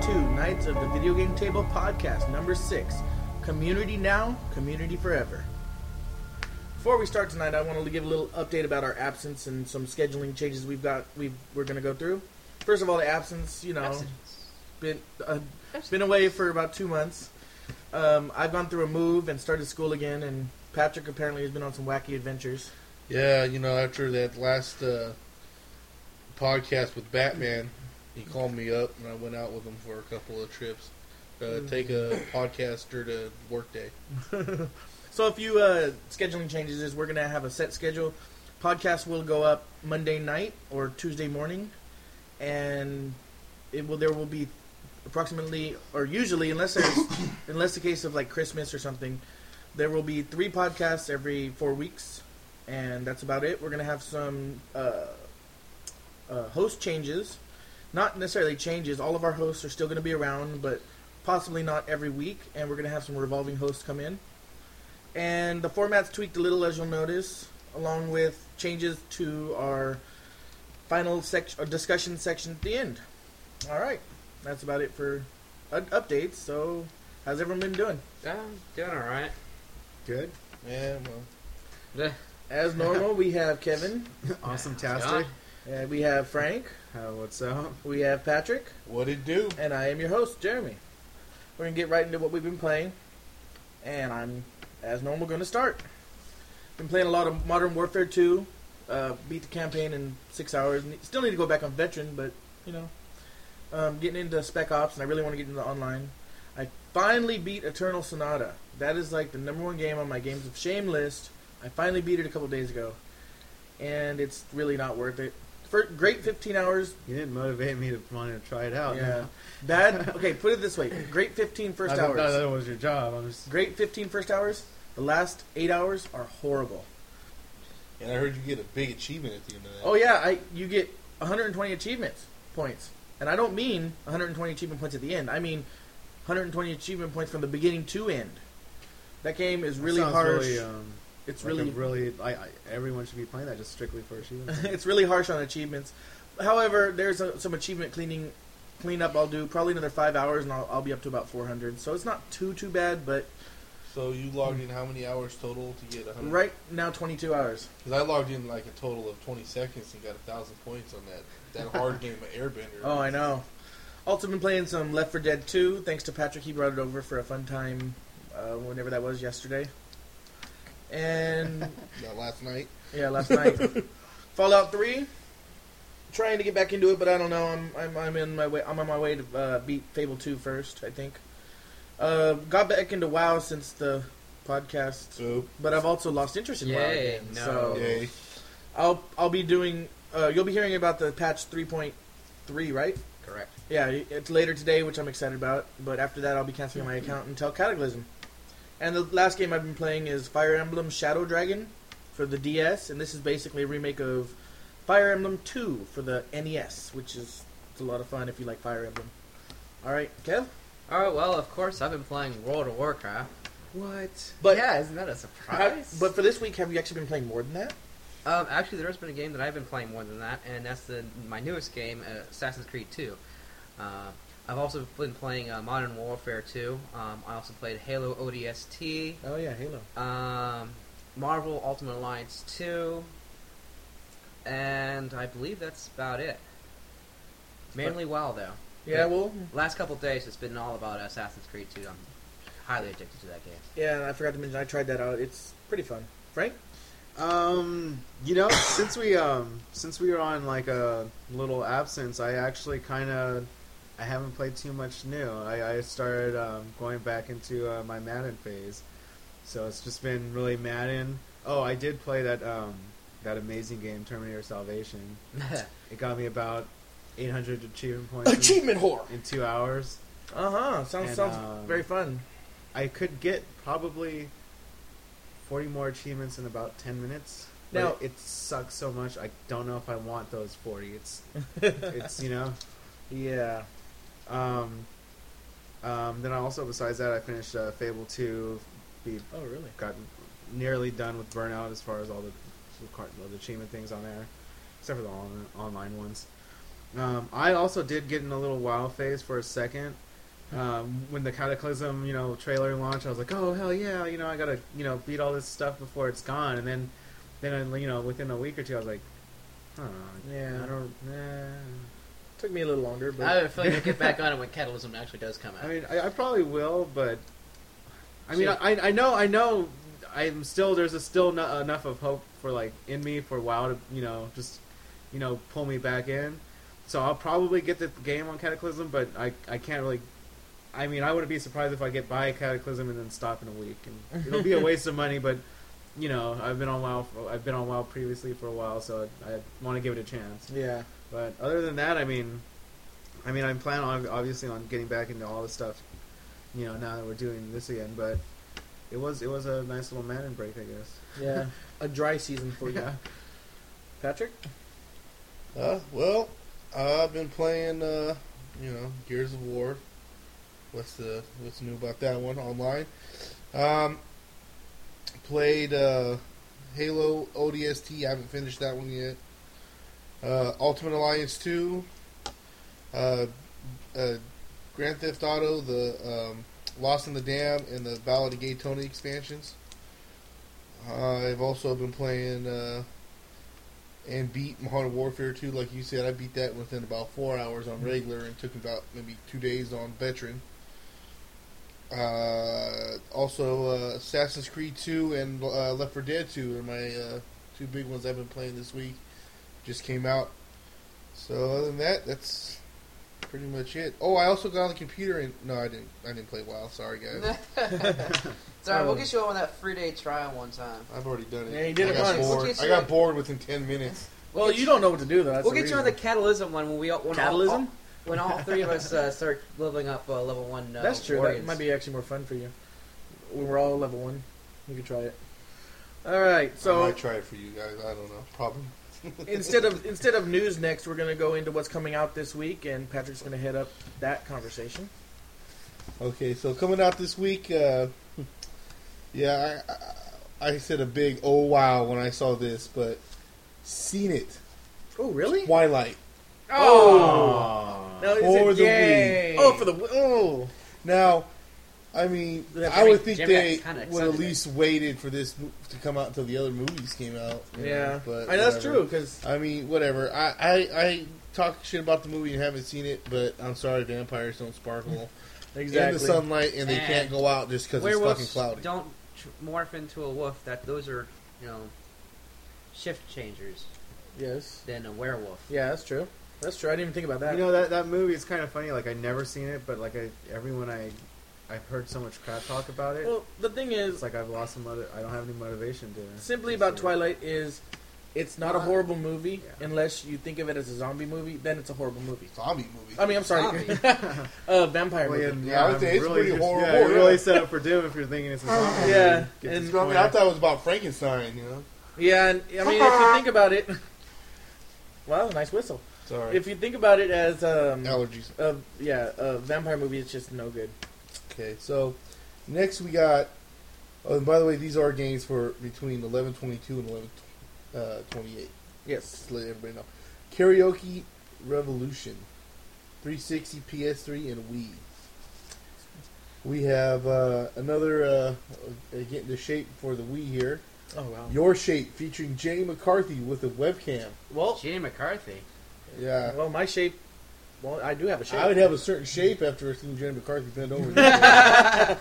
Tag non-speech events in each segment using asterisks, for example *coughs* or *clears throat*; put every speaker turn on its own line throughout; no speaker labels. to Knights of the Video Game Table podcast number six Community Now, Community Forever. Before we start tonight, I wanted to give a little update about our absence and some scheduling changes we've got. we we're going to go through. First of all, the absence, you know, been uh, been away for about two months. Um, I've gone through a move and started school again, and Patrick apparently has been on some wacky adventures.
Yeah, you know, after that last uh, podcast with Batman, he called me up and I went out with him for a couple of trips. Uh, take a podcaster to work day.
So a few uh, scheduling changes is we're gonna have a set schedule. Podcast will go up Monday night or Tuesday morning, and it will there will be approximately or usually unless there's *coughs* unless the case of like Christmas or something, there will be three podcasts every four weeks, and that's about it. We're gonna have some uh, uh, host changes, not necessarily changes. All of our hosts are still gonna be around, but possibly not every week, and we're gonna have some revolving hosts come in and the format's tweaked a little as you'll notice, along with changes to our final section or discussion section at the end. All right, that's about it for u- updates. So, how's everyone been doing?
I'm doing all right.
Good.
Yeah, well,
Bleh.
As normal, we have Kevin,
*laughs* Awesome tastic.
uh, we have Frank,
Uh, what's up?
we have Patrick,
what it do?
and I am your host, Jeremy. We're gonna get right into what we've been playing, and I'm, as normal, gonna start. Been playing a lot of Modern Warfare 2. Uh, beat the campaign in six hours. Ne- Still need to go back on Veteran, but you know, um, getting into Spec Ops, and I really want to get into online. I finally beat Eternal Sonata. That is like the number one game on my games of shame list. I finally beat it a couple days ago, and it's really not worth it. For great 15 hours,
You didn't motivate me to want to try it out.
yeah. Bad. Okay, put it this way: great 15 first
*laughs* I thought
hours.
that was your job. I'm just
Great 15 first hours. The last eight hours are horrible.
And I heard you get a big achievement at the end of that.
Oh yeah, I you get 120 achievements points, and I don't mean 120 achievement points at the end. I mean 120 achievement points from the beginning to end. That game is really
sounds
harsh.
Really, um,
it's
like a
really
really. I, I, everyone should be playing that just strictly for
*laughs*
achievements.
it's really harsh on achievements. However, there's a, some achievement cleaning cleanup I'll do probably another five hours, and I'll, I'll be up to about 400. So it's not too too bad, but
So you logged in how many hours total to get a
Mm.
hundred?
right now 22 hours.
Because I logged in like a total of 20 seconds and got a thousand points on that that *laughs* hard game of Airbender.
Oh, I know. Also, been playing some Left 4 Dead 2. Thanks to Patrick, he brought it over for a fun time uh, whenever that was yesterday. And
That last night.
yeah, last night. Fallout 3. Trying to get back into it, but I don't know. I'm I'm, I'm in my way. I'm on my way to uh, beat Fable 2 first, I think. Uh, got back into WoW since the podcast,
So
but I've also lost interest in WoW
Yay,
again.
no.
So
yay.
I'll I'll be doing. Uh, you'll be hearing about the patch 3.3, right?
Correct.
Yeah, it's later today, which I'm excited about. But after that, I'll be canceling my account until Cataclysm. And the last game I've been playing is Fire Emblem Shadow Dragon for the DS, and this is basically a remake of Fire Emblem 2 for the NES, which is it's a lot of fun if you like Fire Emblem. All right, Kev.
All right. Oh, Well, of course, I've been playing World of Warcraft. What?
But-
But yeah, isn't that a surprise?
But for this week, have you actually been playing more than that?
um, actually, there's been a game that I've been playing more than that, and that's the my newest game, uh, Assassin's Creed 2. Uh, I've also been playing uh, Modern Warfare 2. Um, I also played Halo ODST,
Oh yeah, Halo.
um, Marvel Ultimate Alliance 2, and I believe that's about it. Mainly WoW though.
Yeah, well,
Last couple of days, it's been all about Assassin's Creed 2. I'm highly addicted to that game.
yeah. And I forgot to mention I tried that out. It's pretty fun. Frank.
um, you know, since we um, since we were on like a little absence, I actually kind of. I haven't played too much new. I, I started um, going back into uh, my Madden phase, so it's just been really Madden. Oh, I did play that um, that amazing game, Terminator Salvation.
*laughs*
It got me about 800 achievement points in-
whore.
in two hours.
Uh huh. Sounds
And,
sounds
um,
very fun.
I could get probably 40 more achievements in about 10 minutes.
Now-
Now it sucks so much. I don't know if I want those 40. It's it's you know.
Yeah.
Um, um, then I also besides that I finished uh, Fable 2. Be
Oh really?
got nearly done with Burnout as far as all the, all the achievement things on there, except for the on, online ones. Um, I also did get in a little wow phase for a second. Um, when the Cataclysm, you know, trailer launched, I was like, "Oh hell yeah!" You know, I gotta, you know, beat all this stuff before it's gone. And then, then I, you know, within a week or two, I was like, "Huh,
Yeah.
I don't." eh."
Took me a little longer, but
I feel like you'll get back on it when Catalysm actually does come out.
I mean, I, I probably will, but I
See-
mean, I, I know, I know, I'm still there's a still no, enough of hope for like in me for WoW to you know just you know pull me back in. So I'll probably get the game on Cataclysm, but I I can't really. I mean, I wouldn't be surprised if I get by Cataclysm and then stop in a week,
*laughs*
and it'll be a waste of money. But you know, I've been on WoW. For, I've been on WoW previously for a while, so I, I want to give it a chance.
yeah.
But other than that, I mean, I mean, I'm planning on obviously on getting back into all this stuff, you know, now that we're doing this again. But it was it was a nice little man break, I guess.
Yeah, *laughs* a dry season for you,
*laughs*
*laughs* Yeah.
Patrick.
Uh, well, I've been playing, uh, you know, Gears of War. What's the what's new about that one online? Um, played uh, Halo ODST. I haven't finished that one yet. Uh, Ultimate Alliance Two. Uh, uh, Grand Theft Auto, the um, Lost in the Dam, and the Ballad of Gay Tony expansions. I've also been playing. Uh, and beat Modern Warfare 2. Like you said, I beat that within about four hours on regular and took about maybe two days on veteran. Uh, also, uh, Assassin's Creed 2 and uh, Left 4 Dead 2 are my uh, two big ones I've been playing this week. Just came out. So other than that, that's pretty much it. Oh, I also got on the computer and no, I didn't. I didn't play WoW. Sorry, guys.
Sorry,
uh,
we'll get you on that three day trial one time.
I've already done it.
Yeah, you did
I
it
got
once.
bored.
We'll get
I
you
got
on-
bored within ten minutes.
Well, you don't know what to do though. That's
we'll
the
get you on the
reason.
Catalysm one when we all, when all-
Catalysm?
all- when all three of us uh, start leveling up uh, level one. Uh,
That's true.
Warriors.
That might be actually more fun for you. When we're all level one, we could try it. All right.
So I
So
*laughs* might try it for you guys. I don't know. Probably.
instead of instead of news next, we're gonna go into what's coming out this week, and Patrick's gonna head up that conversation.
Okay, so coming out this week, uh, yeah, I, I, I said a big oh wow when I saw this, but seen it.
Oh, really?
Twilight.
Oh.
Oh!
Now, is
For
it,
the
yay.
Wii.
Oh, for the Wii- oh.
Now, I mean,
Yeah,
I
Jimmy-
would think
Jimmy
they
got kinda
would at
excited.
least waited for this mo- to come out until the other movies came out. you know,
Yeah,
but
I know that's
whatever.
true because
I mean, whatever. I, I, I talk shit about the movie and haven't seen it, but I'm sorry, vampires don't sparkle in
*laughs*
the
exactly. Eh.
sunlight, and they
And
can't go out just because it's fucking
Werewolves
cloudy.
don't tr- morph into a wolf. That those are you know shift changers
Yes.
than a werewolf.
Yeah, that's true. That's true. I didn't even think about that.
You know that that movie is kind of funny. Like I never seen it, but like I everyone I I've heard so much crap talk about it.
well, the thing
it's
is,
like I've lost some other. I don't have any motivation to.
simply
to
about
see it.
Twilight is, it's not a
Not-
horrible movie
Yeah.
unless you think of it as a zombie movie. Then it's a horrible movie.
Zombie movie.
I mean, I'm sorry, *laughs*
Zombie.
uh, vampire
Well,
movie.
Yeah, I would
I'm
say it's pretty
just-
horrible,
Yeah, you're
yeah.
really set up for doom if you're thinking it's a zombie.
Yeah,
Get
and-
You know what I mean? I thought it was about Frankenstein, you know?
Yeah, and I mean, if you think about it, *laughs* wow, nice whistle.
Sorry.
If you think about it as um,
Allergies.
a, yeah, a vampire movie, it's just no good.
Okay, so next we got. Oh, and by the way, these are games for between 11.22 and 11.28.
Yes.
Just let everybody know. Karaoke Revolution. 360, PS3, and Wii. We have uh, another uh, uh, Get into shape for the Wii here.
Oh wow.
Your Shape featuring Jay McCarthy with a webcam.
Well,
Jenny McCarthy.
Yeah.
well, my shape. Well, I do have a shape.
I would have a certain shape after seeing Jenny McCarthy bend
*laughs*
over. there.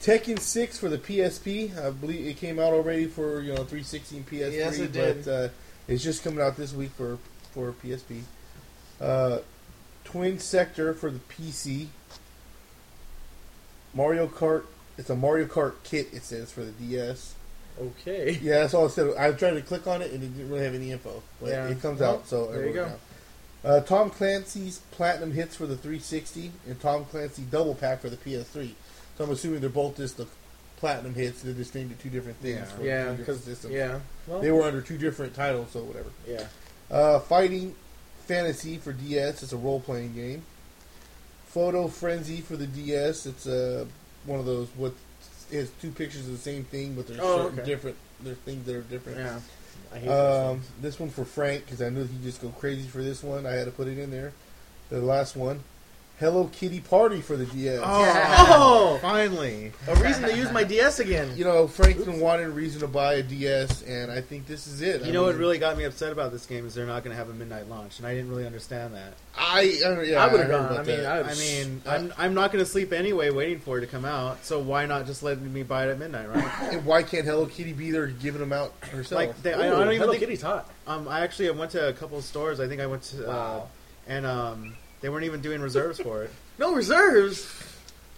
Tekken 6 for the PSP. I believe it came out already for you know 360 and PS3,
Yes, it did.
but uh, it's just coming out this week for for PSP. Uh, Twin Sector for the PC. Mario Kart. It's a Mario Kart kit. It says for the DS.
Okay.
Yeah, that's all it said. I tried to click on it and it didn't really have any info. But
Yeah.
it comes
Well,
out, so
there you
everyone
go.
know. Uh, Tom Clancy's Platinum Hits for the 360 and Tom Clancy Double Pack for the PS3. So I'm assuming they're both just the Platinum Hits. They're just named the two different things.
Yeah.
for
*laughs*
the
Yeah,
two different
because
systems.
yeah, well,
They were under two different titles, so whatever.
yeah.
Uh, Fighting Fantasy for DS. It's a role playing game. Photo Frenzy for the DS. It's uh, one of those what is two pictures of the same thing, but there's
Oh,
certain
okay.
different. There's things that are different.
Yeah. I hate those
Um,
things.
this one for Frank because I knew he'd just go crazy for this one. I had to put it in there. The last one, Hello Kitty Party for the DS.
Oh.
finally.
A reason to use my DS
*laughs*
again.
You know, Frank's been wanting a reason to buy a DS, and I think this is it. I
You know what
mean,
really got me upset about this game is they're not going to have a midnight launch, and I didn't really understand that.
I, I yeah,
I would have
heard
gone.
about
I mean,
that.
I,
I mean, I'm I'm not going to sleep anyway, waiting for it to come out. So why not just let me buy it at
*laughs*
midnight, right?
And why can't Hello Kitty be there giving them out herself?
like they, I, I don't even
Hello
think.
Kitty's hot.
Um, I actually went to a couple of stores. I think I went to, uh,
Wow.
and um, they weren't even doing
*laughs*
reserves for it.
No reserves.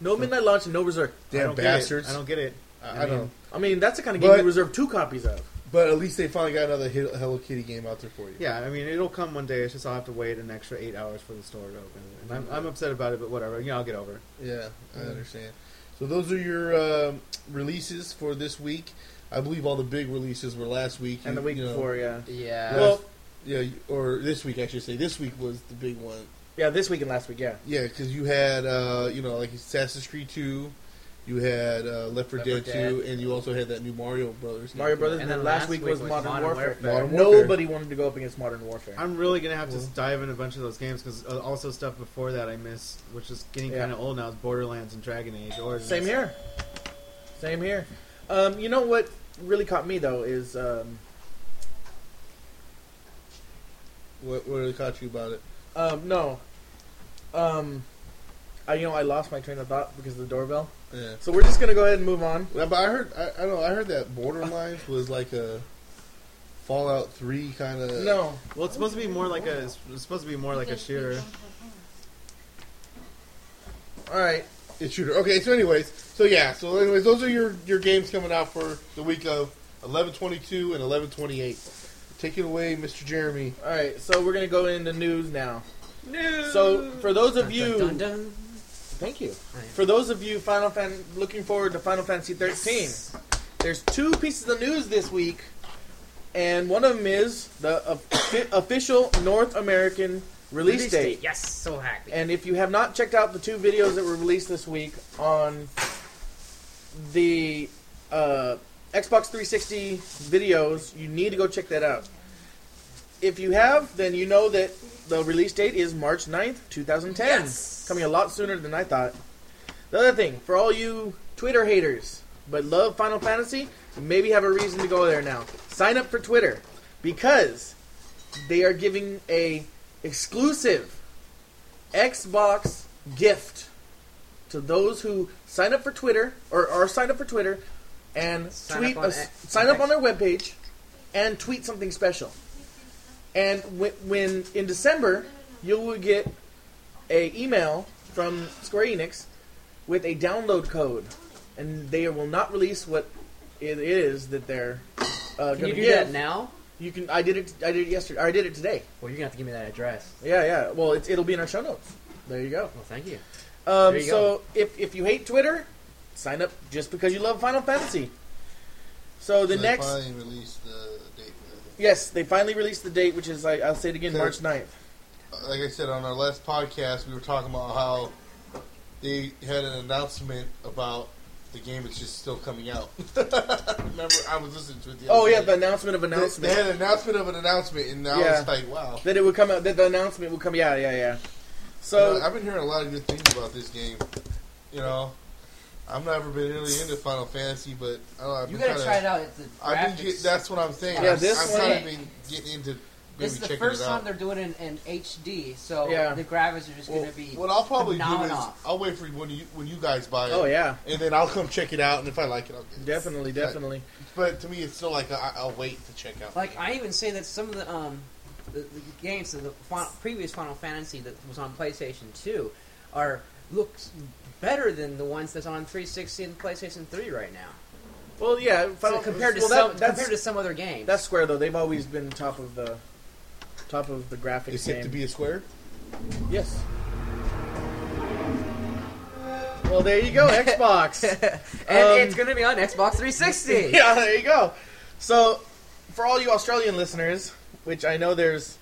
No midnight launch and no reserve.
I
Damn
don't get it.
bastards!
I don't get it.
I,
I
I don't.
mean-
I mean, that's the kind of game
But-
you reserve two copies of.
But at least they finally got another Hel- Hello Kitty game out there for you.
Yeah, I mean, it'll come one day. It's just I'll have to wait an extra eight hours for the store to open. And I'm, I'm upset about it, but whatever. You know, I'll get over it.
Yeah, I
Mm-hmm.
understand. So those are your um, releases for this week. I believe all the big releases were last week
And the
You-
week
you know,
before, yeah.
uh,
Yeah.
Well,
Yeah, you- or this week I should say. This week was the big one.
yeah, this week and last week, yeah.
Yeah, because you had uh, you know like Assassin's Creed Two, you had uh, Left 4 Dead
Left 4
Two, and you also had that new Mario Brothers. game.
Mario Brothers, and
And
then
then
last
last
week
week
was
was
Modern,
Modern
Warfare.
Warfare.
Modern Warfare.
Nobody wanted to go up against Modern Warfare.
I'm really gonna have to dive in a bunch of those games because also stuff before that I miss, which is getting
Yeah.
kind of old now. Is Borderlands and Dragon Age. Or
Same here. Same here. Um, you know what really caught me though is um,
What, what really caught you about it?
um, no, um, I you know I lost my train of thought because of the doorbell.
Yeah.
So we're just gonna go ahead and move on.
Yeah, but I heard I, I don't know I heard that Borderlands was like a Fallout Three kind of
No,
Well, it's supposed to be more like a it's supposed to be more like a shooter.
all right.
It's shooter. Okay, so anyways, so yeah, so anyways, those are your your games coming out for the week of eleven twenty two and eleven twenty eight. Take it away, Mr. Jeremy.
All right, so we're gonna go into news now.
No.
So for those of you,
Dun, dun, dun.
thank you.
I am-
For those of you Final Fan looking forward to Final Fantasy 13, there's two pieces of news this week, and one of *coughs* them is the offi- official North American release, date.
Yes, so happy.
And if you have not checked out the two videos that were released this week on the uh, Xbox 360 videos, you need to go check that out. If you have, then you know that the release date is March 9th, 2010.
Yes.
Coming a lot sooner than I thought. The other thing, for all you Twitter haters but love Final Fantasy, maybe have a reason to go there now. Sign up for Twitter because they are giving a exclusive Xbox gift to those who sign up for Twitter or, or sign up for Twitter and
Sign
tweet
up on
us-
X-
sign
on
up on their webpage and tweet something special. And when, when in December, you will get a email from Square Enix with a download code, and they will not release what it is that they're uh,
Can
going to
you do
give.
that now?
You can. I did it. I did it yesterday. I did it today.
Well, you're gonna have to give me that address.
Yeah, yeah. Well, it's, it'll be in our show notes. There you go.
Well, thank you.
Um,
There you
so if if you hate Twitter, sign up just because you love Final Fantasy. So the next,
released the date.
yes, they finally released the date, which is like I'll say it again,
So-
March 9th.
Like I said on our last podcast, we were talking about how they had an announcement about the game that's just still coming out. *laughs* Remember, I was listening to it. The other
Oh yeah,
day.
the announcement of
They-
announcement.
They, had an announcement of an announcement, and now
Yeah.
it's like, wow.
that it would come out. That the announcement would come. Yeah, yeah, yeah. So
You know, I've been hearing a lot of good things about this game. You know, I've never been really into Final Fantasy, but I don't know, I've
You
been
gotta
kinda,
try it out. It's the
I've
graphics.
been get, that's what I'm saying.
Yeah,
I've,
this
I've
one-
kind of been getting into maybe
this is the
checking
first
it
time
out.
they're doing it in HD, so
Yeah.
the graphics are just
Well,
gonna be.
what I'll probably do is
phenomenal.
I'll wait for when you when you guys buy it.
oh yeah,
And then I'll come check it out, and if I like it, I'll get it.
definitely,
Yeah.
definitely.
But to me, it's still like I, I'll wait to check out.
Like I even say that some of the um, the, the games of the final, previous Final Fantasy that was on PlayStation Two are looks better than the ones that's on 360 and PlayStation Three right now.
Well, yeah.
So
Final,
compared to
well, that-
some
that's,
compared to some other games.
that's Square though. They've always been top of the top of the graphics
Is
game.
it to be a square?
yes. Well, there you go,
*laughs*
Xbox.
*laughs* and
um,
it's gonna be on Xbox
*laughs*
360.
*laughs* yeah, there you go. So, for all you Australian listeners, which I know there's,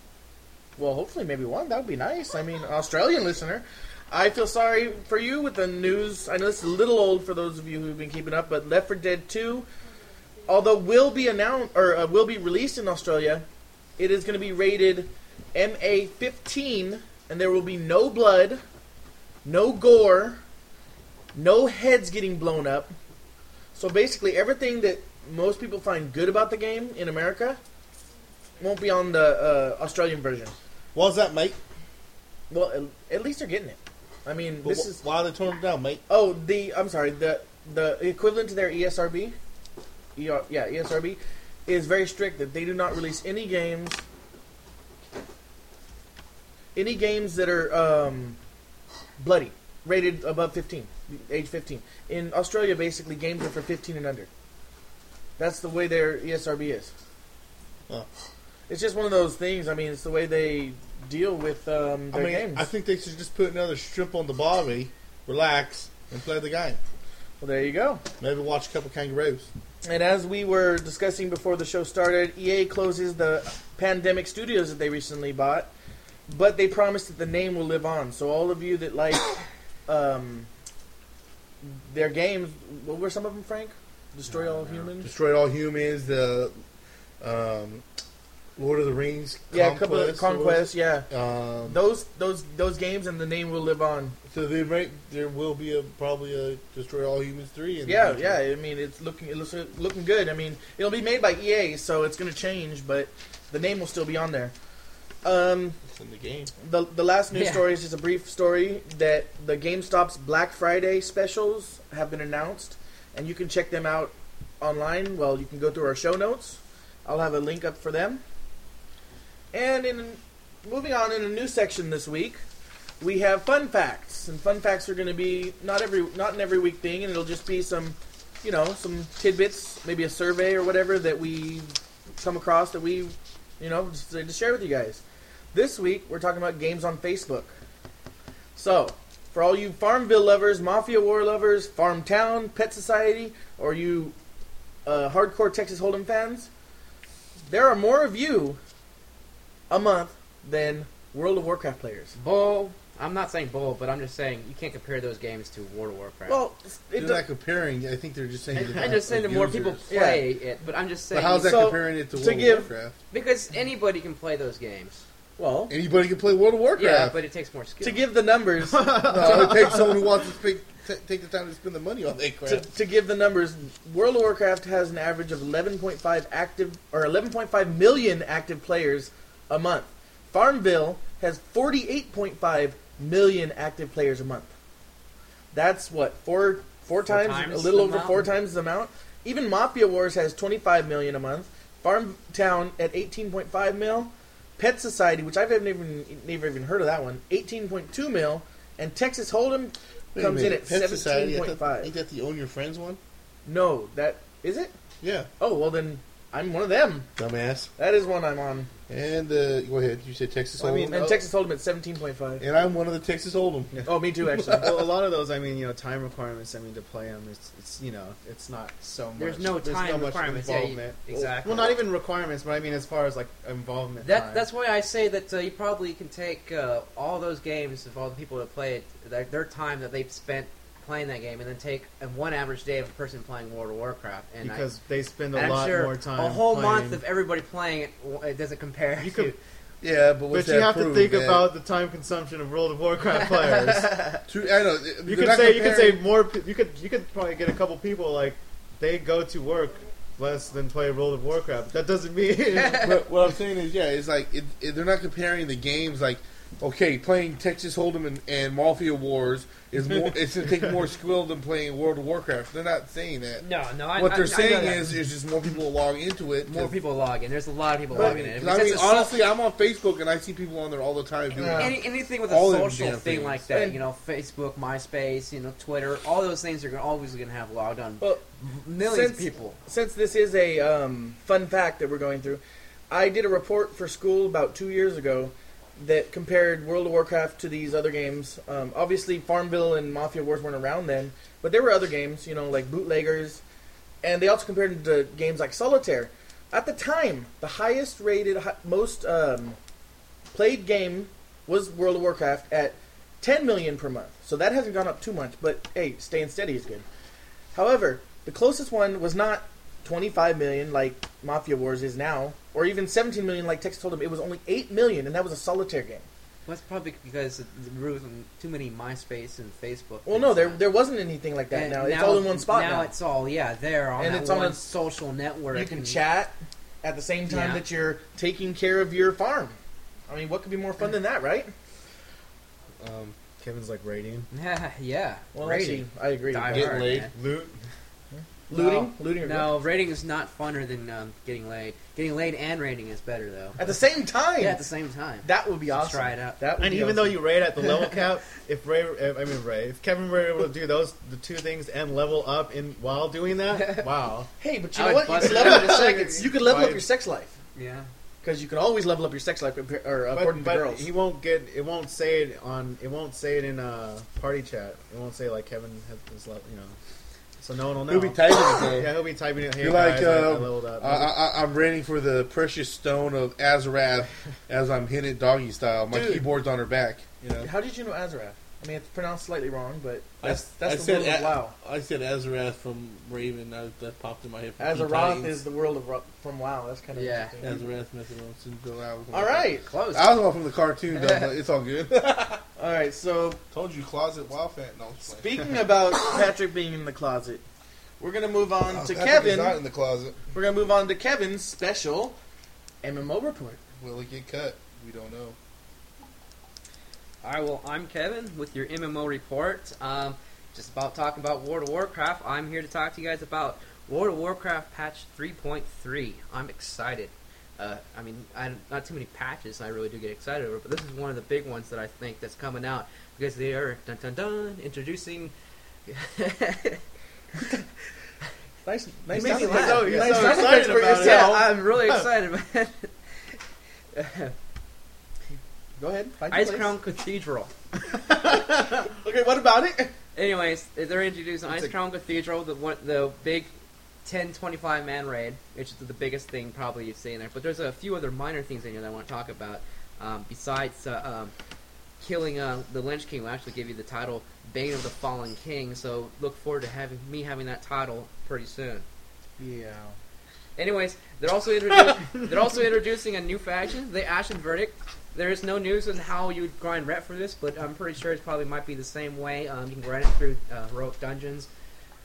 well, hopefully maybe one. That would be nice. I mean, an Australian listener. I feel sorry for you with the news. I know this is a little old for those of you who've been keeping up, but Left 4 Dead 2 although will be announced or uh, will be released in Australia, it is going to be rated MA15, and there will be no blood, no gore, no heads getting blown up. So basically, everything that most people find good about the game in America won't be on the uh, Australian version.
What does that, mate?
Well, at, at least they're getting it. I mean,
But
this
wh-
is
why are they torn down, mate?
Oh, the I'm sorry, the the equivalent to their E ESRB, ER, yeah, ESRB, is very strict that they do not release any games, any games that are um, bloody, rated above 15, age 15. In Australia, basically, games are for 15 and under. That's the way their E ESRB is.
Oh.
It's just one of those things. I mean, it's the way they deal with um,
I
their
mean,
games.
I think they should just put another strip on the body, relax, and play the game.
well, there you go.
Maybe watch a couple kangaroos.
And as we were discussing before the show started, EA closes the Pandemic Studios that they recently bought, but they promised that the name will live on. So all of you that like *coughs* um, their games, what were some of them, Frank? Destroy All Humans.
Destroy all humans. The um, Lord of the Rings.
Yeah, a couple of
Conquest, what
Conquest.
was
Yeah,
it? Um,
those those those games and the name will live on.
So they may, there will be a probably a Destroy All Humans three. In the
Yeah,
future.
yeah. I mean, it's looking it looks looking good. I mean, it'll be made by EA, so it's going to change, but the name will still be on there. Um,
It's in the game.
The, the last news
Yeah.
story is just a brief story that the GameStop's Black Friday specials have been announced, and you can check them out online. Well, you can go through our show notes. I'll have a link up for them. And in moving on in a new section this week, we have fun facts, and fun facts are going to be not every not an every week thing, and it'll just be some, you know, some tidbits, maybe a survey or whatever that we come across that we, you know, just to share with you guys. This week, we're talking about games on Facebook. So, for all you Farmville lovers, Mafia War lovers, Farm Town, Pet Society, or you uh, hardcore Texas Hold'em fans, there are more of you a month than World of Warcraft players.
Bull. I'm not saying bull, but I'm just saying you can't compare those games to World of Warcraft.
Well, it
They're
do-
not comparing. I think they're just saying.
I'm just saying that more people play it, but I'm just
But
saying
how's that
So,
comparing it to,
to
World
give-
of Warcraft?
because anybody can play those games.
well,
Anybody can play World of Warcraft.
Yeah, but it takes more skill.
to give the numbers,
no, it takes someone who wants to speak, t- take the time to spend the money on that crap.
to, to give the numbers, World of Warcraft has an average of 11.5 active or 11.5 million active players a month. Farmville has 48.5 million active players a month. That's what four four, times,
times
a little
the
over
amount.
four times the amount. Even Mafia Wars has 25 million a month. Farm Town at 18.5 mil. Pet Society, which I've never even never even heard of that one, 18.2 mil, and Texas Hold'em
Wait a
comes in
minute,
at
Pet Society, I thought-
17.5.
Ain't that the own your friends one?
No, that is it.
Yeah,
Oh well, then I'm one of them.
dumbass.
That is one I'm on.
And uh, go ahead. You said Texas
Well, I
Hold'em.
mean, oh.
And Texas Hold'em at 17.5.
and I'm one of the Texas Hold'em.
Oh, me too, actually.
*laughs* well, a lot of those, I mean, you know, time requirements. I mean, to play them, it's, it's you know, it's not so much.
There's no time
much
requirements. Yeah, you-
involvement.
exactly.
Well, not even requirements, but I mean, as far as like involvement.
That,
time.
that's why I say that uh, you probably can take uh, all those games of all the people that play it, their, their time that they've spent playing that game, and then take a one average day of a person playing World of Warcraft. And I-
because they spend
and
a
I'm
lot
sure
more time.
a whole
playing.
month of everybody playing it, w- it doesn't compare.
You
to- *laughs*
could-
Yeah, but what's
But you
that
have to
prove,
think
man?
about the time consumption of World
*laughs*
of Warcraft players.
Two, I know,
you could say you could say more. pe- You could you could probably get a couple people like they go to work less than play World of Warcraft. That doesn't *laughs* mean
*laughs* but what I'm saying is, yeah, it's like it, it, they're not comparing the games. Like, okay, playing Texas Hold'em and, and Mafia Wars is more. it's gonna take more skill than playing World of Warcraft. They're not saying that.
no, no. I,
what
I-
they're
I know
saying
that.
is, is just more people log into it.
more
'cause-
people log in. There's a lot of people
I
logging
mean,
in.
'cause I
Because
mean,
it's a
honestly, I'm on Facebook and I see people on there all the time doing.
Yeah.
Any, anything with a
All them
social
damn
thing
things.
like that,
And-
you know, Facebook, MySpace, you know, Twitter, all those things are gonna, always going to have logged on
Well,
millions of
since-
people.
since this is a um, fun fact that we're going through, I did a report for school about two years ago that compared World of Warcraft to these other games. Um, obviously, Farmville and Mafia Wars weren't around then, but there were other games, you know, like Bootleggers, and they also compared it to games like Solitaire. At the time, the highest rated, hi- most um, played game was World of Warcraft at 10 million per month. So that hasn't gone up too much, but hey, staying steady is good. However, the closest one was not 25 million like Mafia Wars is now, or even 17 million like Tex told him, it was only 8 million, and that was a solitaire game.
Well, that's probably because of the root and too many MySpace and Facebook.
Well, no,
things
there
now.
there wasn't anything like that
And
now. It's all in one spot now.
it's all yeah there on
And
that
it's on
one
a-
social network.
you can
and-
chat at the same time
Yeah.
that you're taking care of your farm. I mean, what could be more fun than that, right?
Um,
Kevin's like raiding.
Yeah, *laughs* yeah.
Well,
rating.
actually, I agree.
Die
but-
Getting
hard,
laid.
man.
Loot.
Looting, looting. Are
No, rating is not funner than um, getting laid. Getting laid and rating is better though.
good. At the same time,
Yeah, at the same time.
that would be
Let's
awesome.
try it out.
That would
And
be
even
awesome.
though you raid at the *laughs* level cap, if Ray, if, I mean Ray, if Kevin were able to do those the two things and level up in while doing
*laughs*
that, wow.
hey, but you
I
know
would
what? You
bust
could
it
level,
out in seconds.
you could level up
Five.
your sex life
Yeah.
because you can always level up your sex life compa- or uh, according
but
to girls.
he won't get it. Won't say it on. It won't say it in uh, party chat. It won't say like Kevin has his level. You know, so no one will know.
He'll be typing
*coughs*
it though.
Yeah, he'll be typing it. Hey,
You're like,
guys, I- I,
um,
leveled up.
I, I, I'm raining for the precious stone
*laughs*
of Azarath as I'm hitting it doggy style. My
Dude.
keyboard's on her back. You know,
How did you know Azra? I mean, it's pronounced slightly wrong, but
I-
that's
I
that's the
said
world of
A-
WoW.
I said Azarath from Raven. I, that popped in my head.
Azeroth is the world of Ro- from WoW. That's kind of
Yeah.
interesting.
Azarath Methodon.
All right,
Close.
I was all from the cartoon. Though, but it's all good. *laughs*
all right. So
Told you, closet wild fat. No,
Speaking about Patrick being in the closet, we're gonna move on to
not
Kevin.
in the closet.
We're gonna move on to Kevin's special MMO report.
Will it get cut? We don't know.
All right, well, I'm Kevin with your MMO report. Um, just about talking about World of Warcraft. I'm here to talk to you guys about World of Warcraft patch 3.3. I'm excited. Uh, I mean, I, not too many patches I really do get excited over, but this is one of the big ones that I think that's coming out because they are dun dun dun introducing. *laughs*
Nice,
nice
nice,
sound effects.
nice,
You're
nice
so
sound Oh,
excited
effects for
about it.
yourself.
I'm really excited. about it.
Go ahead, find your
Ice
place.
Crown Cathedral.
*laughs* Okay, what about it?
Anyways, they're introducing
It's
Ice
a-
Crown Cathedral, the one, the big 10, 25 man raid, which is the biggest thing probably you've seen there. But there's a few other minor things in here that I want to talk about. Um, besides uh, um, killing uh, the Lynch King, will actually give you the title Bane of the Fallen King. So look forward to having me having that title pretty soon.
Yeah.
Anyways, they're also introdu- they're also introducing a new faction, the Ashen Verdict. There is no news on how you would grind rep for this, but I'm pretty sure it probably might be the same way. Um, you can grind it through uh, heroic dungeons,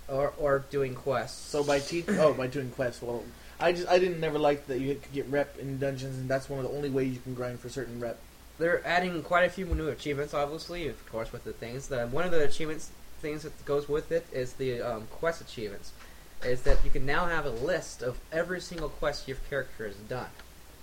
or or doing quests.
So by te- oh by doing quests. Well, I just I didn't never like that you could get rep in dungeons, and that's one of the only ways you can grind for certain rep.
They're adding quite a few new achievements, obviously, of course, with the things. The, one of the achievements things that goes with it is the um, quest achievements. Is that you can now have a list of every single quest your character has done,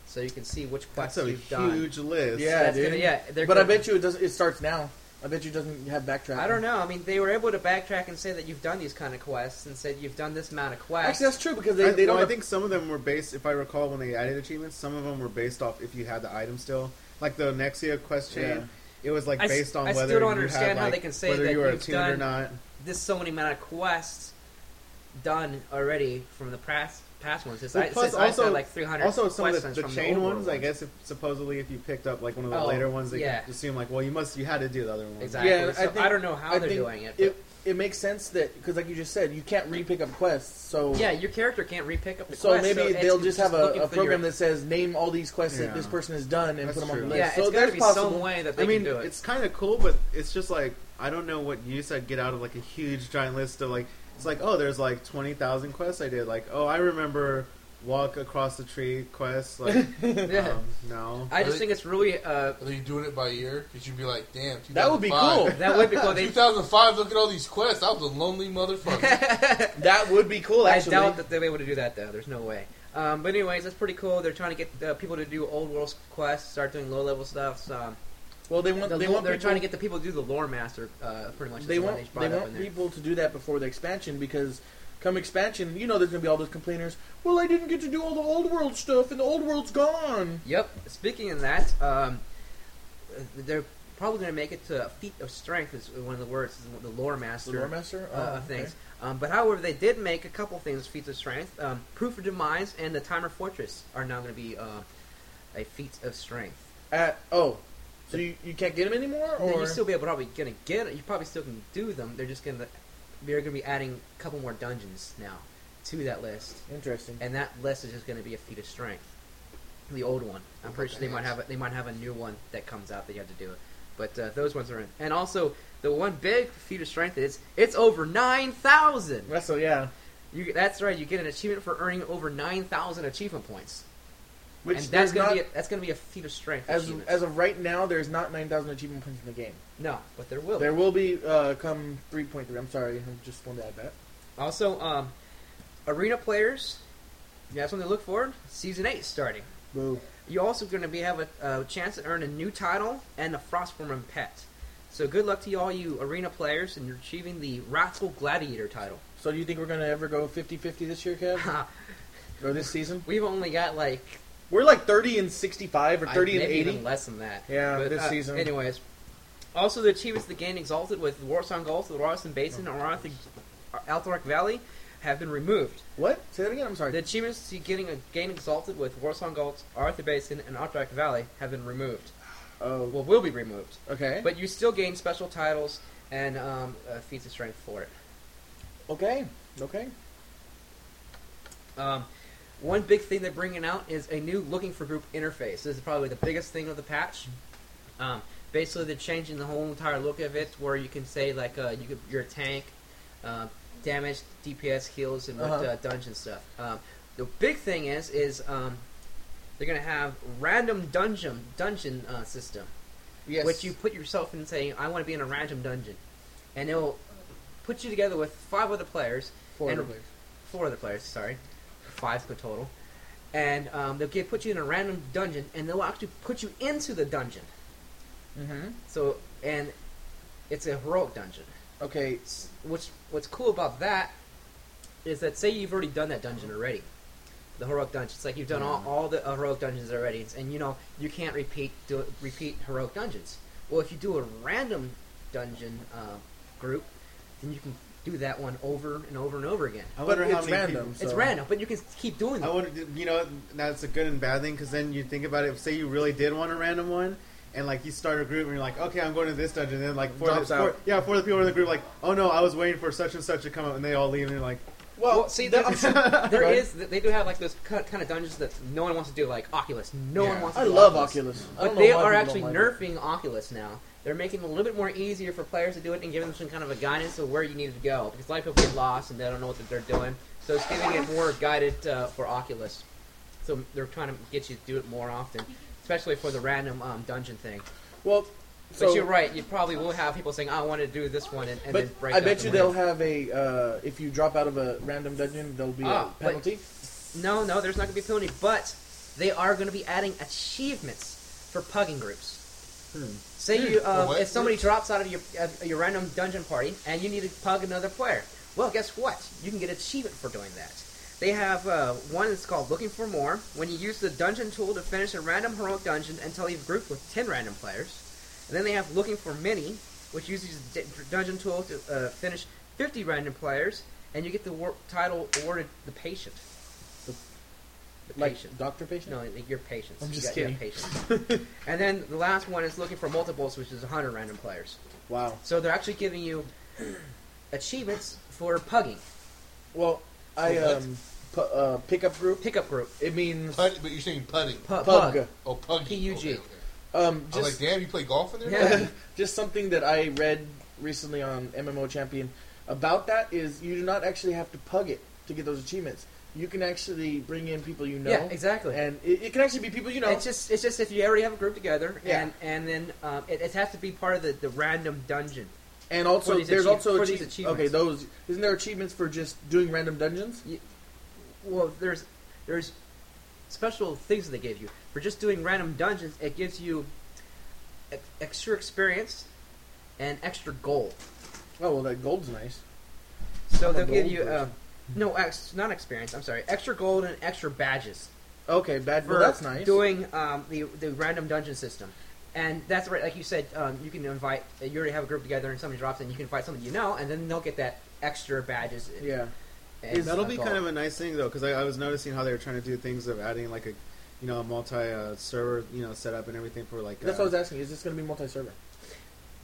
so you can see which quests
That's a
you've
huge
done.
list.
Yeah.
That's gonna,
dude.
yeah, they're
But I
gonna-
bet you it doesn't. It starts now. I bet you it doesn't have backtrack.
I don't know. I mean, they were able to backtrack and say that you've done these kind of quests and said you've done this amount of quests.
Actually, that's true because they,
I,
they don't.
well, I think some of them were based, if I recall, when they added achievements. Some of them were based off if you had the item still, like the Nexia quest chain.
Yeah.
It was like
I s-
based on
I still
whether
don't
you
understand
had,
how
like,
they can say
whether
that
you were a
you've
tune or
done-
not.
This so many amount of quests done already from the past past ones. It's,
Well,
I,
plus
since I saw
also-
like 300
Also, some of
questions
the, the
from
chain
the
ones,
overworld
I guess, if supposedly if you picked up like one of the
Oh,
later ones, they
yeah.
could assume like, well, you must, you had to do the other one.
Exactly.
Yeah,
so
I
I,
think-
don't know how
I
they're
think
doing it. But
it it makes sense that because like you just said, you can't re-pick up quests. So
yeah, your character can't repick up the
So
quest,
maybe
so it's
they'll just have a,
looking
a
for your-
program that says name all these quests that
Yeah.
this person has done and
That's
put them on
true.
the list.
yeah,
so
it's gotta
that's
be
possible.
some way that they
I mean,
can do
*laughs*
it.
it's kind of cool, but it's just like I don't know what use I'd get out of like a huge giant list of like it's like oh, there's like twenty thousand quests I did. Like oh, I remember walk across the tree quest. Like
Yeah.
um, no,
I just think it's really uh,
Are they doing it by year? Because you'd be like, damn.
That would be
2005.
cool.
that would be cool. They,
2005. Look at all these quests. I was a
*laughs*
lonely motherfucker.
That would be cool. Actually,
I doubt that they'll be able to do that though. There's no way. Um, but anyways, that's pretty cool. They're trying to get uh, people to do old world quests, start doing low level stuff. So, um,
well, they want
the
they
lo-
want
they're
people,
trying to get the people to do the lore master, uh, pretty much. is
they
the one
want
brought
they
up in
want
there.
people to do that before the expansion because come expansion, you know, there's gonna be all those complainers. Well, I didn't get to do all the old world stuff, and the old world's gone.
Yep. Speaking of that, um, they're probably going to make it to feat of strength is one of the words, is the lore
The
master.
lore master,
uh,
Oh,
things. Um, but however, they did make a couple things feats of strength. Um, Proof of Demise and the Timer Fortress are now going to be uh, a feat of strength.
okay. At, oh, so you, you can't get them anymore,
Then
or
you still be able probably gonna get it. You probably still can do them. They're just gonna they're gonna be adding a couple more dungeons now. to that list,
Interesting.
and that list is just going to be a feat of strength. The old one. I'm pretty sure they might have a, they might have a new one that comes out that you have to do it. But uh, those ones are in. And also the one big feat of strength is it's over nine thousand.
That's so yeah.
You that's right. You get an achievement for earning over nine thousand achievement points,
Which
and that's
there's
gonna
not,
be a, that's gonna be a feat of strength.
as
achievement.
as of right now, there's not nine thousand achievement points in the game.
no, but there will. be.
There will be uh, come three point three. I'm sorry, I just wanted to add that.
Also, um, arena players, that's when they look forward. Season eight starting.
Boo.
You're also going to be have a, a chance to earn a new title and a Frostborn pet. So good luck to you all you arena players, and you're achieving the Wrathful Gladiator title. *laughs*
So do you think we're gonna ever go 50-50 this year, Kev, or this season?
We've only got like
We're like thirty and sixty-five or
I-
thirty and
maybe
eighty.
even less than that.
Yeah,
But,
this
uh,
season.
Anyways, also the achievements of the game Exalted with Warsong Gulf, the Royston Basin, and Aranthic- Althoric Valley have been removed.
What? Say that again. I'm sorry.
The achievements to getting a gain exalted with Warsong Gulch, Arthur Basin, and Outback Valley have been removed.
oh,
Well, will be removed.
okay.
But you still gain special titles and um, uh, feats of strength for it.
okay. Okay.
Um, one big thing they're bringing out is a new looking for group interface. This is probably the biggest thing of the patch. Um, basically, they're changing the whole entire look of it, where you can say like uh, you could, you're a tank, uh, damage, DPS, heals, and what
Uh-huh.
uh, dungeon stuff. Um, the big thing is is um, they're gonna have random dungeon dungeon uh, system,
Yes.
which you put yourself in saying I want to be in a random dungeon, and it'll put you together with five other players
Four
and-
other players.
four other players, sorry, five in total, and um, they'll get, put you in a random dungeon, and they'll actually put you into the dungeon.
Mm-hmm.
So, and it's a heroic dungeon.
Okay.
S- What's what's cool about that is that say you've already done that dungeon already, the heroic dungeon. It's like you've done all, all the uh, heroic dungeons already, it's- and you know you can't repeat do, repeat heroic dungeons. Well, if you do a random dungeon uh, group, then you can do that one over and over and over again.
I
But
wonder how
it's
many
random.
people-
It's
So-
random, but you can keep doing
I
them.
wonder, you know, that's a good and bad thing because then you think about it. Say you really did want a random one, and like you start a group and you're like, okay, I'm going to this dungeon. And then like for the
Drops out.
four, yeah, for the people in the group, like, oh no, I was waiting for such and such to come up, and they all leave, and you're like,
Well,
Well, see,
*laughs* that-
there-
I'm sorry.
*laughs*
*laughs* There
Right.
is, they do have like those kind of dungeons that no one wants to do, like Oculus. No one
Yeah.
wants. to
I
do
love Oculus. I don't
but
know
they
why
are
people
actually
don't like it.
nerfing Oculus now. They're making it a little bit more easier for players to do it and giving them some kind of a guidance of where you need to go because a lot of people get lost and they don't know what they're doing. So it's giving it more guided uh, for Oculus. So they're trying to get you to do it more often, especially for the random um, dungeon thing.
Well, so,
but you're right. You probably will have people saying, "I want to do this one," and, and
But
then break
I
up
bet
and
you
leave.
they'll have a uh, if you drop out of a random dungeon, there'll be
Ah,
a
but-
penalty.
No, no, there's not going to be a penalty, but they are going to be adding achievements for pugging groups. Say you, um,
what?
if somebody drops out of your of your random dungeon party and you need to pug another player, well, guess what? You can get an achievement for doing that. They have uh, one that's called Looking for More. When you use the dungeon tool to finish a random heroic dungeon until you've grouped with ten random players, and then they have Looking for Many, which uses the d- dungeon tool to uh, finish fifty random players, and you get the war- title awarded the patient.
The-
The
like
patient.
doctor patient.
No, like your patience.
I'm
You
just
got- you got
kidding. *laughs*
patience. and then the last one is looking for multiples, which is 100 random players.
Wow.
So they're actually giving you achievements for pugging,
Well, I
what?
um, pu- uh, pickup group.
pickup group,
It means
Put, but you're saying putting.
pug.
pu- pug.
*laughs*
Oh,
Oh, puggy.
P-U-G.
Okay, okay.
Um,
I was like,
just
damn, you play golf in there?
Yeah.
just something that I read recently on MMO Champion about that is you do not actually have to pug it to get those achievements. You can actually bring in people you know,
Yeah, exactly.
and it, it can actually be people you know.
It's just it's just if you already have a group together,
Yeah.
and and then um, it, it has to be part of the, the random dungeon.
and also,
for these
there's
achieve-
also
for these
achieve-
achievements.
okay. Those isn't there achievements for just doing random dungeons?
Well, there's there's special things that they give you for just doing random dungeons. It gives you e- extra experience and extra gold.
Oh well, that gold's nice.
So
I'm a
they'll give
gold
you uh,
person.
no ex, not experience. I'm sorry, extra gold and extra badges
Okay, bad.
for
Well, that's nice.
doing um, the the random dungeon system. And that's right, like you said, um, you can invite. You already have a group together, and somebody drops in. You can invite somebody you know, and then they'll get that extra badges. and-
yeah.
and,
that'll
uh,
be
gold.
kind of a nice thing though because I, I was noticing how they were trying to do things of adding like a, you know, a multi uh, server, you know, setup and everything for like.
That's
uh,
what I was asking. Is this going to be multi-server?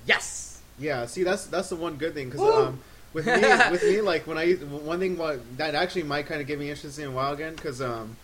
yes.
Yeah, see, that's that's the one good thing because
Woo!
um, with
*laughs*
me, with me, like when I one thing wa- that actually might kind of get me interested in WoW again because um,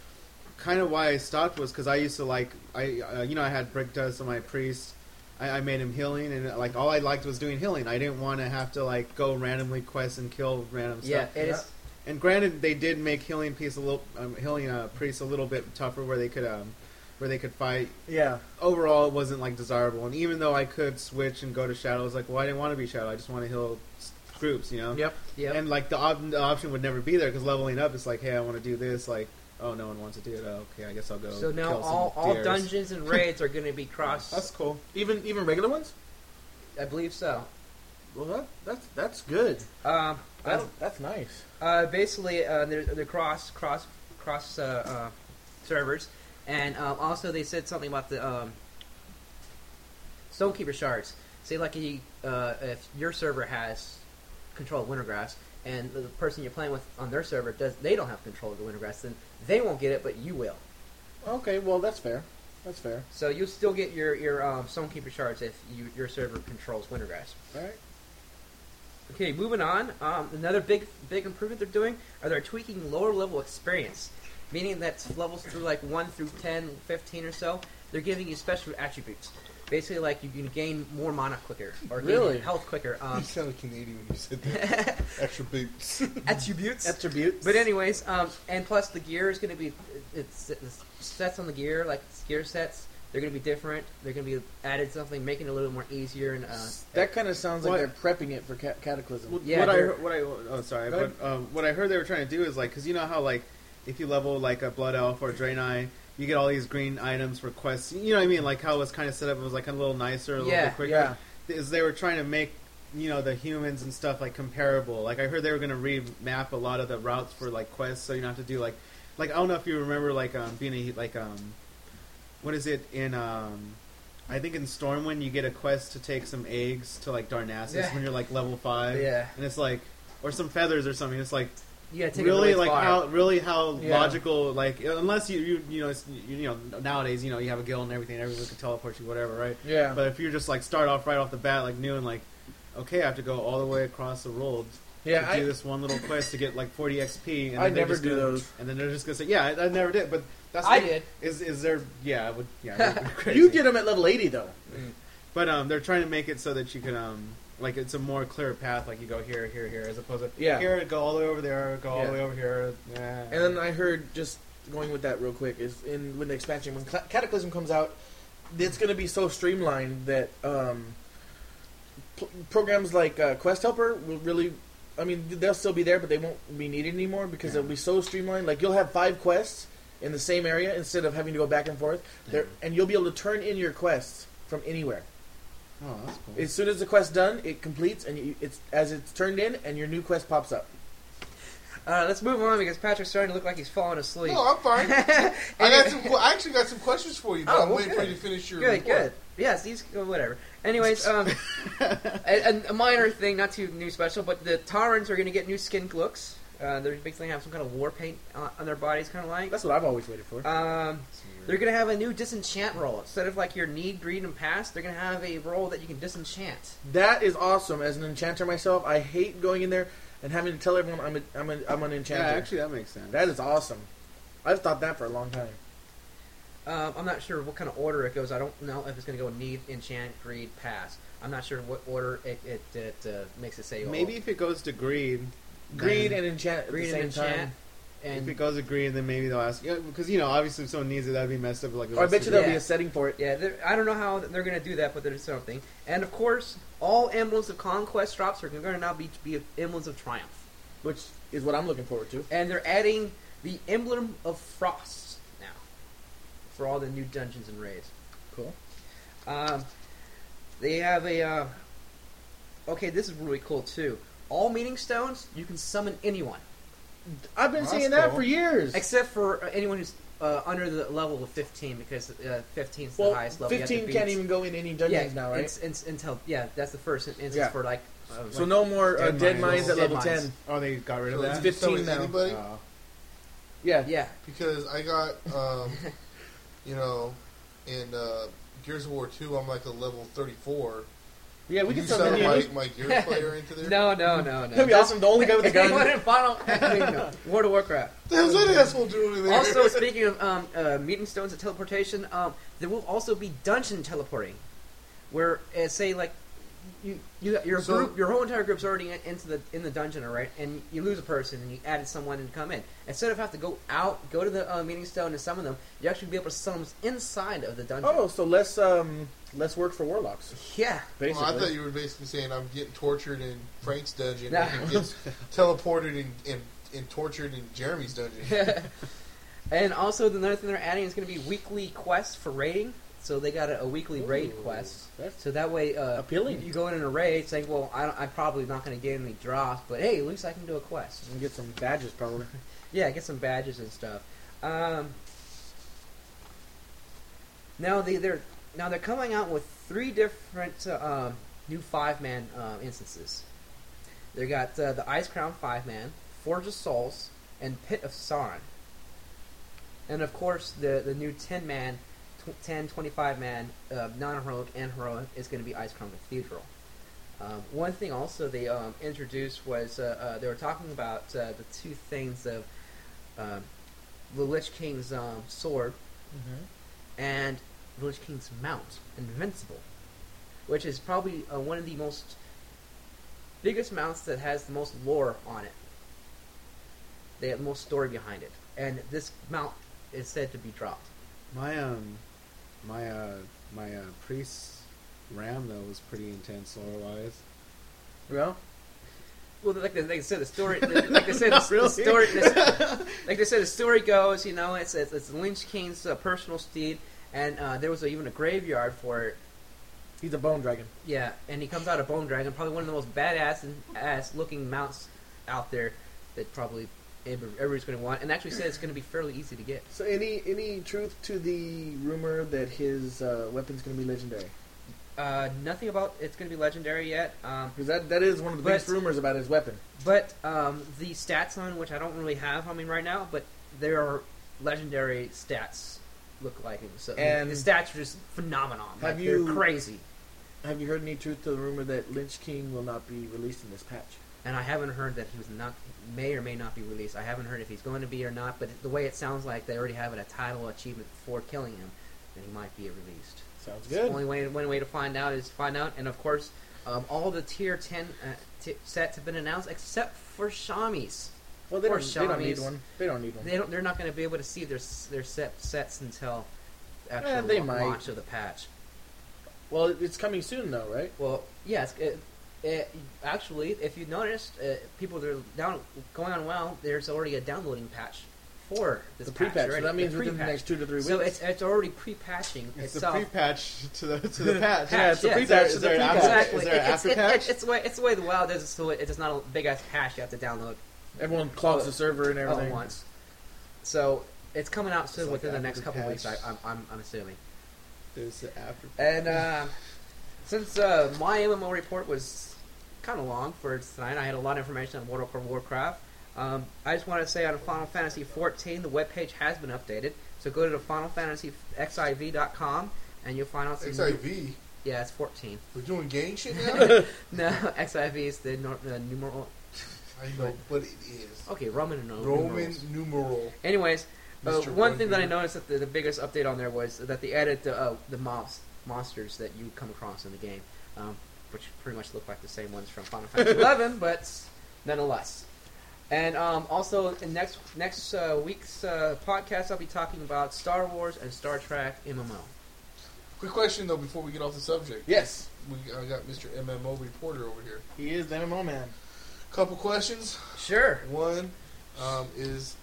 kind of why I stopped was because I used to like I uh, you know I had brick dust on my priest. I, I made him healing, and like all I liked was doing healing. I didn't want to have to like go randomly quest and kill random
yeah,
stuff.
it is.
And granted, they did make healing piece a little um, healing uh, priest a little bit tougher, where they could um, where they could fight
Yeah.
overall it wasn't like desirable and even though i could switch and go to shadow i was like well i didn't want to be shadow i just want to heal s- groups you know
Yep.
Yep.
and like the, op- the option would never be there because leveling up is like hey i want to do this like oh no one wants to do it oh, okay i guess i'll go
So now
kill some
all, all
deers."
dungeons and raids are going to be cross.
that's cool
Even even regular ones.
I believe so.
Well, that that's that's good.
Um,
That's, that's nice.
uh, basically, uh, they're, they're cross cross cross uh, uh, servers, and um, also they said something about the um, Stonekeeper shards. Say like you, uh, if your server has control of Wintergrass, and the person you're playing with on their server does, they don't have control of the Wintergrass, then they won't get it, but you will.
Okay, well that's fair. That's fair.
So you'll still get your your um, Stonekeeper shards if you, your server controls Wintergrass.
All right.
Okay, moving on. Um, another big big improvement they're doing are they're tweaking lower level experience, meaning that's levels through like 1 through 10, 15 or so. They're giving you special attributes. Basically, like you can gain more mana quicker or gain
Really?
health quicker.
You
*laughs*
Um,
sounded Canadian when you said that.
*laughs*
Extra boots.
attributes.
Attributes.
But anyways, um, and plus the gear is going to be it's, it's sets on the gear like it's gear sets. They're going to be different. They're going to be added something, making it a little more easier and uh,
that kind of sounds like
What-
they're prepping it for ca- Cataclysm.
Well,
Yeah,
what I
they're-
heard- what I oh sorry,
Go ahead.
but um, what I heard they were trying to do is like because you know how like if you level like a blood elf or Draenei, you get all these green items for quests. You know what I mean? Like how it was kind of set up, it was like a little nicer, a
Yeah,
little bit quicker.
yeah.
Is they were trying to make you know the humans and stuff like comparable. Like I heard they were going to remap a lot of the routes for like quests, so you don't have to do like like I don't know if you remember like um being a, like um what is it in um I think in Stormwind you get a quest to take some eggs to like Darnassus
Yeah.
when you're like level five.
Yeah.
And it's like or some feathers or something. It's like
you got to take it
really,
really
like
far.
how really how
Yeah.
logical like unless you you you know it's, you, you know nowadays you know you have a guild and everything everyone can teleport you whatever right.
yeah.
But if you just like start off right off the bat like new and like okay I have to go all the way across the world
yeah.
to
I,
do this one little quest to get like 40 XP. And
I
then they're
never
just
do
gonna-
those.
And then they're just gonna say, "Yeah, I, I never did." But that's
I
what-
did.
Is is there? Yeah, I would. Yeah,
*laughs*
it would be crazy.
you get them at level eighty though.
But um, they're trying to make it so that you can um, like it's a more clear path. Like you go here, here, here, as opposed to
Yeah.
here, go all the way over there, go all
Yeah.
the way over here. Yeah.
And then I heard just going with that real quick is in when the expansion when Cla- Cataclysm comes out, it's going to be so streamlined that um, pl- programs like uh, Quest Helper will really. I mean, they'll still be there, but they won't be needed anymore because
Yeah.
it'll be so streamlined. Like you'll have five quests in the same area instead of having to go back and forth. There, and you'll be able to turn in your quests from anywhere.
oh, that's cool.
As soon as the quest's done, it completes, and you, it's as it's turned in, and your new quest pops up.
Uh, let's move on because Patrick's starting to look like he's falling asleep.
No,
*laughs*
I'm fine. I got some. que- I actually got some questions for you, but
Oh,
I'm
well,
waiting for
good.
you to finish your.
good,
report.
good. Yes, these uh, whatever. Anyways, um,
*laughs*
a, a minor thing, not too new special, but the Taurans are going to get new skin looks. Uh, they're basically have some kind of war paint on, on their bodies, kind of like.
That's what I've always waited for.
Um, they're going to have a new disenchant roll instead of like your need, greed, and pass. They're going to have a roll that you can disenchant.
That is awesome. As an enchanter myself, I hate going in there and having to tell everyone I'm a, I'm a, I'm an
yeah,
enchanter.
actually, that makes sense.
that is awesome. I've thought that for a long time.
Um, I'm not sure what kind of order it goes. I don't know if it's going to go need, enchant, greed, pass. I'm not sure what order it it, it uh, makes it say. oh,
maybe if it goes to greed,
Greed
then-
and enchant at
greed
the same
and enchant,
time.
if it
and
goes to greed, then maybe they'll ask because you know obviously if someone needs it, that'd be messed up. Like,
Or Oh, I bet you
that-
there'll be
Yeah.
a setting for it.
Yeah, they're- I don't know how they're going to do that, but there's something. And of course, all emblems of conquest drops are going to now be, be emblems of triumph.
which is what I'm looking forward to.
And they're adding the emblem of frost now for all the new dungeons and raids.
Cool.
Um, they have a. Uh, okay, this is really cool too. All meeting stones, you can summon anyone
I've been
That's
saying that
cool.
for years.
except for uh, anyone who's uh, under the level of 15 because uh, 15 is
well,
the highest level. you have to
15
beat.
can't even go in any dungeons
yeah,
now, right?
it's- it's- until yeah, that's the first instance
Yeah.
for like. Uh,
so no more uh,
Dead
dead
mines.
mines at
Dead
level
mines.
10.
Oh, they got rid
So
of
it's
that.
15
so is
now.
anybody?
Oh.
Yeah.
yeah,
because I got,
*laughs*
um, you know, in uh, Gears of War 2, I'm like a level 34,
Yeah, we
you
can send
sound
that in.
like Mike, you're a player into there.
*laughs* No, no, no, no.
That'd be awesome. The only guy with a
What *laughs*
gun.
in Final I mean, no. World
*laughs*
of Warcraft.
What the hell's that asshole doing in there?
Also, speaking of um, uh, meeting stones and teleportation, um, there will also be dungeon teleporting, where uh, say like you, you your
So-
group, your whole entire group's already in, into the in the dungeon, all right, and you lose a person and you added someone and come in. Instead of have to go out, go to the uh, meeting stone and summon them, you actually be able to summon them inside of the dungeon.
Oh, so less um less work for warlocks.
yeah.
Basically,
Well, I thought you were basically saying I'm getting tortured in Frank's dungeon.
No.
and he gets teleported and, and, and tortured in Jeremy's dungeon.
*laughs* and also, the another thing they're adding is going to be weekly quests for raiding. So they got a, a weekly raid
Ooh,
quest.
that's-
So that way, uh,
Appealing.
You, you go in in a raid saying, "Well, I don't, I'm probably not going to get any drops, but hey, at least I can do a quest."
you can get some badges probably.
Yeah, get some badges and stuff. Um, now they, they're now they're coming out with three different uh, um, new five man uh, instances. They got uh, the Ice Crown five man, Forge of Souls, and Pit of Sauron. And of course, the the new ten man, tw- 10, 25 man, uh, non heroic and heroic is going to be Ice Crown Cathedral. Um, one thing also they um, introduced was uh, uh, they were talking about uh, the two things of um, the Lich King's um, sword Mm-hmm. and the Lich King's mount, Invincible, which is probably uh, one of the most biggest mounts that has the most lore on it. They have the most story behind it, and this mount is said to be dropped.
My um, my uh, my uh, priest ram though was pretty intense lore wise.
Well,
Well, like they, they said, the story, like they said, the,
Not really.
the story, the- like they said, the story goes, you know, it's it's, it's Lynch King's uh, personal steed, and uh, there was a, even a graveyard for it.
he's a bone dragon.
Yeah, and he comes out a bone dragon, probably one of the most badass and ass looking mounts out there that probably every- everybody's going to want, and actually said it's going to be fairly easy to get.
So any any truth to the rumor that his uh, weapon's going to be legendary?
Uh, nothing about it's going to be legendary yet. Um,
Because that that is one of the
But-
biggest rumors about his weapon.
But um, the stats on which I don't really have on me right now, but there are legendary stats look like it. So
And-
the stats are just phenomenal. Like,
Have
they're
you-
crazy.
Have you heard any truth to the rumor that Lynch King will not be released in this patch?
And I haven't heard that he was not may or may not be released. I haven't heard if he's going to be or not. But the way it sounds like they already have it a title achievement for killing him, then he might be released.
Sounds
The only way one way to find out is to find out. And of course, um, all the tier ten uh, t- sets have been announced except for Shami's.
Well, they
Poor
don't, they don't need
Shami's.
one. They don't need one.
They don't. They're not going to be able to see their s- their set sets until the actual
Eh, they
la-
might.
launch of the patch.
well, it's coming soon though, right?
Well, yes. It, it, actually, if you noticed, uh, people that are down going on well. There's already a downloading patch for this
the pre-patch.
Patch
So
already.
that means
the
within the
pre-patch.
next two to three weeks.
So it's it's already pre-patching
It's the
itself.
pre-patch *laughs* to the to the patch.
yeah, it's a
yeah,
pre-patch.
Is there-
it's
is
a
there an
pre-patch.
after-
Exactly.
Is there an
It's-
after
it's- it's-
patch?
It's the way it's the way the WoW does it. So it's not a big ass patch you have to download
Everyone clogs the server and
all Oh. at
everything.
once. So it's coming out soon
It's like
within the
after
next
the
couple of
patch.
weeks. I, I'm, I'm I'm assuming.
There's the after.
And uh, since uh, my MMO report was kind of long for tonight, I had a lot of information on World of Warcraft. Um, I just want to say on Final Fantasy XIV, the webpage has been updated. So go to the Final Fantasy XIV.com and you'll find out some. new-
XIV.
yeah, it's 14.
We're doing gang shit now?
*laughs* No, XIV is the, nor- the numeral.
I know, but it is.
Okay, Roman and
Roman numeral.
Anyways, uh,
Mr.
one thing that I
Wonder.
noticed that the, the biggest update on there was that they added the, uh, the mobs, monsters that you come across in the game, um, which pretty much look like the same ones from Final
*laughs*
Fantasy Eleven, but nonetheless. And um, also, in next next uh, week's uh, podcast, I'll be talking about Star Wars and Star Trek MMO.
Quick question, though, before we get off the subject.
Yes,
We, I got Mr. MMO reporter over here.
he is the MMO man.
Couple questions.
Sure.
One um, is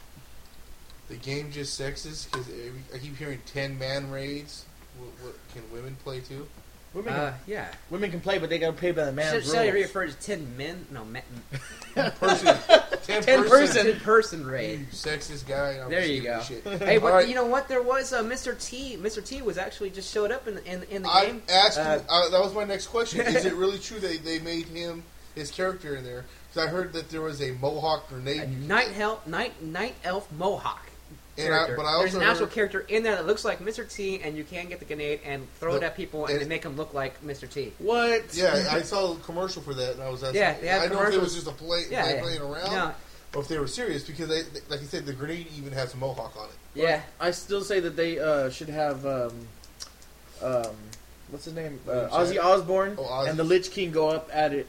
the game just sexist because I keep hearing ten man raids. What, what can women
*laughs*
play too?
Women,
Uh,
can,
yeah.
women can play, but they gotta pay by the
Should,
man's
should I
rules.
refer to ten men? No, men.
*laughs* Person, ten,
Ten person.
person.
Ten person
*laughs*
raid.
You sexist guy. and I'm
There
just
you
giving
go.
Shit.
Hey, but
All right.
you know what? There was uh, Mr. T. Mr. T was actually just showed up in in, in the
I
game.
asked.
Uh,
him- uh, that was my next question.
*laughs*
Is it really true they they made him his character in there? Because I heard that there was a Mohawk
A
grenade.
night elf, night night elf mohawk.
And I-
character.
but I
There's
also
an actual
heard-
character in there that looks like Mr. T, and you can get the grenade and throw it
But-
at people and,
and-
make them look like Mr. T.
What?
Yeah, I saw a commercial for that, and I was asking.
Yeah, they had
I don't know if it was
commercials.
just a play,
Yeah,
play
yeah.
playing around,
No,
or if they were serious because, they, they- like you said, the grenade even has a mohawk on it.
yeah,
I still say that they uh, should have um, um, what's his name, uh,
Ozzy.
Ozzy Osbourne,
Oh, Ozzy.
and the Lich King go up at it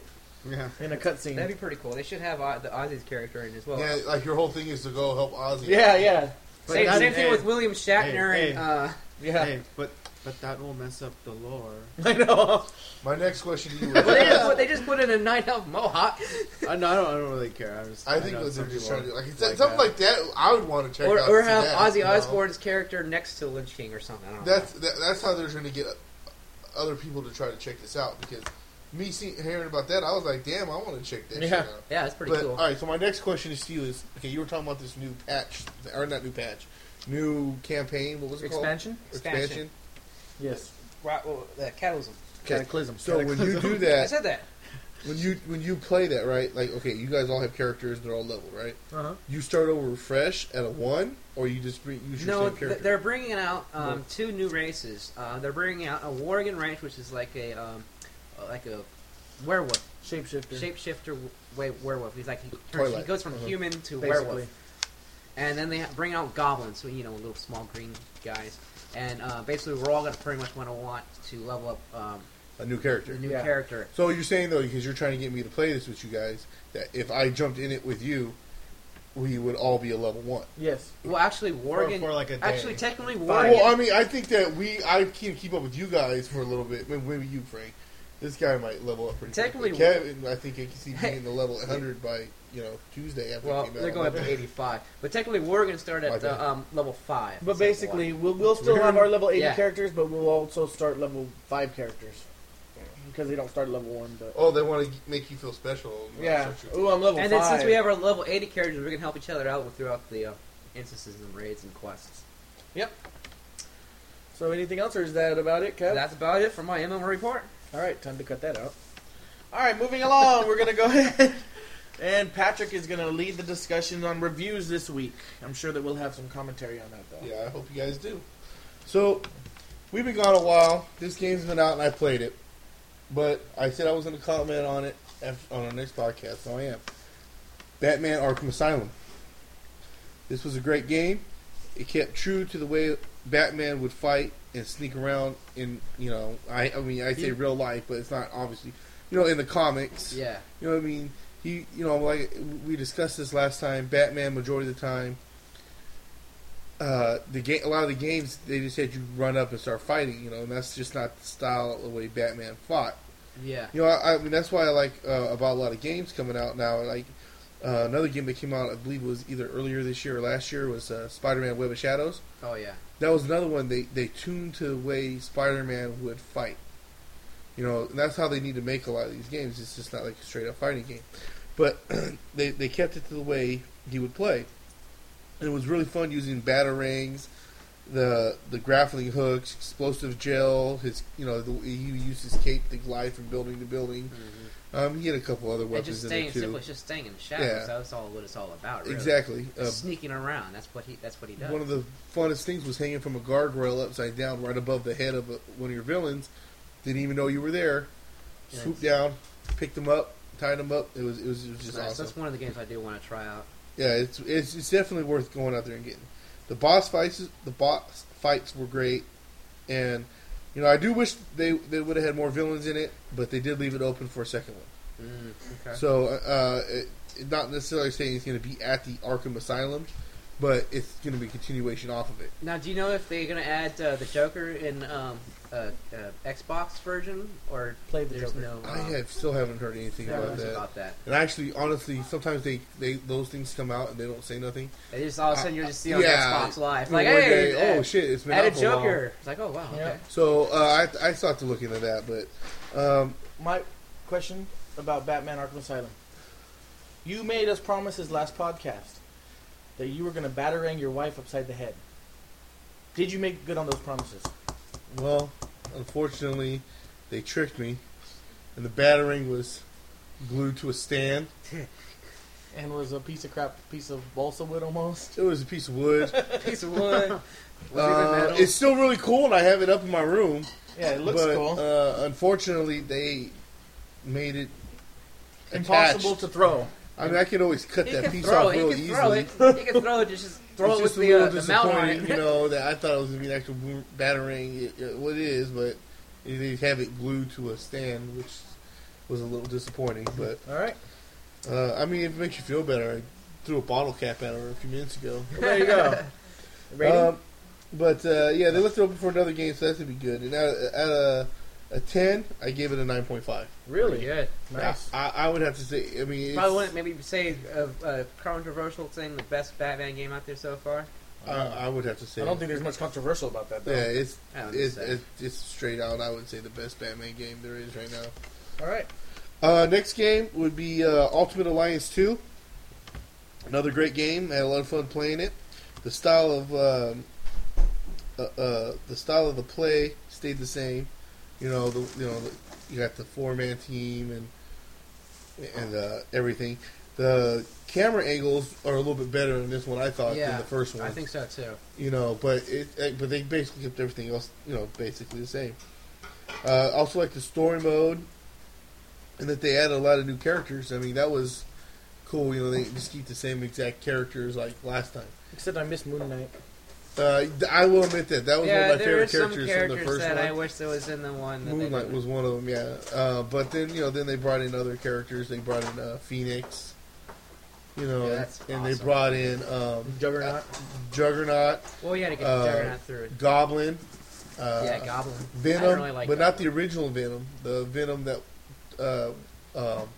Yeah.
in a cutscene.
that'd be pretty cool. They should have uh, the Ozzy's character in as well.
yeah, like your whole thing is to go help Ozzy.
yeah, yeah,
But
same
that-
same thing
hey,
with William Shatner
hey,
and
*laughs*
uh,
*laughs* yeah.
Hey, but but that will mess up the lore.
I know.
My next
*laughs*
question to you
well, they, just
was.
put, they just put in a night elf mohawk
I, no, I don't. I don't really care. I'm just.
I think
know
those are
some
just
people
trying to like, it's,
like
something
that.
like that. I would want to check
or,
out.
or
to
have
that,
Ozzy
you know?
Osbourne's character next to Lynch King or something. I don't know.
That's that, that's how they're going to get other people to try to check this out because me see, hearing about that, I was like, damn, I want to check that.
Yeah.
shit out.
yeah, that's pretty
But
cool.
all right, so my next question is to you is okay. You were talking about this new patch, or not new patch, new campaign. What was it
Expansion?
called? Expansion.
Yes.
Right, well, uh, Catalysm.
Cataclysm.
So when you do
I *laughs*
that,
said that.
when you when you play that, right? Like, okay, you guys all have characters; they're all level, right?
Uh-huh.
You start over fresh at a one, or you just bring, use your
No,
same
th-
character.
they're bringing out um, two new races. Uh, they're bringing out a Worgen race, which is like a um, uh, like a werewolf,
Shapeshifter.
shapeshifter w- way werewolf. He's like he, turns, he
Twilight.
goes from
Mhm.
human to
basically.
werewolf. And then they ha- bring out goblins, so you know, little small green guys. And uh, basically, we're all gonna pretty much want to want to level up um,
a new character.
the new
Yeah.
character.
So you're saying though, because you're trying to get me to play this with you guys, that if I jumped in it with you, we would all be a level one.
Yes.
Well, actually, Worgen.
for like a day.
actually, technically,
Fine.
Worgen.
Well, I mean, I think that we I can keep up with you guys for a little bit. Maybe, maybe you, Frank. This guy might level up pretty
Technically-
quickly. Kevin, I think I can see being the level 100 by you know Tuesday after
Well,
it came out.
they're going up to 85. But technically, Worgen started
My
at
bad.
uh, um, level 5.
But
It's like,
basically, we'll, we'll still have our level 80
Yeah.
characters, but we'll also start level 5 characters. Because they don't start level 1, but...
Oh, they want to make you feel special.
yeah. Ooh, I'm level 5.
And then since we have our level 80 characters, we can help each other out with throughout the uh, instances and raids and quests.
So anything else, or is that about it, Kev?
That's about it for my MMO report.
All right, time to cut that out. All right, moving along, we're gonna go *laughs* ahead, and Patrick is gonna lead the discussion on reviews this week. I'm sure that we'll have some commentary on that though.
Yeah, I hope you guys do. So, we've been gone a while. This game's been out, and I played it. But I said I was going to comment on it af on our next podcast, so I am. Batman Arkham Asylum. This was a great game. It kept true to the way Batman would fight and sneak around in, you know, I, I mean, I say
Yeah.
real life, but it's not obviously, you know, in the comics.
Yeah.
You know what I mean? He, you know, like we discussed this last time. Batman, majority of the time, uh, the game, a lot of the games, they just had you run up and start fighting. You know, and that's just not the style of the way Batman fought.
Yeah.
You know, I, I mean, that's why I like uh, about a lot of games coming out now. Like uh, another game that came out, I believe, was either earlier this year or last year, was uh, Spider-Man: Web of Shadows.
Oh, yeah.
That was another one they they tuned to the way Spider-Man would fight. You know, and that's how they need to make a lot of these games. It's just not like a straight up fighting game. But *clears throat* they they kept it to the way he would play. And it was really fun using batarangs, the the grappling hooks, explosive gel. His you know the, he used his cape to glide from building to building. Um, he had a couple other
And
weapons
just
in
staying
there too.
simple, it's just staying in the shadows.
Yeah.
That's all what it's all about, really.
Exactly. Uh,
Sneaking around. That's what he. That's what he does.
One of the funnest things was hanging from a guardrail upside down, right above the head of a, one of your villains. Didn't even know you were there.
Yeah,
Swooped down, picked them up, tied them up. It was it was, it was
Nice.
just awesome.
That's one of the games I do want to try out.
Yeah, it's, it's it's definitely worth going out there and getting. The boss fights the boss fights were great, and you know I do wish they they would have had more villains in it, but they did leave it open for a second one.
Mm, okay.
Mm-hmm. So, uh, it, it- not necessarily saying it's going to be at the Arkham Asylum, but it's going to be a continuation off of it.
Now, do you know if they're gonna add uh, the Joker in um, uh, uh, Xbox version or
Play the
there's
Joker.
no?
I
um,
have still haven't heard anything
no
about
news
that.
about that.
And actually, honestly, sometimes they, they those things come out and they don't say nothing.
They just all of a sudden you'll just see on
Yeah.
Xbox Live,
And
like,
one
hey,
day,
uh,
oh shit, it's been
add a
out for while.
Joker. It's like, oh wow,
Yeah.
okay.
So uh, I I started to look into that, but um,
My question about Batman: Arkham Asylum. You made us promise his last podcast that you were gonna batarang your wife upside the head. Did you make good on those promises?
well, unfortunately, they tricked me, and the battering was glued to a stand,
and was a piece of crap, piece of balsa wood almost.
It was a piece of wood.
*laughs* Piece of
*laughs*
wood.
Uh, it's still really cool, and I have it up in my room.
Yeah, it looks
but,
cool.
Uh, unfortunately, they made it
Impossible
attached.
to throw.
I mean, I can always cut
He
that
can
piece
throw
off
it. He
real
can
easily.
throw it.
*laughs*
He can throw it. Just, just throw
it's
it with
just a
the,
little
uh, the mount on
disappointing,
it.
you know, that I thought it was gonna be an actual boo- battering. It, it, what it is, but they have it glued to a stand, which was a little disappointing. But
All right.
uh, I mean, if it makes you feel better, I threw a bottle cap at her a few minutes ago.
Well, there
*laughs*
you
Uh,
go. Rating?
Um, but uh, yeah, they left it open for another game, so that should be good. And out at a, a ten, I gave it a nine point five.
really?
Good.
Nice.
I, I would have to say. I mean,
*laughs*
it's,
Probably wouldn't maybe say a, a controversial thing. The best Batman game out there so far.
I, I would have to say.
I don't think there's much controversial about that, though.
Yeah, it's
I don't
it's,
say.
it's it's straight out. I would say the best Batman game there is right now.
All right.
Uh, next game would be uh, Ultimate Alliance 2. Another great game. I had a lot of fun playing it. The style of um, uh, uh, the style of the play stayed the same. You know, the, you know, the, you got the four man team and and uh, everything. The camera angles are a little bit better in this one, I thought, than
Yeah,
the first one.
I think so too.
You know, but it, it- but they basically kept everything else, you know, basically the same. Uh, I also like the story mode, and that they added a lot of new characters. I mean, that was cool. You know, they just keep the same exact characters like last time.
Except I missed Moon Knight.
Uh, I will admit that that was
yeah,
one of my
there are
favorite
some
characters,
characters
from the first
that I
one.
wish there was in the one. That
Moonlight
they
was one of them, yeah. Uh, but then you know, then they brought in other characters. They brought in uh, Phoenix, you know,
Yeah, that's
and they
awesome.
brought in um,
Juggernaut.
Juggernaut,
Well, you had to get
Uh,
Juggernaut through. it.
Goblin. Uh,
yeah, Goblin. I
Venom,
don't really like
but
Goblin.
not the original Venom. The Venom that uh, um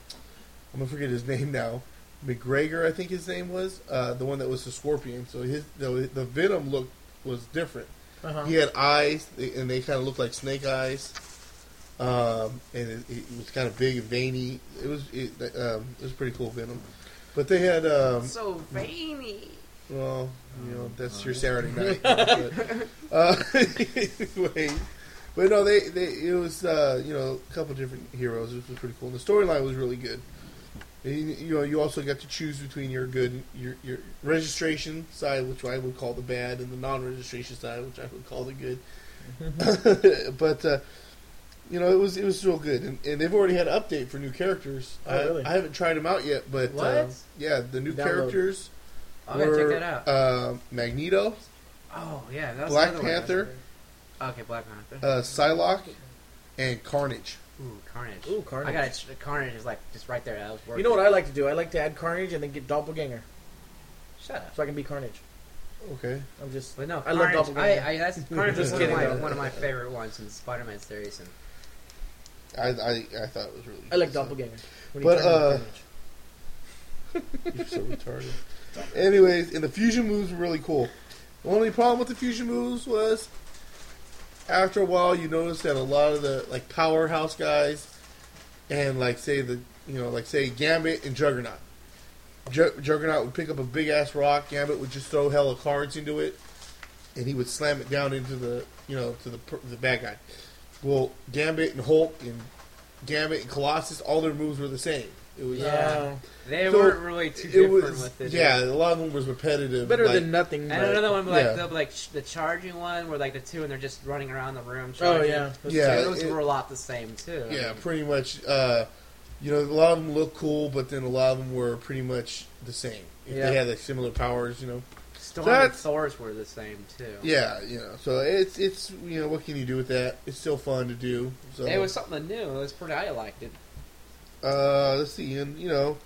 I'm gonna forget his *laughs* name now. McGregor, I think his name was uh, the one that was the Scorpion. So his the, the Venom look was different.
Uh-huh.
He had eyes, they- and they kind of looked like snake eyes. Um, and it, it was kind of big and veiny. It was it, um, it was pretty cool Venom. But they had um,
so veiny.
well, you know, that's
Uh,
your Saturday night. but, uh, *laughs* anyway, but no, they, they it was uh, you know a couple different heroes, which was pretty cool. And the storyline was really good. And, you know, you also got to choose between your good, and your your registration side, which I would call the bad, and the non-registration side, which I would call
*laughs*
the good. but uh, you know, it was it was real good, and, and they've already had an update for new characters.
Oh,
I,
really?
I haven't tried them out yet, but uh,
What?
yeah, the new
Download.
characters
I'm gonna
were,
check that out.
uh, Magneto,
oh yeah, that was
Black
another one I was
Panther.
gonna- Okay, Black Panther.
uh, Psylocke, and Carnage.
Ooh, Carnage.
Ooh, Carnage.
I got it. Carnage is like just right there. I was working.
You know what I like to do? I like to add Carnage and then get Doppelganger
Shut up.
so I can be Carnage.
Okay.
I'm just.
But no,
I love
Carnage,
Doppelganger.
I, I, *laughs* that's Carnage
Just
is one of, my,
kidding, though.
one of my favorite ones in Spider-Man series. And
I, I, I thought it was really.
I like
good, so-
Doppelganger. When he
But,
turns into
uh,
Carnage.
You're so retarded. *laughs* Anyways, and the fusion moves were really cool. The only problem with the fusion moves was after a while you notice that a lot of the like powerhouse guys and like say the you know like say Gambit and Juggernaut. Ju- Juggernaut would pick up a big ass rock. Gambit would just throw hella cards into it, and he would slam it down into the you know to the per- the bad guy. Well, Gambit and Hulk and Gambit and Colossus, all their moves were the same. It was
Oh, yeah.
they
So,
weren't really too
it
different
was
with it.
yeah, a lot of them was repetitive.
Better
like-
than nothing.
And
but-
another one, like
Yeah.
the like sh- the charging one, where like the two and they're just running around the room.
Oh,
Charging.
yeah. That's
Yeah.
true.
those
it-
were a lot the same too. I
yeah,
mean,
pretty much. Uh, you know, a lot of them looked cool, but then a lot of them were pretty much the same. If
Yeah.
They had like similar powers, you know.
Storm and
That's-
Thor's were the same too.
Yeah, you know. So it's it's you know what can you do with that? It's still fun to do. So
It was something new. It was pretty. I liked it.
uh, let's see, and you know,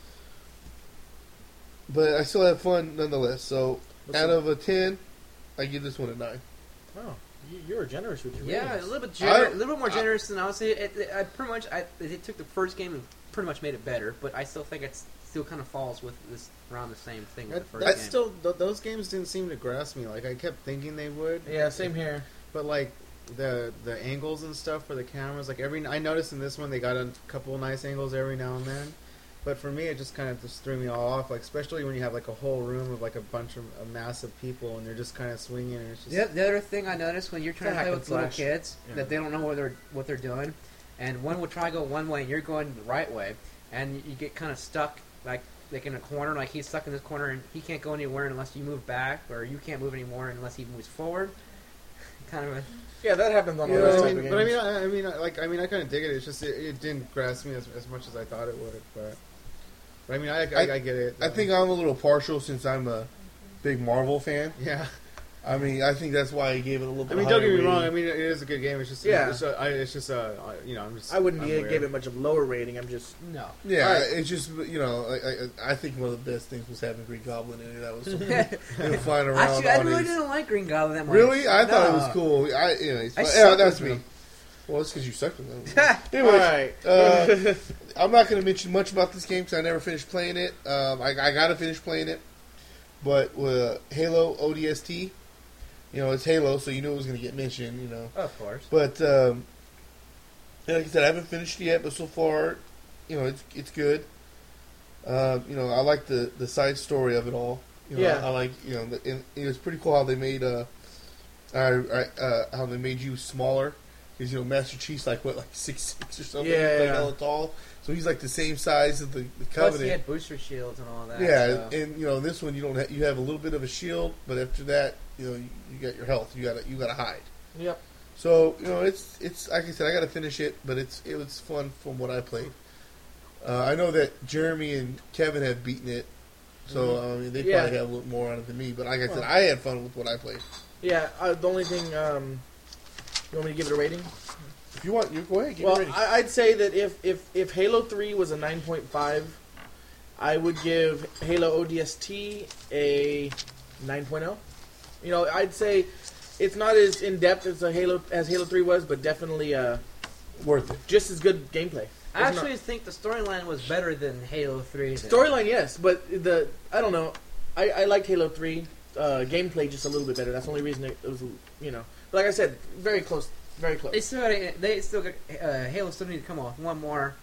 but I still had fun nonetheless. So
What's
out
up?
of a ten, I give this one a nine.
Oh, you, you were generous with your
Yeah, a
ratings.
little bit
I-
gener- a little bit more
I-
generous than I was. It, it, I pretty much I it took the first game and pretty much made it better, but I still think it's still kind of falls with this around the same thing with
That,
the first
that's
game.
still th- those games didn't seem to grasp me. Like I kept thinking they would,
Yeah, same here.
but like the the angles and stuff for the cameras, like every I noticed in this one they got a couple nice angles every now and then. But for me, it just kind of just threw me all off. Like especially when you have like a whole room of like a bunch of a mass of people and they're just kind of swinging. And it's just
The, the other thing I noticed when you're trying
It's
to
a
play
hack
with
and
little
slash.
kids
Yeah.
that they don't know what they're what they're doing, and one will try to go one way and you're going the right way, and you get kind of stuck like like in a corner, like he's stuck in this corner and he can't go anywhere unless you move back, or you can't move anymore unless he moves forward. *laughs* kind
*laughs*
of a *laughs*
Yeah, that happens on
Yeah,
all those
I
type of
mean, but I
games.
mean, I, I mean, I- like, I mean, I kind of dig it. It's just it, it didn't grasp me as, as much as I thought it would. But, but I mean, I, I,
I-
I get it. Um,
I
though.
think I'm a little partial since I'm a big Marvel fan.
yeah.
I mean, I think that's why I gave it a little.
I
bit
mean, don't
higher
get me
rating.
wrong. I mean, it is a good game. It's just
Yeah.
yeah. It's, just, uh, I, it's just uh, I- you know, I'm just.
I wouldn't
I'm
be,
weird.
give it much of a lower rating. I'm just
no.
Yeah,
All right.
it's just you know, I, I, I think one of the best things was having Green Goblin in it. That was they were flying around.
Actually, I
on
really
his-
didn't like Green Goblin that much.
Really? I thought it was
No.
cool. I, anyways,
I
but, yeah,
suck
that's
with
me.
them.
Well, it's because you sucked with them.
all
anyways,
right.
*laughs*
uh, I'm not going to mention much about this game because I never finished playing it. Um, I, I got to finish playing it, but uh, Halo ODST, you know, it's Halo, so you knew it was going to get mentioned. You know,
Of course.
but um, and like I said, I haven't finished it yet, but so far, you know, it's it's good. Uh, you know, I like the, the side story of it all. You know,
Yeah.
I, like you know, the, and it was pretty cool how they made uh, I, I, uh how they made you smaller because you know Master Chief's like what like six *laughs* six or something,
Yeah.
like hella tall, so he's like the same size as the, the
Plus, he
Covenant.
had booster shields and all that.
Yeah,
so-
and you know this one you don't ha- you have a little bit of a shield, but after that you know you, you got your health. You got to you got to hide.
Yep.
So you know, it's it's like I said, I got to finish it, but it's it was fun from what I played. Uh, I know that Jeremy and Kevin have beaten it, so I mean, they
Yeah.
probably have a little more on it than me. But like I said,
Well.
I had fun with what I played.
Yeah, uh, the only thing, um, you want me to give it a rating?
If you want, you go ahead. Get
well,
it ready.
I, I'd say that if, if, if Halo 3 was a 9.5, I would give Halo ODST a 9.0. You know, I'd say it's not as in depth as a Halo as Halo 3 was, but definitely uh,
Worth it.
just as good gameplay.
I actually think the storyline was better than Halo 3. then.
Storyline, yes, but the I don't know. I, I liked Halo Three uh, gameplay just a little bit better. That's the only reason it, it was you know. But like I said, very close, very
They
close.
still got. They still got. Uh, Halo still need to come off one more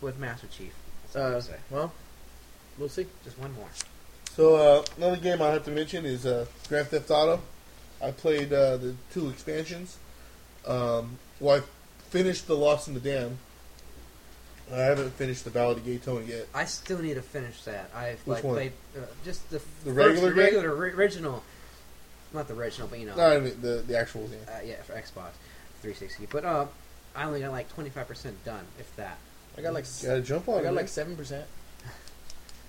with Master Chief. That's all I'm
Uh,
gonna say.
well, we'll see.
Just one more.
So uh, another game I have to mention is uh, Grand Theft Auto. I played uh, the two expansions. Um, well, I finished the Lost in the Dam. I haven't finished the Ballad of Gay Tony yet.
I still need to finish that. I've
Which
like
one?
played uh, just the,
The
first
regular game? Uh,
regular ri- original, not the original, but you know,
No, I mean the the actual game.
uh, yeah, for Xbox 360. But uh, I only got like 25 percent done, if that.
I got like s-
Gotta jump on
I
it.
got
man.
like seven percent.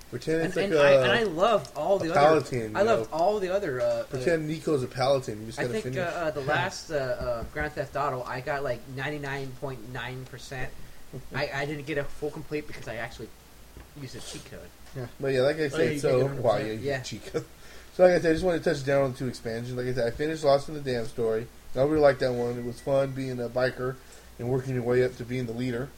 Pretend
And,
it's
and,
like
I,
a,
and I loved all the
a
other.
paladin,
I
you
loved
know.
all the other. Uh, uh,
pretend Nico's a paladin. You just
I
gotta
think uh,
finish.
uh, the last uh, uh, Grand Theft Auto, I got like 99.9%. I, I didn't get a full complete because I actually used a cheat code.
but yeah, like I said,
Oh, yeah, you
so
can't get
wow,
100%.
yeah, you
Yeah.
chica. *laughs* So like I said, I just wanted to touch down on two expansions. Like I said, I finished Lost in the Damn Story. I really liked that one. It was fun being a biker and working your way up to being the leader.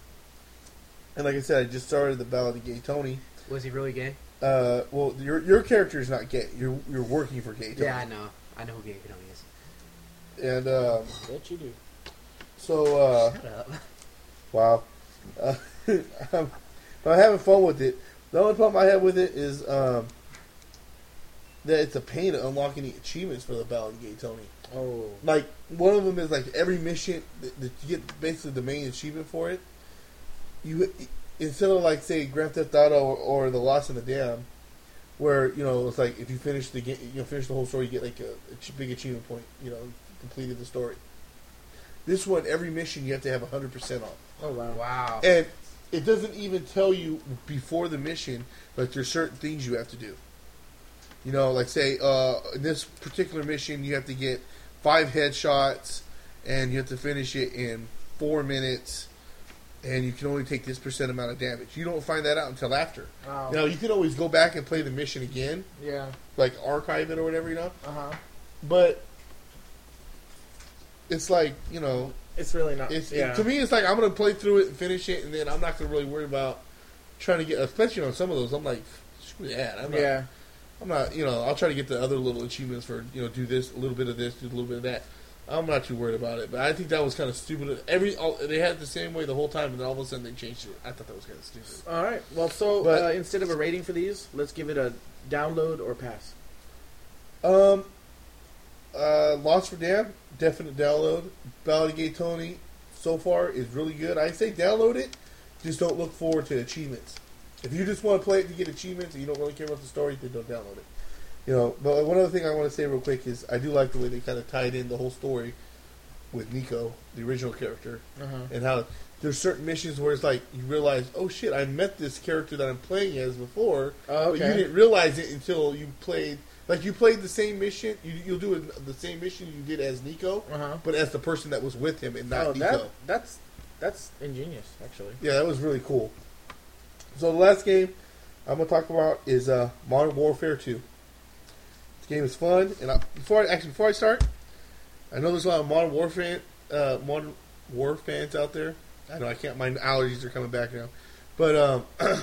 And like I said, I just started the Ballad of Gay Tony.
Was he really gay?
Uh, well, your your character is not gay. You're you're working for Gay Tony.
Yeah, I know. I know who gay Tony is.
And um,
What you do?
so uh,
Shut up.
Wow. *laughs* Uh, I'm, I'm having fun with it. The only problem I have with it is um, that it's a pain to unlock any achievements for the Ballad Gate Tony.
Oh,
Like, one of them is like every mission that, that you get basically the main achievement for it. You instead of like say Grand Theft Auto or, or The Lost in the Dam, where you know it's like if you finish the game, you know, finish the whole story, you get like a, a ch- big achievement point. You know, completed the story. This one, every mission you have to have hundred percent on
oh
*laughs*
wow.
*laughs* Wow.
and it doesn't even tell you before the mission like there's certain things you have to do you know like say uh, in this particular mission you have to get five headshots and you have to finish it in four minutes and you can only take this percent amount of damage you don't find that out until after
Wow.
now you can always go back and play the mission again
Yeah.
like archive it or whatever you know
Uh
uh-huh.
huh.
but it's like you know
It's really not.
it's, it-
yeah.
to me, it's like I'm gonna play through it and finish it, and then I'm not gonna really worry about trying to get, especially on some of those. I'm like, screw that. I'm not,
yeah.
I'm not, you know, I'll try to get the other little achievements for, you know, do this, a little bit of this, do a little bit of that. I'm not too worried about it, but I think that was kind of stupid. Every all, they had it the same way the whole time, and then all of a sudden they changed it. I thought that was kind of stupid.
All right. Well, so
But-
uh, instead of a rating for these, let's give it a download or pass.
Um, uh, Lost for Dam, definite download. Ballad of Gay Tony, so far is really good. I say download it. Just don't look forward to achievements. If you just want to play it to get achievements and you don't really care about the story, then don't download it. You know, but one other thing I want to say real quick is I do like the way they kind of tied in the whole story with Nico, the original character,
Uh-huh.
and how there's certain missions where it's like you realize, oh shit, I met this character that I'm playing as before,
Oh,
but you
okay.
didn't realize it until you played. Like you played the same mission, you, you'll do it, the same mission you did as Nico,
Uh-huh.
but as the person that was with him and not
Oh,
Nico.
that, that's that's ingenious, actually.
*laughs* Yeah, that was really cool. So the last game I'm gonna talk about is uh, Modern Warfare 2. This game is fun, and I, before I, actually before I start, I know there's a lot of Modern Warfare uh, Modern War fans out there. I know I can't. My allergies are coming back now, but um, *clears throat* uh,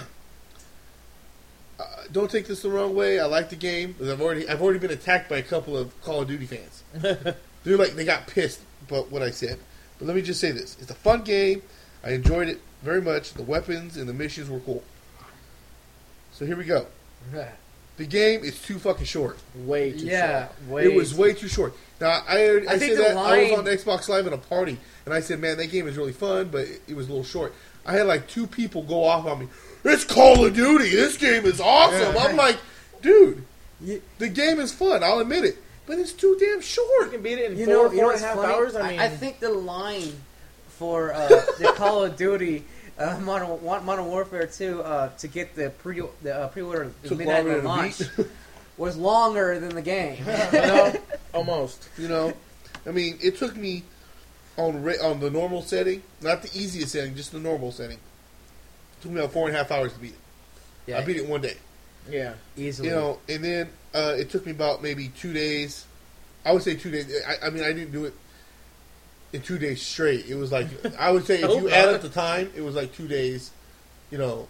don't take this the wrong way. I like the game, but I've already I've already been attacked by a couple of Call of Duty fans. They're like they got pissed about what I said. But let me just say this: it's a fun game. I enjoyed it very much. The weapons and the missions were cool. So here we go. The game is too fucking short.
Way too
yeah,
short.
way
It was way too short. Now I I,
I think
said
the
that I
line-
was on Xbox Live at a party and I said, man, that game is really fun, but it, it was a little short. I had like two people go off on me. It's Call of Duty. This game is awesome. I'm like, dude, the game is fun. I'll admit it, but it's too damn
You
short.
can beat it in
You
four,
know,
four
you know
and
what's
a half
funny?
hours. I mean, *laughs*
I, think the line for *laughs* uh, the Call of Duty uh, Modern, Wa- Modern Warfare 2 uh, to get the pre the uh, pre-order the
Took
midnight
longer than
launch
a
*laughs* was longer than the *laughs* game.
*laughs* no, almost.
You know, I mean, it took me on re- on the normal setting, not the easiest setting, just the normal setting. took me about four and a half hours to beat it.
yeah,
I beat it in one day.
Yeah.
easily.
You know, and then uh, it took me about maybe two days. I would say two days. I, I mean, I didn't do it in two days straight. It
*laughs*
was like I would say if
Oh,
you add
God.
up the time, it was like two days. You know,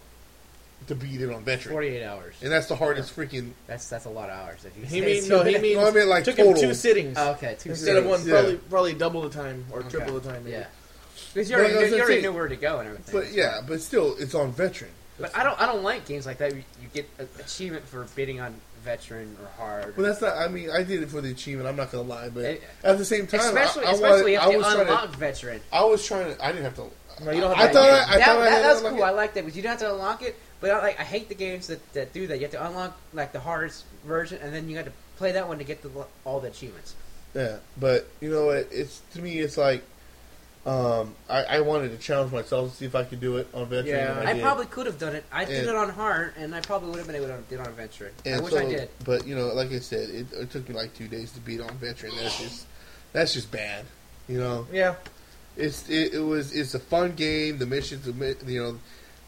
to beat it on veteran,
48 hours.
and that's the hardest freaking.
That's that's a lot of hours. If you
He
say
means
so.
no. He means
No, I mean like
took
total.
him two sittings
Oh, okay, two
instead of
series.
one.
Yeah.
Probably probably double the time or triple
Okay.
the time. Maybe.
Yeah, because you
No,
already,
no,
you
so
already
see-
knew where to go and everything.
but yeah, but still, it's on veteran.
But I don't I don't like games like that. You, you get a achievement for bidding on veteran or hard.
But that's not. I mean, I did it for the achievement. I'm not gonna lie, but
It-
at the same time, I-
especially
I, wanted-
especially
I
if
was
they
trying to-
unlock veteran.
I was trying to. I didn't have to.
No, you don't
I
have
Like,
to.
thought
you-
I- I
that,
thought I
that-
had to
that's
unlock
cool.
it.
I like that, but you don't have to unlock it. But I, like, I hate the games that, that do that. You have to unlock like the hardest version, and then you got to play that one to get the, all the achievements.
Yeah, but you know what? It's to me, it's like um, I, I wanted to challenge myself to see if I could do it on veteran.
Yeah.
and
I,
did.
probably could have done it. I did
And-
it on hard, and I probably would have been able to do it on veteran. I
And
wish
so-
I did.
But you know, like I said, it, it took me like two days to beat on veteran. That's just that's just bad. You know,
Yeah.
it's it, it was it's a fun game. The missions, the mi- you know,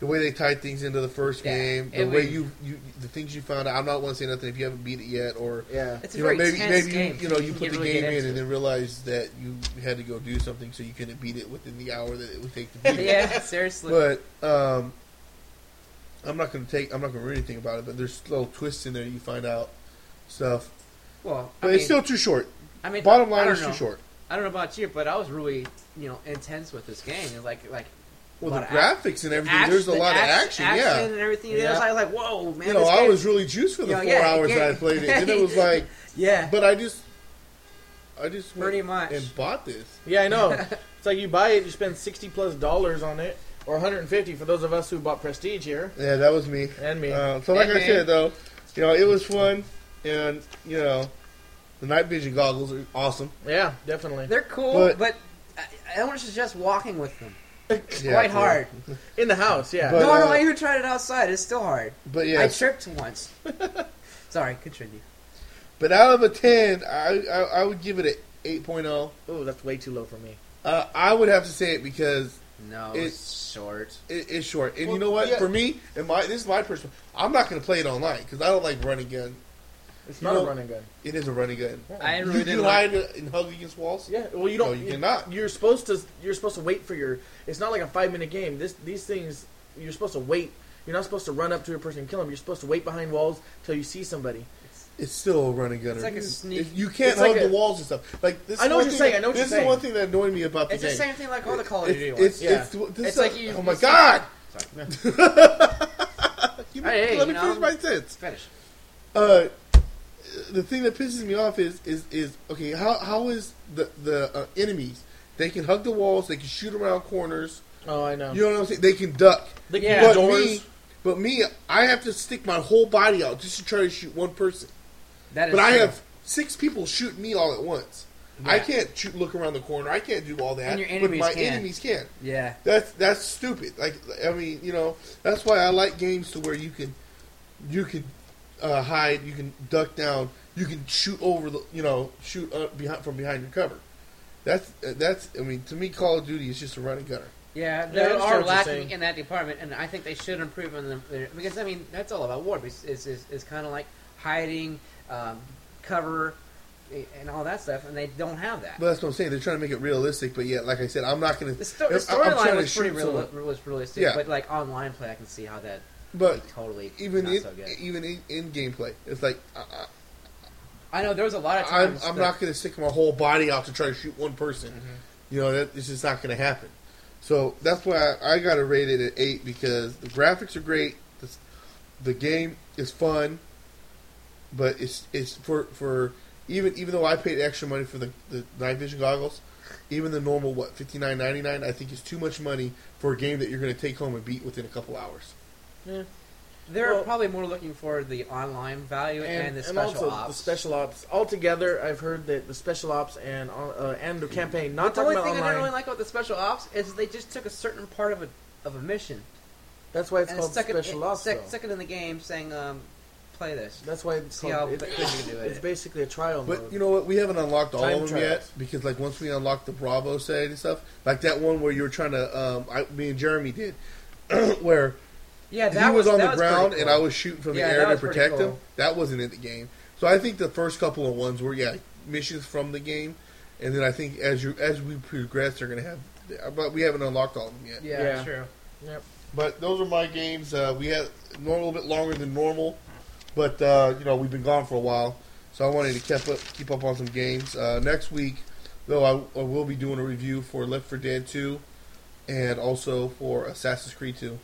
the way they tied things into the first
Yeah,
game, the
it
way
was-
you you the things you found out. I'm not want to say nothing if you haven't beat it yet, or
Yeah.
It's a
you know,
very
maybe
tense
maybe
game.
you, you know you
can
put the
really get
game in
into
and
it.
then realize that you had to go do something, so you couldn't beat it within the hour that it would take to beat
*laughs*
it.
yeah, seriously.
But um, I'm not gonna take. I'm not gonna read anything about it. But there's little twists in there. You find out stuff,
well, I
but
mean,
it's still too short.
I mean,
Bottom
I
line
don't
is
know.
too short.
I don't know about you, but I was really you know intense with this game. It was like like
Well,
A
the
lot of ac-
graphics and everything.
action,
there's a
the
lot
action,
of action.
action and everything. Yeah. I was
Yeah.
like, like, whoa, man!
yeah, you know,
this
I
game-
was really juiced for the
Yeah,
four
yeah, it
hours that I
can't-
played it, and
*laughs*
it was like,
yeah,
but I just, I just
pretty
went
much.
and bought this.
Yeah, I
*laughs*
know. it's like you buy it, you spend sixty plus dollars on it, or one hundred and fifty for those of us who bought Prestige here
Yeah, that was me.
and me.
Uh, so, like
Hey,
I
man.
said, though, you know, it was fun, and you know, the night vision goggles are awesome.
yeah, definitely.
They're cool,
But-
but, I, I want to suggest walking with them.
Yeah,
Quite
yeah.
hard.
In the house, yeah.
But,
no, no,
uh,
I even tried it outside. It's still hard.
But yeah,
I tripped
*laughs*
once. Sorry, continue.
But out of a 10, I, I, I would give it a 8.0.
oh, that's way too low for me.
Uh, I would have to say it because
No,
It-
it's short.
it, it's short. And
Well,
you know what?
yeah.
For me, and my this is my personal, I'm not going to play it online because I don't like running gun.
It's
You
not
know-
a running gun.
It is a running gun.
I
You,
really
Oh. you
didn't like.
hide and hug against walls?
Yeah. Well, you
No,
don't.
you cannot.
You're supposed to. You're supposed to wait for your. It's not like a five minute game. This these things. You're supposed to wait. You're not supposed to run up to a person and kill them. You're supposed to wait behind walls till you see somebody.
It's still a running gun.
It's like a sneak-
You can't
It's
hug
like
the
a-
walls and stuff. Like this.
I
is
know what
one
you're
thing-
saying, I know what
This
you're
is
saying.
one thing that annoyed me about the
It's the
game.
same thing like all the Call of Duty
It's,
ones.
it's,
Yeah.
it's, this
It's
is-
like you-
oh my
it's-
god!
*laughs*
Sorry,
Give me-
Hey,
let
you
me finish
know.
my sentence.
finish.
Uh, the thing that pisses me off is is is okay. How how is the the uh, enemies? They can hug the walls. They can shoot around corners.
Oh, I know.
You know what I'm saying? They can duck.
They
Yeah.
use
but me, But me, I have to stick my whole body out just to try to shoot one person.
That is
But I
true.
have six people shoot me all at once. I
Yeah.
can't shoot, look around the corner. I can't do all that.
And your
but
enemies
my
can.
enemies can.
Yeah.
That's that's stupid. Like I mean, you know, that's why I like games to where you can, you can, uh, hide, you can duck down, you can shoot over the, you know, shoot up behind from behind your cover. That's uh, that's. I mean, to me, Call of Duty is just a running gunner.
Yeah,
I
they
understand what
are
you're saying.
lacking in that department, and I think they should improve on them there- because I mean that's all about war. It's, it's, it's, it's kind of like hiding, um, cover, eh, and all that stuff, and they don't have that.
But that's what I'm saying. They're trying to make it realistic, but yet, like I said, I'm not going
the
to.
sto- the
I'm- I'm trying
storyline
to
was pretty
shoot
real,
someone.
was realistic,
Yeah.
but like online play, I can see how that
But
totally
even
not
in,
so good.
even in, in gameplay, it's like I,
I know there was a lot of
I, I'm
times
I'm
that- Mm-hmm.
not going to stick my whole body out to try to shoot one person. You know that it's just not going to happen. So that's why I, I got to rate it at eight because the graphics are great, the, s- the game is fun, but it's it's for for even even though I paid extra money for the the night vision goggles. Even the normal what fifty nine ninety nine, I think is too much money for a game that you're going to take home and beat within a couple hours.
They're
Well-
probably more looking for the online value and, the special
also
ops.
the special ops altogether. I've heard that the special ops and uh, and the campaign, not
Hmm. the
talking
only
about
thing I
online.
didn't really like about the special ops is they just took a certain part of a of a mission
that's why it's
and
called
stuck it,
special ops.
stuck,
though.
stuck it in the game, saying, um, "Play this."
That's why it's
See
called.
how
it-
quick you can do
It's
it.
basically a trial
But
mode.
you know what? We haven't unlocked all
Time
of them
trials.
yet because, like, once we unlock the Bravo set and stuff, like that one where you were trying to, um, I, me and Jeremy did, *clears throat* where
Yeah,
he
that
was, on
that
the
was
ground
pretty
and
cool.
I was shooting from
Yeah,
the
that
air to
was pretty
protect him.
cool.
That wasn't in the game. So I think the first couple of ones were yeah missions from the game, and then I think as you as we progress, they're gonna have. But we haven't unlocked all of them yet.
Yeah.
Yeah, true.
But those are my games. Uh, we had a little bit longer than normal, but uh, you know we've been gone for a while, so I wanted to keep up keep up on some games. Uh, next week, though, I, I will be doing a review for Left 4 Dead 2, and also for Assassin's Creed 2.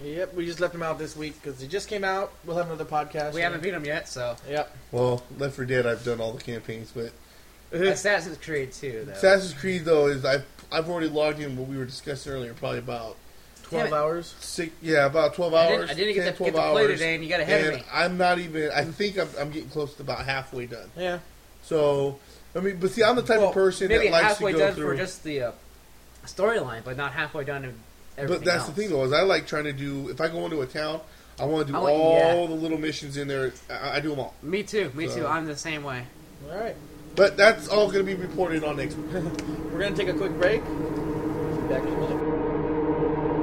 Yep, we just left them out this week because they just came out. We'll have another podcast.
We haven't beat them yet, so
Yep.
Well, Left 4 Dead, I've done all the campaigns, but
*laughs*
Assassin's Creed 2, though.
Assassin's Creed though is I've I've already logged in what we were discussing earlier, probably about
Twelve
Damn it.
hours.
six, yeah, about twelve
I
hours.
didn't, I didn't
10,
get, to,
12
get to play
hours,
today, and you got ahead of
and
me.
I'm not even. I think I'm, I'm getting close to about halfway done.
Yeah.
So, I mean, but see, I'm the type
Well,
of person
maybe
that likes to
halfway
go
done
through.
for just the uh, storyline, but not halfway done. in
but
everything
that's the
else.
thing, though, is I like trying to do. If I go into a town, I want to do
I want-
all
yeah.
the little missions in there. I, I do them all.
Me too. Me
So-
too. I'm the same way.
All right.
But that's all going to be reported on next week.
We're gonna take a quick break. Be back in a minute.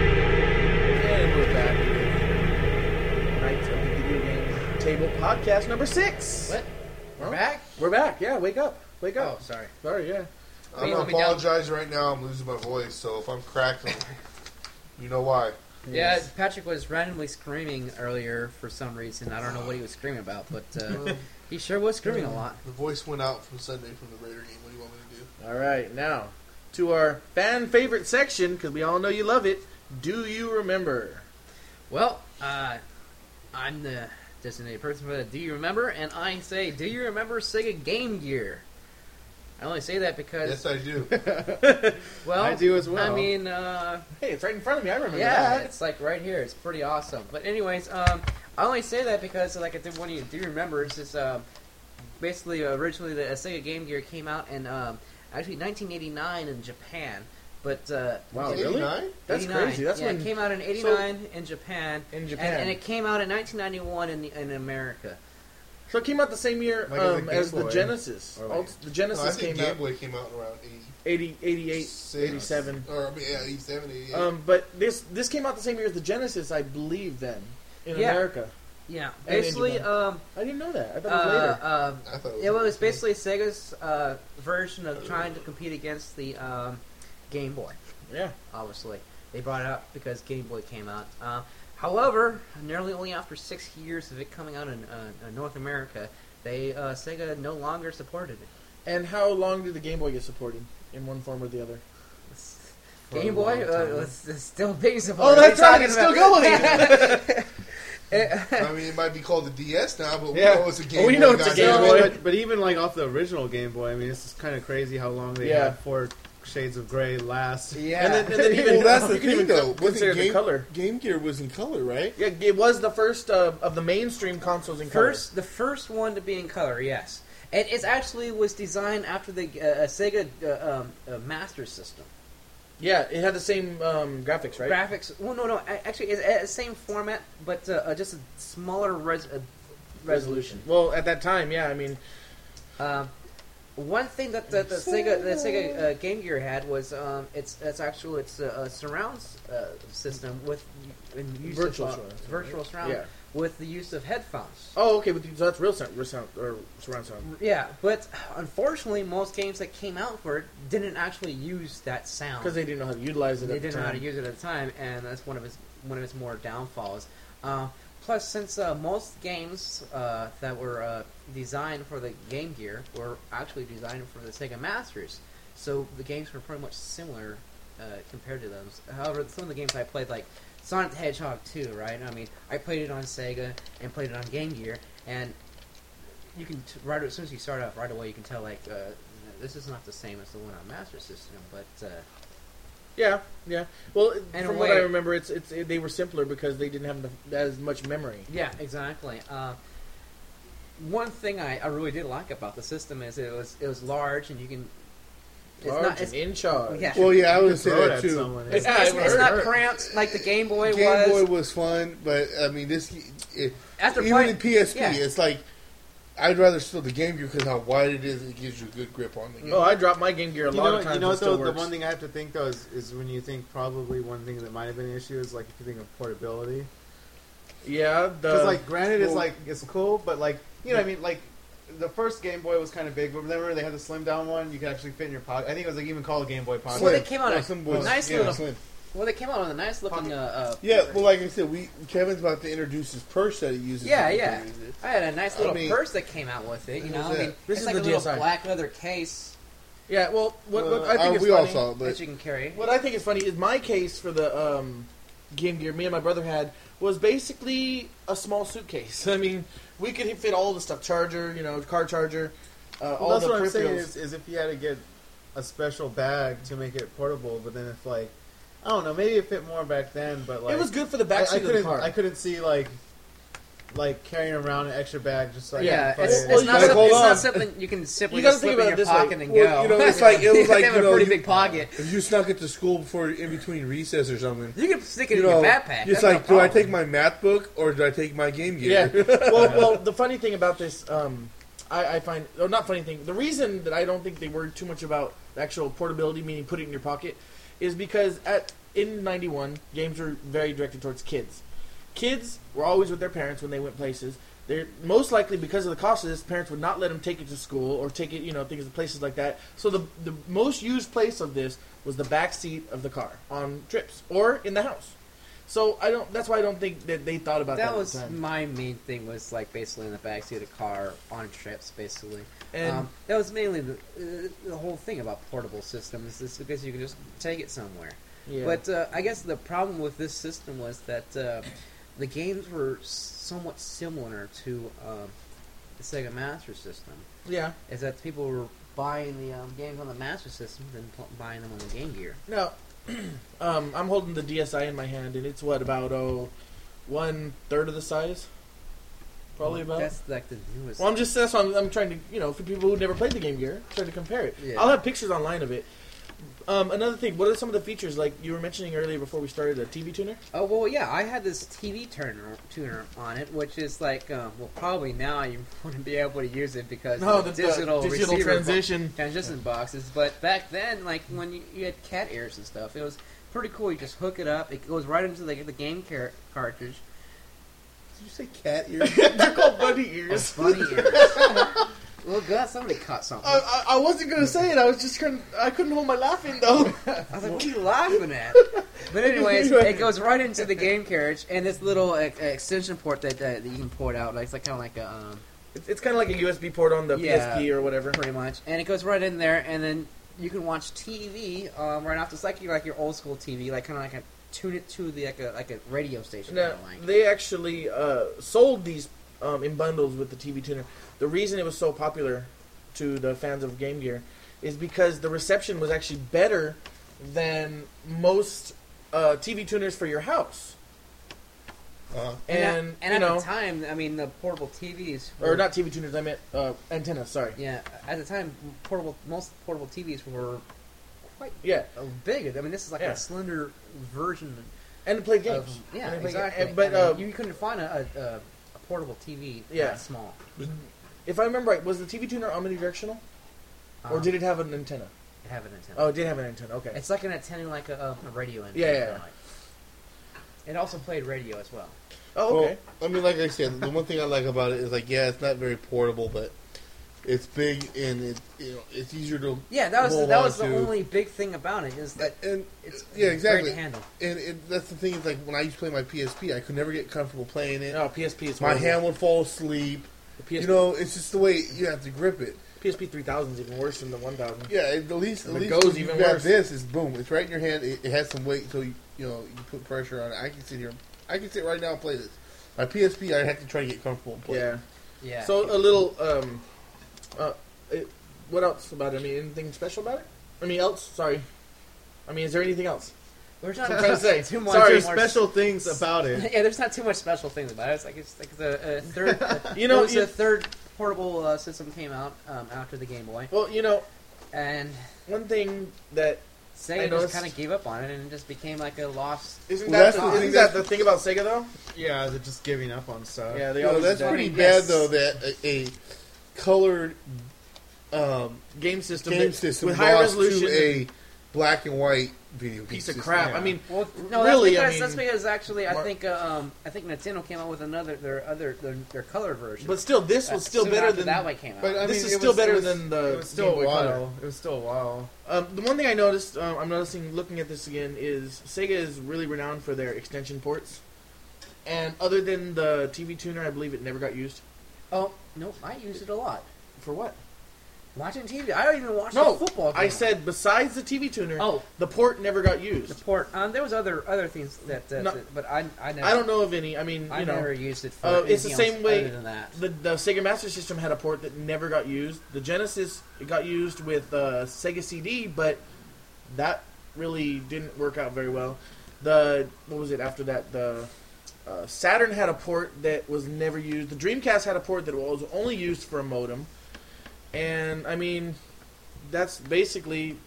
And we're back with Knights of the Video Game Table podcast number six.
What? We're
Huh?
back?
We're back. Yeah, wake up. Wake
Oh,
up.
sorry.
Sorry. Yeah.
Please
I'm going
let
to
me down.
apologize right now. I'm losing my voice, so if I'm cracking, you know why.
Yeah, Patrick was randomly screaming earlier for some reason. I don't know what he was screaming about, but uh, he sure was screaming a lot.
The voice went out from Sunday from the Raider game. What do you want me to do?
All right. Now to our fan favorite section because we all know you love it. Do you remember?
Well, uh, I'm the designated person for that. Do you remember? And I say, do you remember Sega Game Gear? I only say that because,
Yes, I do.
*laughs* well,
I do as well.
I mean, uh,
Hey, it's right in front of me. I remember
yeah,
that.
it's like right here. It's pretty awesome. But anyways, um, I only say that because like I did one of you do remember is just um, basically uh, originally the Sega Game Gear came out in um, actually 1989 in Japan, but uh,
Wow,
it-
really?
89?
That's
89.
crazy. That's
yeah,
when
it came out in '89 in Japan,
in
and,
Japan.
and it came out in 1991 in the, in America.
So it came out the same year
Like as a
um,
Game
as the
Boy.
Genesis.
Or
Alt-
wait.
the
No, I
Genesis
think
came
Game
out
Boy came out around 80,
80, 88,
86,
87.
Or, I mean, yeah, 87, 88.
Um, but this this came out the same year as the Genesis, I believe. Then in
Yeah.
America,
Yeah,
And
basically,
Enderman.
um,
I didn't know that. I
uh,
thought it was later.
um,
I thought
it was
next day.
basically Sega's uh, version of trying to compete against the um, Game Boy.
Yeah.
Obviously, they brought it up because Game Boy came out. Uh, however, nearly only after six years of it coming out in, uh, in North America, they uh, Sega no longer supported it.
And how long did the Game Boy get supported in one form or the other?
For a
Game Boy
long time.
uh, was, is still being
Oh,
supported.
that's
What
right.
are you
It's
talking
still going.
*laughs*
about?
I mean, it might be called the DS now, but
Yeah.
we know it's a Game
We
Boy.
know it's a
goddamn
Game
it.
Boy.
but, but even like off the original Game Boy, I mean, it's just kind of crazy how long they
Yeah.
had four shades of gray last.
yeah.
And then, and
*laughs*
then even
Well, that's the
you can
thing,
even
though.
consider
Wasn't
the
Game,
color.
Game Gear was in color, right?
Yeah, it was the first uh, of the mainstream consoles in color.
First, the first one to be in color, yes, and it's actually was designed after the uh, uh, Sega uh, um, uh, Master System
Yeah, it had the same um, graphics, right?
graphics. Well, no, no, a- actually, it's, it's same format, but uh, uh, just a smaller res- uh, resolution.
Well, at that time, yeah. I mean,
Um, one thing that the, the Sega the Sega uh, Game Gear had was um, its its actual its uh, uh, surround uh, system with and use
Virtual
of, uh,
surround,
virtual surround
yeah.
with the use of headphones.
Oh, okay. But so that's real sound, real sound or surround sound.
Yeah, but unfortunately, most games that came out for it didn't actually use that sound
Because they didn't know how to utilize it.
They
at the
didn't know how to
time.
use it at the time, and that's one of its one of its more downfalls. Uh, plus, since uh, most games uh, that were uh, designed for the Game Gear were actually designed for the Sega Masters, so the games were pretty much similar uh, compared to those. However, some of the games I played, like Sonic the Hedgehog 2, right? I mean, I played it on Sega and played it on Game Gear, and you can t- right as soon as you start off right away, you can tell like uh, this is not the same as the one on Master System, but uh,
Yeah, yeah. Well,
And
from
a
what
way-
I remember, it's it's it, they were simpler because they didn't have enough, as much memory.
Yeah, exactly. Uh, one thing I, I really did like about the system is it was it was large and you can. It's
Large
not, it's,
and in charge.
yeah.
Well, yeah, I would say
Throw it
that
at
too.
someone.
It's-
it's,
it
it's not
hurt.
cramped like the Game Boy was.
Game Boy was fun, but I mean, this e, it,
After
even
playing-
in PSP,
yeah.
it's like I'd rather still the Game Gear because how wide it is, it gives you a good grip on the game.
Oh, I dropped my Game Gear a
You
lot
know,
of times.
you know
it
though,
still
the
works.
one thing I have to think though is, is when you think probably one thing that might have been an issue is like if you think of portability.
yeah,
Because
the
like, granted, it's
well-
like it's cool, but like you know, what I mean, like the first Game Boy was kind of big, but remember they had the slim down one you could actually fit in your pocket. I think it was like even called a Game Boy Pocket.
Well, they came out
Yeah,
a
some boys-
nice
yeah,
little-
slim.
Well, they came out on a nice looking.
Pocket.
Uh, uh,
Yeah, well, like I said, we Kevin's about to introduce his purse that he uses.
Yeah,
to
yeah.
use it.
I had a nice
I
little
mean-
purse that came out with it. You
What
know, I
was
mean,
that?
This
it's
is
like
the
a little
DSi.
black leather case
yeah. Well, what, what
Well,
I think
uh,
is
we
funny,
all saw it,
that
but
you can carry.
What I think is funny is my case for the um, Game Gear. Me and my brother had was basically a small suitcase. *laughs* I mean, we could fit all the stuff: charger, you know, car charger, uh, all
that's
the
what I'm saying
peripherals.
is, is if you had to get a special bag to make it portable, but then if like I don't know, maybe it fit more back then, but like
it was good for the
I,
backseat
I
of the
couldn't
car.
I couldn't see like like carrying around an extra bag just like
Yeah,
fuck
it's,
it.
it's, not
Like,
something,
hold
it's
on.
not something you can simply
You gotta
just
think
slip in
about
your
it this way.
pocket and
Well,
go.
you know, it's like-
*laughs*
it was
You have
like,
to have
you know,
a pretty
you-
big pocket.
if you snuck it to school before in between recess or something.
You can stick it
You
in
know,
your backpack.
it's
That's no
like, do I
problem.
take my math book or do I take my Game Gear?
Yeah. well, well, the funny thing about this, um, I, I find, oh, not funny thing. The reason that I don't think they worried too much about the actual portability, meaning put it in your pocket, is because at in '91 games were very directed towards kids. Kids were always with their parents when they went places. They're most likely because of the cost of this, parents would not let them take it to school or take it, you know, things to places like that. So the the most used place of this was the back seat of the car on trips or in the house. So I don't. That's why I don't think that they thought about that.
that
at the
was
time.
my main thing was like basically in the backseat of the car on trips basically
And
um, that was mainly the, uh, the whole thing about portable systems is because you can just take it somewhere
yeah.
but uh, i guess the problem with this system was that uh, the games were somewhat similar to um, the sega master system
yeah.
is that people were buying the um, games on the master system than pl- buying them on the game gear
Now, *clears throat* um, I'm holding the DSI in my hand, and it's what about oh, one third of the size, probably about.
that's like the newest
well, I'm just that's what I'm, I'm trying to you know for people who never played the Game Gear, try to compare it.
Yeah.
I'll have pictures online of it. Um, another thing, what are some of the features like you were mentioning earlier before we started the TV tuner?
Oh well, yeah. I had this TV tuner tuner on it, which is like, um, well, probably now you *laughs* wouldn't be able to use it because of the digital receiver
transition.
*laughs* bo- transition boxes. But back then, like when you, you had cat ears and stuff, it was pretty cool. You just hook it up; it goes right into the, the game car- cartridge.
Did you say cat ears?
*laughs* They're called bunny ears.
*laughs* Bunny ears. well, God, somebody caught
*laughs*
something.
I, I, I wasn't gonna say it. I was just couldn't. I couldn't hold my laugh in though.
I was like, what are you laughing *laughs* at? But anyways, it goes right into the game carriage and this little uh, extension port that, that you can port out. Like, it's like kind of like a um,
It's, it's kind of like a USB port on the
Yeah.
PSP or whatever.
pretty much, and it goes right in there, and then you can watch TV um, right off. It's like your like your old school TV, like kind of like a tune it to the like a like a radio station.
Now,
kinda like.
they actually uh, sold these um, in bundles with the TV tuner. The reason it was so popular to the fans of Game Gear is because the reception was actually better than most uh, TV tuners for your house.
Uh-huh.
And,
at- and
you
at
know,
the time, I mean, the portable TVs
or not TV tuners, I meant uh, antennas, sorry.
Yeah, at the time, portable most portable TVs were quite
Yeah,
uh, big. I mean, this is like
Yeah.
a slender version
and to play
of
games.
yeah,
And they play-
exactly.
and- but
I mean,
uh,
you couldn't find a, a, a a portable TV
Yeah.
that small.
if I remember right, was the TV tuner omnidirectional, or
Um,
did it have an antenna?
it have an antenna?
Oh, it did have an antenna. Okay.
It's like an antenna, like a, um, a radio antenna.
Yeah, yeah,
kinda like. It also played radio as well.
oh, okay.
Well, I mean, like I said, the one thing I like about it is like, yeah, it's not very portable, but it's big and it, you know, it's easier to
Yeah, that was
Hold
that
on
was the
to-
only big thing about it is that
and
it's
yeah,
great
exactly.
to handle.
And it, that's the thing is like when I used to play my PSP, I could never get comfortable playing it.
No, PSP is
my
horrible.
hand would fall asleep.
The PSP,
You know, it's just the way you have to grip it.
PSP 3000 is even worse than the 1000.
Yeah, at least at
And it
least
goes
when you
even
got
worse.
this is boom. It's right in your hand. It, it has some weight, so you you know you put pressure on it. I can sit here. I can sit right now and play this. My PSP, I have to try to get comfortable and play. it.
Yeah.
Yeah.
So a little um, uh, it, what else about it? I mean, anything special about it? I mean, else? Sorry. I mean, is there anything else?
there's not
I'm trying to say.
*laughs* too much.
Sorry,
Sorry,
more-
special things about
*laughs*
it.
yeah, there's not too much special things about it. It's like it's like the uh,
*laughs*
third.
You know,
it was
you-
the third portable uh, system came out um, after the Game Boy,
Well, you know,
and
one thing that I
Sega just
noticed-
kind of gave up on it, and it just became like a lost.
isn't
Well,
that
that's
the,
the
isn't
thing
that Uh,
that's-
the thing about Sega though?
Yeah, they're just giving up on stuff.
Yeah, they
No,
always
that's
do that.
pretty
Yes.
bad though. That a, a colored um,
game system
game
that-
system
with high
lost
resolution
to a black and white video game
piece of
system.
crap. I
yeah.
mean,
Well, no,
Really, I
that's because
mean-
that's because actually I
Mar-
think uh, um, I think Nintendo came out with another their other their, their color version.
but still, this was
Uh,
still
soon
better
after
than uh,
that one came out.
But I
This
mean,
is
it
still
was-
better
it was-
than the
It was still
Game Boy
a while.
Color.
It was still a while.
Um, the one thing I noticed, um, I'm noticing looking at this again, is Sega is really renowned for their extension ports. And other than the TV tuner, I believe it never got used.
oh no, I used it a lot
For what?
watching TV. I don't even watch
No,
the football.
I
game.
said besides the TV tuner,
oh
the port never got
the
used.
port. Um, there was other other things that, that,
No.
that- but I I never
I don't know of any. I mean, you
I
know,
never used it for
Uh, it's the
anything
same
else
way-
other than that.
the, the Sega Master System had a port that never got used. The Genesis it got used with uh, Sega CD, but that really didn't work out very well. The what was it after that? The uh, Saturn had a port that was never used. The Dreamcast had a port that was only used for a modem, and I mean, that's basically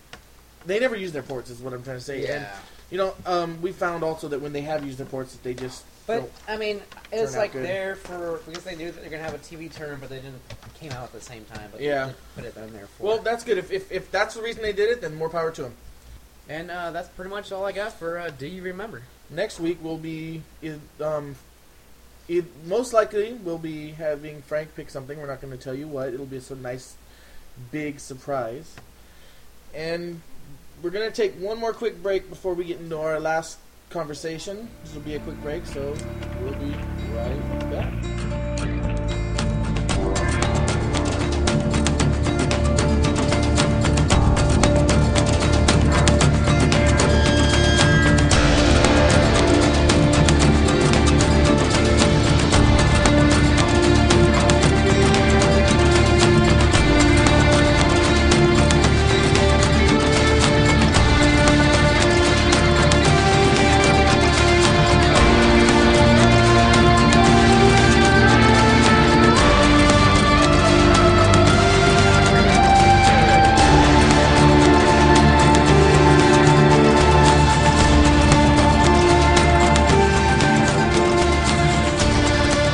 they never used their ports. Is what I'm trying to say. And you know, um, we found also that when they have used their ports, that they just
But
don't-
I mean, it was
Turned out
like
good.
there for because they knew that they're gonna have a TV turn, but they didn't came out at the same time. But they
Yeah.
didn't put it on there for.
well,
Well,
that's good. If, if if that's the reason they did it, then more power to them.
and uh, that's pretty much all I got for. Uh, Do you remember?
next week we'll be it- um it most likely we'll be having Frank pick something. We're not going to tell you what. It'll be some nice big surprise. And we're going to take one more quick break before we get into our last conversation. This will be a quick break, so we'll be right back.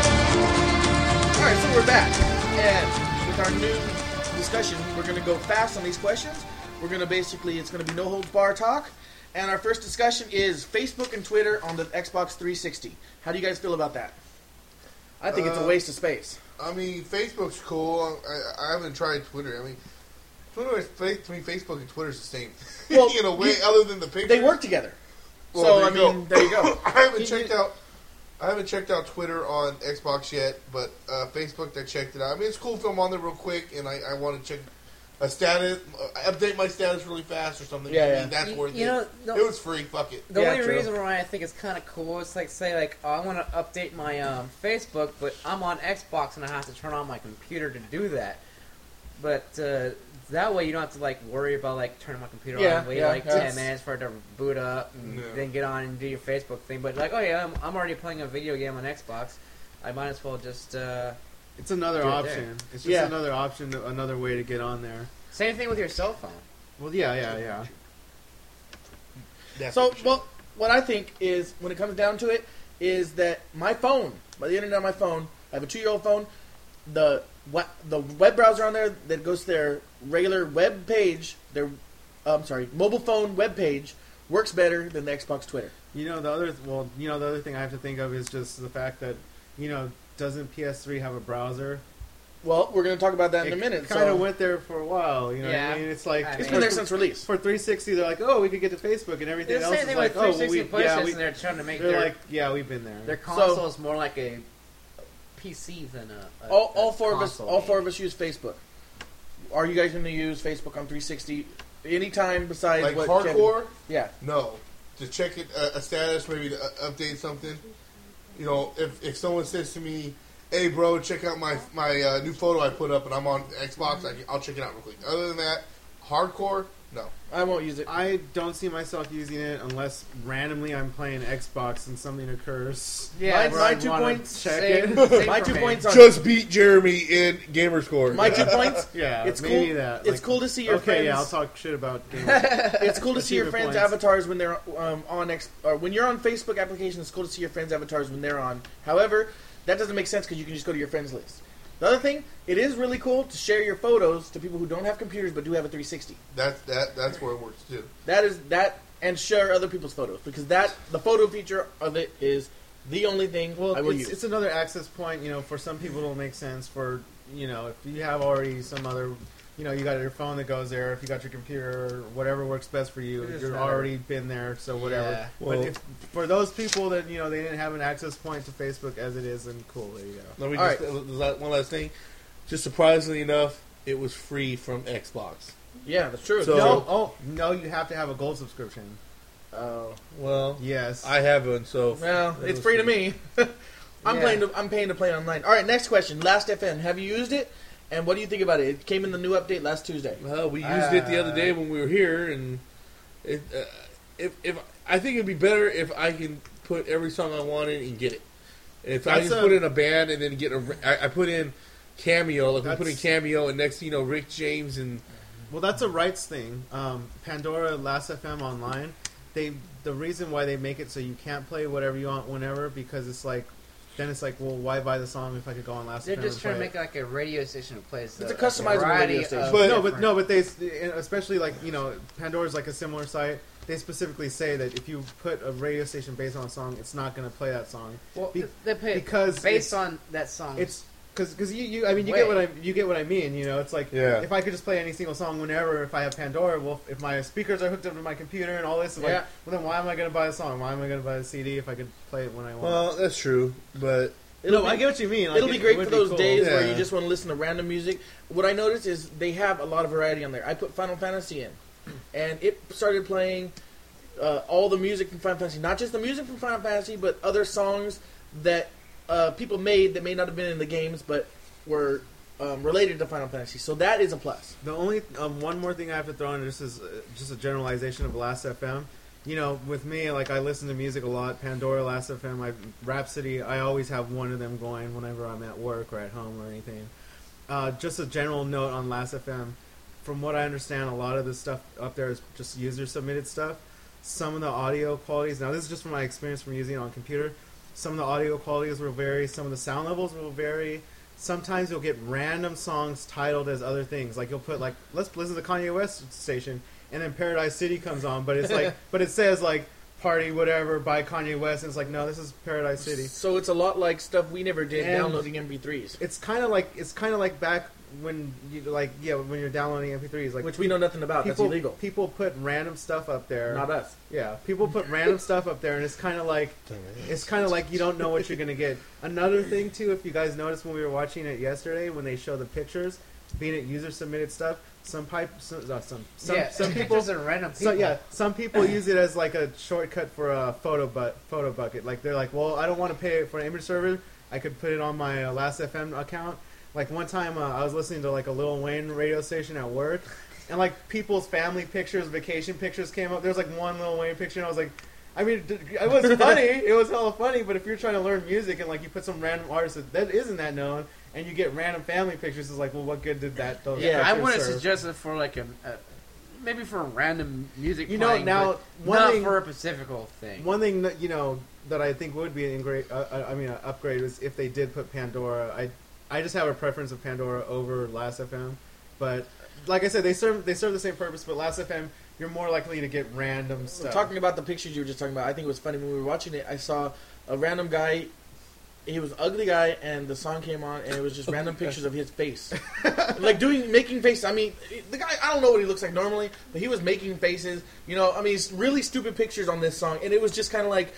All right, so we're back, and with our new discussion, we're going to go fast on these questions. We're going to basically, it's going to be no holds bar talk, and our first discussion is Facebook and Twitter on the Xbox 360. How do you guys feel about that? I think it's a
Uh,
waste of space.
I mean, Facebook's cool. I, I haven't tried Twitter. I mean, Twitter is fa- to me, Facebook and Twitter's the same. *laughs*
Well,
in a way,
you-
other than the pictures.
They work together.
Well,
so
there
I
you go.
mean, there you go.
*laughs* I haven't
You-
checked
you-
out. I haven't checked out Twitter on Xbox yet, but uh, Facebook I checked it out. I mean, it's cool if I'm on there real quick, and I, I want to check a status, uh, update my status really fast or something.
Yeah,
To me,
yeah.
That's
You-
worth
you
it.
know, no-
it was free. Fuck it.
The
Yeah,
only
true.
reason why I think it's kind of cool is like say like oh, I want to update my um, Facebook, but I'm on Xbox and I have to turn on my computer to do that. But uh, that way you don't have to like worry about like turning my computer on
Yeah,
and wait
yeah,
like
that's-
ten minutes for it to boot up and
No.
then get on and do your Facebook thing. But like oh yeah, I'm, I'm already playing a video game on Xbox. I might as well just uh,
It's another
Do it
option.
there.
It's just
Yeah.
another option, another way to get on there.
same thing with your cell phone.
Well, yeah, yeah, yeah.
That's
So,
what you-
well, what I think is, when it comes down to it, is that my phone, by the internet on my phone, I have a two-year-old phone. The we- the web browser on there that goes to their regular web page, their I'm sorry, mobile phone web page works better than the Xbox Twitter.
You know the other well, you know the other thing I have to think of is just the fact that you know doesn't PS3 have a browser?
Well, we're going to talk about that in a minute.
kind
So,
of went there for a while. You know,
Yeah.
what I mean, it's like
I
it's
mean-
been there since release.
for 360, they're like, oh, we could get to Facebook and everything
The
else
same
is
thing
like,
with
oh, well,
360
we,
PlayStation.
yeah, we,
they're trying to make
they're
their
like, yeah, we've been there.
their
So-
consoles more like a PC than a, a
all,
a
all four of us
console
all
game.
four of us use Facebook. Are you guys going to use Facebook on 360 anytime besides
like
what Kevin-
hardcore.
yeah.
No, to check it a, a status, maybe to uh, update something. You know, if if someone says to me, "Hey, bro, check out my my uh, new photo I put up," and I'm on Xbox, I can, I'll check it out real quick. Other than that, hardcore, no.
I won't use it.
I don't see myself using it unless randomly I'm playing Xbox and something occurs.
My-
Yeah,
my,
right.
two
Wanna
points.
check
same-
it?
*laughs* same
My
for
two
me.
points on
beat Jeremy in gamer
*laughs*
score.
my two points.
*laughs* Yeah,
It's
maybe
cool.
that.
It's
like-
cool to see your
Okay,
friends.
yeah, I'll talk
*laughs*
shit about games.
It's cool to see your friends'
Achievement points.
avatars when they're um, on X, or when you're on Facebook application. It's cool to see your friends' avatars when they're on. However, that doesn't make sense because you can just go to your friends list. The other thing, it is really cool to share your photos to people who don't have computers but do have a 360.
That's that. That's where it works too.
That is that, and share other people's photos because that the photo feature of it is the only thing
Well,
I will
it's,
use.
it's another access point. You know, for some people, it'll make sense. For you know, if you have already some other, you know, you got your phone that goes there. If you got your computer, whatever works best for you,
It is
you've
better.
already been there. So whatever.
Yeah.
Well-
but if, for those people that you know they didn't have an access point to Facebook as it is, then cool, there you go.
Let me
All
just uh, one last thing. Just surprisingly enough, it was free from Xbox.
yeah, that's true.
So-
no, oh no, you have to have a gold subscription.
oh,
Well,
Yes,
I haven't, so
well,
That
it's
was
free to me. *laughs* I'm
Yeah.
playing. To, I'm paying to play online. All right, next question. Last FN, have you used it? And what do you think about it? It came in the new update last Tuesday.
Well, we used it the other
Ah.
day when we were here, and it, uh, if if I think it'd be better if I can put every song I wanted and get it. If I
That's
just
a-
put in a band and then get a, I, I put in cameo. Like we put in
That's-
cameo, and next thing you know, Rick James and
Well, that's a rights thing. Um, Pandora, Last FM Online, they the reason why they make it so you can't play whatever you want whenever because it's like, then it's like, well, why buy the song if I could go on Last
They're
FM?
just
and
trying to
play
make like a radio station that plays.
It's a customizable
variety
radio station.
of
it?
But-
no, but
different-
no, but they especially like you know Pandora's like a similar site. They specifically say that if you put a radio station based on a song, it's not going to play that song
Well,
Be-
they play it
because it's-
based on that song.
it's because because you, you I mean you get
Way.
what I you get what I mean you know it's like
Yeah.
if I could just play any single song whenever if I have Pandora well if my speakers are hooked up to my computer and all this it's like
Yeah.
well then why am I gonna buy a song why am I gonna buy a CD if I could play it when I want
well, that's true, but
It'll
no
be-
I get what you mean like,
It'll
it-
be
it
great
would
for those
cool.
days where
Yeah.
you just want to listen to random music. What I noticed is they have a lot of variety on there. I put Final Fantasy in, and it started playing uh, all the music from Final Fantasy, not just the music from Final Fantasy, but other songs that uh, people made that may not have been in the games, but were um, related to Final Fantasy. So that is a plus.
The only um, one more thing I have to throw in this is uh, just a generalization of Last FM. You know, with me, like I listen to music a lot. Pandora, Last FM, I, Rhapsody. I always have one of them going whenever I'm at work or at home or anything. Uh, just a general note on Last FM. From what I understand, a lot of the stuff up there is just user submitted stuff. Some of the audio qualities. Now, this is just from my experience from using it on computer. Some of the audio qualities will vary. Some of the sound levels will vary sometimes you'll get random songs titled as other things. Like you'll put like let's listen to Kanye West station, and then Paradise City comes on, but it's like but it says like Party, whatever, by Kanye West. And it's like, no, this is Paradise City.
So it's a lot like stuff we never did
And-
downloading MP3s,
It's kind of like it's kind of like back when you like yeah when you're downloading MP3s like
which we know nothing about. That's
people
illegal.
people put random stuff up there.
Not us.
yeah, people put
*laughs*
random stuff up there, and it's kind of like it's kind of like you don't know what you're gonna get. Another thing too, if you guys noticed when we were watching it yesterday, when they show the pictures, being it user submitted stuff, some pipe, some uh, some some,
*laughs*
yeah,
*laughs*
some people,
pictures are random.
so
people.
yeah, some people use it as like a shortcut for a photo but photo bucket. Like they're like, well, I don't want to pay for an image server. I could put it on my uh, Last FM account. Like one time, uh, I was listening to like a Lil Wayne radio station at work, and like people's family pictures, vacation pictures came up. There's like one Lil Wayne picture, and I was like. I mean, d- it was
*laughs*
funny. It was hella funny. But if you're trying to learn music and like you put some random artist that- that isn't that known, and you get random family pictures, it's like, well, what good did that? Those
Yeah,
I
pictures
wouldn't
serve?
suggest it for like a, a maybe for random music.
You know,
playing,
now,
but
one
not
thing-
for a specifical thing.
*laughs*
One thing that you know that I think would be an ingra- uh, uh, I mean, an upgrade is if they did put Pandora. I I just have a preference of Pandora over Last FM, but like I said, they serve they serve the same purpose. But Last FM, you're more likely to get random stuff.
Talking about the pictures you were just talking about, I think it was funny when we were watching it. I saw a random guy. He was an ugly guy, and the song came on, and it was
*laughs*
just random pictures of his face, like doing making faces. I mean, the guy I don't know what he looks like normally, but he was making faces. You know, I mean, it's really stupid pictures on this song, and it was just kind of like,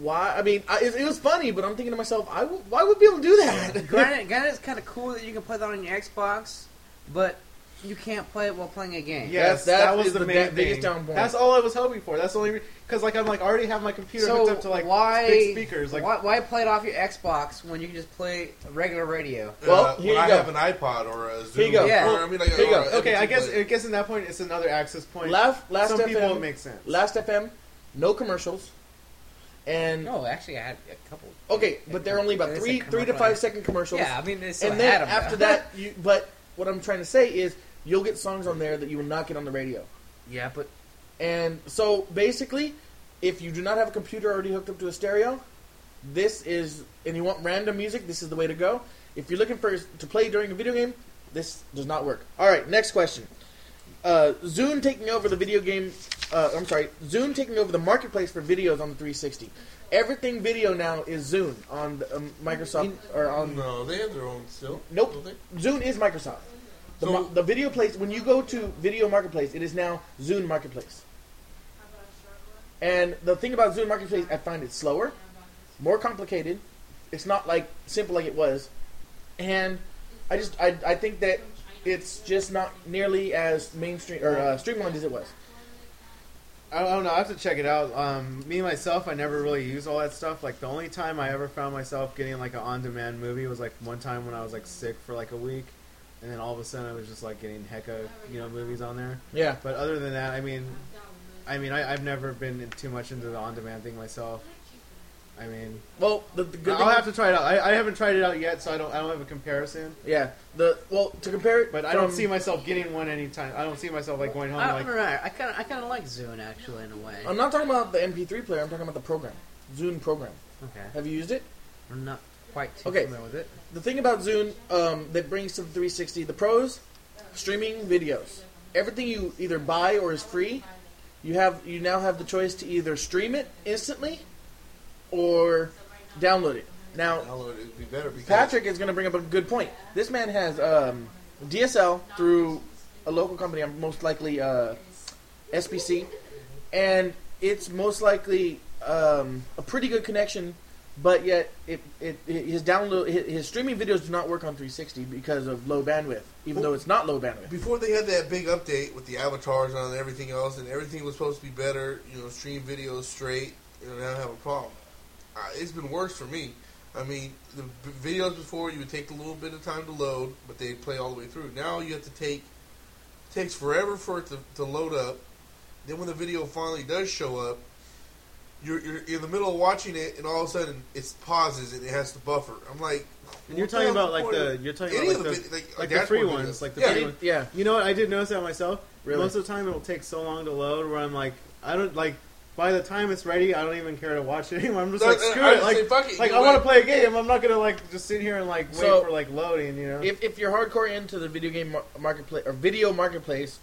why? I mean, I, it, it was funny, but I'm thinking to myself, I w- why would people do that? *laughs*
granted, granted, it's kind of cool that you can play that on your Xbox, but you can't play it while playing a game.
Yes,
That-
that,
that
was
is
the,
the
main
ba- biggest
thing.
down point.
That's all I was hoping for. That's the only because like I'm like I already have my computer
so
hooked up to like
why
big speakers. Like
why, why play it off your Xbox when you can just play regular radio?
Well,
uh,
here
when
you
I
go.
have an iPod or a Zoom.
Here you go.
or,
Yeah.
I mean, like,
Here you
or
go.
a
okay, I guess I
MP3.
guess in that point it's another access point.
Last last
Some
FM,
people it makes sense.
last FM, no commercials, and
No, actually, I had a couple.
okay, but they're only about
It's a
three three to
commercial.
five second commercials.
Yeah, I mean, they still
and then
had 'em,
after
though.
that, you, but what I'm trying to say is you'll get songs on there that you will not get on the radio.
*laughs* yeah, but
And so basically, if you do not have a computer already hooked up to a stereo, this is and you want random music, this is the way to go. If you're looking for to play during a video game, this does not work. All right, next question. Uh, Zune taking over the video game. Uh, I'm sorry, Zune taking over the marketplace for videos on the 360. Everything video now is Zune on the, um, Microsoft or on
No, they have their own still.
Nope.
don't they?
Zune is Microsoft. The,
So-
mo- the video place, when you go to Video Marketplace, it is now Zune Marketplace. And the thing about Zune Marketplace, I find it slower, more complicated. It's not like simple like it was, and I just I, I think that it's just not nearly as mainstream or uh, streamlined as it was.
I don't, I don't know. I have to check it out. Um, me myself, I never really use all that stuff. Like the only time I ever found myself getting like an on-demand movie was like one time when I was like sick for like a week, and then all of a sudden I was just like getting hecka you know movies on there.
Yeah,
But other than that, I mean, I mean, I, I've never been in- too much into the on-demand thing myself. I mean,
well the, the good
I'll
thing,
have to try it out. I, I haven't tried it out yet, so I don't I don't have a comparison.
yeah the well to compare it,
But I don't
from-
see myself getting one anytime. I don't see myself like going home
I
like
don't know. I kind of I kind of like Zune actually in a way.
I'm not talking about the MP3 player. I'm talking about the program, Zune program.
Okay,
Have you used it?
I'm not quite too
Okay.
familiar with it.
the thing about Zune um, that brings to the 360 the pros streaming videos everything you either buy or is free you have you now have the choice to either stream it instantly or download it now
Download it. It'd be better because
Patrick is going to bring up a good point. This man has um, DSL through a local company, I'm most likely uh, SBC, and it's most likely um, a pretty good connection. But yet, it, it, it- his download his, his streaming videos do not work on 360 because of low bandwidth, even though it's not low bandwidth.
Before they had that big update with the avatars on and everything else, and everything was supposed to be better, you know, stream videos straight, you know, not have a problem. Uh, it's been worse for me. I mean, the b- videos before you would take a little bit of time to load, but they play all the way through. Now you have to take it takes forever for it to, to load up. Then when the video finally does show up, you're, you're in the middle of watching it, and all of a sudden it pauses and it has to buffer. I'm like,
And you're
what the
talking
hell's
about like
point of-
the you're talking
any
about
of
like
the
the,
vid- like,
like
a
the free
dashboard
ones,
video.
like the
Yeah,
free
it-
ones.
Yeah,
You know what? I did notice that myself.
Really?
Most of the time, it'll take so long to load where I'm like, I don't like. By the time it's ready, I don't even care to watch it *laughs* anymore. I'm just
No,
like,
no,
screw
I
it.
just
Like,
say, fuck it,
like
you
I want to
wait.
play a game. I'm not gonna like just sit here and like wait
So-
for like loading. You know?
if, if you're hardcore into the video game mar- marketplace or video marketplace,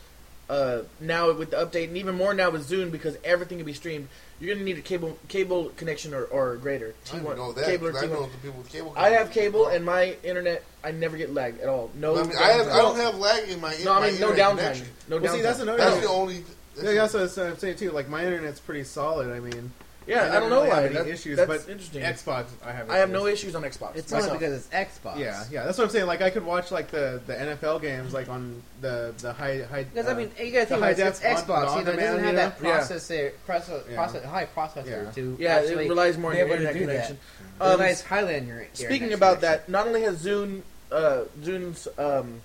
uh, now with the update, and even more now with Zoom because everything can be streamed. You're gonna need a cable cable connection or, or greater.
I didn't
T1
know that.
Cable or
'cause I know
T1.
the people with cable.
I have
companies.
cable, and my internet I never get lag at all. No,
I mean, I, have,
downtime.
I don't have lag in my.
no.
my
I mean, no
internet
downtime.
connection.
No
Well,
downtime.
see, that's another
That's
thing.
the only.
Yeah, that's what I'm saying too. Like my internet's pretty solid. I mean, I
yeah, I,
never
don't know
really have
why.
any
That,
issues,
that's
but
interesting.
Xbox, I have.
I have
issues.
no issues on Xbox.
It's
myself.
only because it's Xbox.
Yeah, yeah, that's what I'm saying. Like I could watch like the, the NFL games like on the the high high.
Because I
uh,
mean, you gotta think
the
about it,
high
it's
def on-
Xbox. You know, it
on-demand,
doesn't
you
have that
know? Yeah.
processor, processor,
Yeah.
processor high processor
Yeah.
to
yeah, it
actually
relies more on
be
your
able to
internet
do that.
connection.
Um,
Um,
relies highly on your.
Speaking about that, not only has Zune, uh, Zune's um,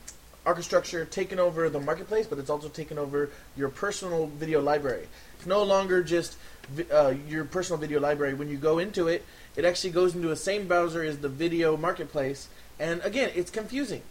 architecture taken over the marketplace, but it's also taken over your personal video library. It's no longer just vi- uh, your personal video library. When you go into it, it actually goes into the same browser as the video marketplace, and again, it's confusing.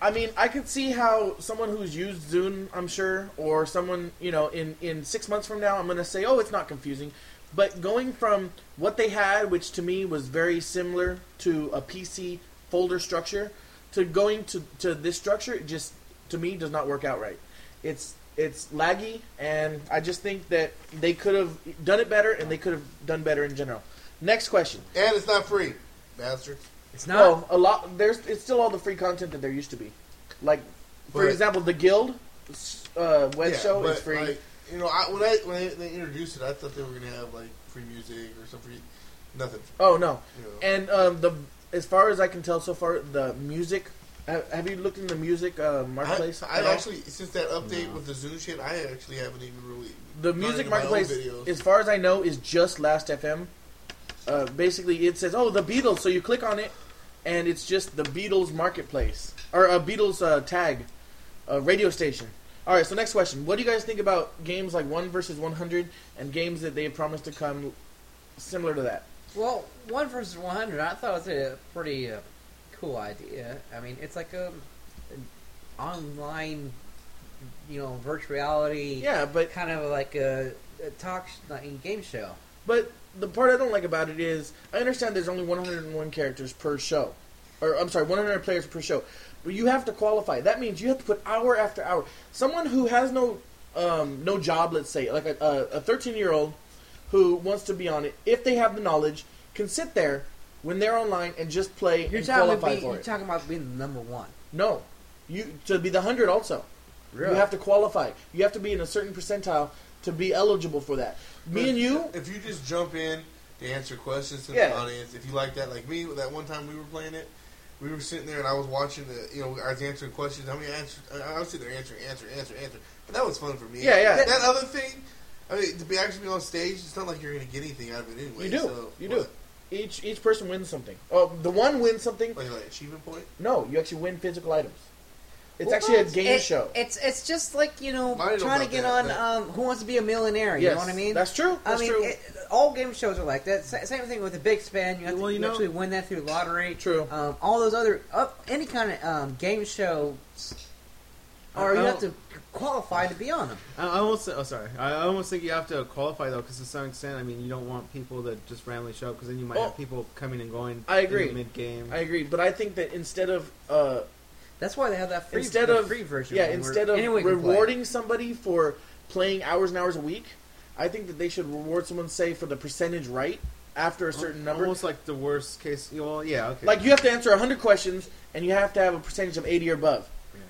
I mean, I could see how someone who's used Zune, I'm sure, or someone, you know, in, in six months from now, I'm going to say, oh, it's not confusing. But going from what they had, which to me was very similar to a PC folder structure, to going to, to this structure, it just, to me, does not work out right. It's, it's laggy, and I just think that they could have done it better, and they could have done better in general. Next question.
And it's not free, bastards.
it's
No,
not.
oh,
a lot. There's it's still all the free content that there used to be. Like, for
But-
example, the Guild uh, web
Yeah,
show is
but,
free.
Like, you know, I, when I when they, they introduced it, I thought they were gonna have like free music or some free nothing.
oh no!
You know.
And um, the as far as I can tell so far, the music. Have, have you looked in the music uh, marketplace?
I,
at
I
all?
actually since that update with the Zoom shit, I actually haven't even really.
the
gone
music
into my own
marketplace,
videos.
as far as I know, is just Last FM. Uh, basically, it says, "Oh, the Beatles." So you click on it, and it's just the Beatles marketplace or a Beatles uh, tag, uh, radio station. All right. So next question: What do you guys think about games like One versus One Hundred and games that they have promised to come similar to that?
Well, one versus one hundred. I thought it was a pretty uh, cool idea. I mean, it's like a an online, you know, virtual reality.
Yeah, but
Kind of like a, a talk sh- like, game show.
But the part I don't like about it is I understand there's only 101 characters per show, or I'm sorry, 100 players per show. But you have to qualify. That means you have to put hour after hour. Someone who has no um, no job, let's say, like a- a 13 year old who wants to be on it, if they have the knowledge, can sit there when they're online and just play
You're
and
talking, about
qualify
being,
for
you're
it.
talking about being the number one.
no, you to be the hundred also.
Really?
You have to qualify. You have to be in a certain percentile to be eligible for that. Me and you,
if you just jump in to answer questions to the
Yeah.
audience, if you like that, like me, that one time we were playing it, we were sitting there and I was watching the, you know, I was answering questions. How many answers? I I was sitting there answering, answering, answering, answering. But that was fun for me.
Yeah, yeah.
That, that other thing, I mean, to be actually on stage, it's not like you're going to get anything out of it anyway.
You do.
So,
you do. Each each person wins something. Oh, the one wins something.
Like, like achievement point.
No, you actually win physical items. It's
Well,
actually a
it's-
game
it-
show.
It's it's just like you know
I know
trying to
about
get
that,
on
but-
um, Who Wants to Be a Millionaire. You
Yes,
know what I mean?
That's true.
I
That's
mean,
true.
it, all game shows are like that. Sa- same thing with the Big Spin. You have
Well,
to
you know-
actually win that through lottery.
True.
Um, all those other uh, any kind of um, game show, or you
I
have
don't-
to qualify to be on them.
I I almost oh sorry, I I almost think you have to qualify though, because to some extent, I mean, you don't want people that just randomly show up, because then you might
Oh.
have people coming and going.
I agree.
Mid game.
I agree, but I think that instead of uh,
That's why they have that free
instead
the
of
free version.
yeah,
one where
instead of
anyone can play.
rewarding somebody for playing hours and hours a week, I think that they should reward someone say for the percentage right after a certain number.
Almost like the worst case. Well, yeah, okay.
Like you have to answer 100 questions and you have to have a percentage of 80 or above.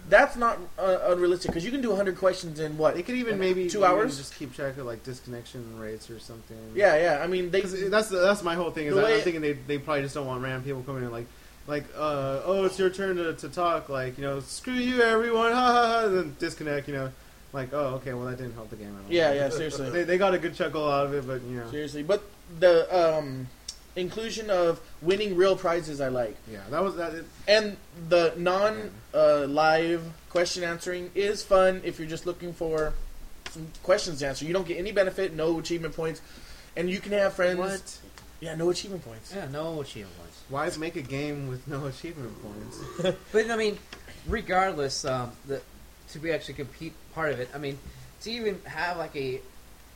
That's not uh, unrealistic because you can do 100 questions in what?
They could even maybe
two
even
hours?
just keep track of like disconnection rates or something.
Yeah, yeah. I mean, they
'Cause that's that's my whole thing. Is
The
I-
way-
I'm thinking they, they probably just don't want random people coming in like like uh, oh it's your turn to, to talk like you know screw you everyone *laughs* ha ha ha and then disconnect you know like oh okay well that didn't help the game at all.
Yeah, yeah, seriously.
They, they got a good chuckle out of it, but you know
seriously. But the um, inclusion of winning real prizes I like.
yeah that was that. It,
And the non uh, live question answering is fun if you're just looking for some questions to answer. You don't get any benefit, no achievement points. And you can have friends.
what?
Yeah, no achievement points.
yeah, no achievement points.
Why make a game with no *laughs* achievement points?
But I mean, regardless, um, the, to be actually compete part of it, I mean, to even have like a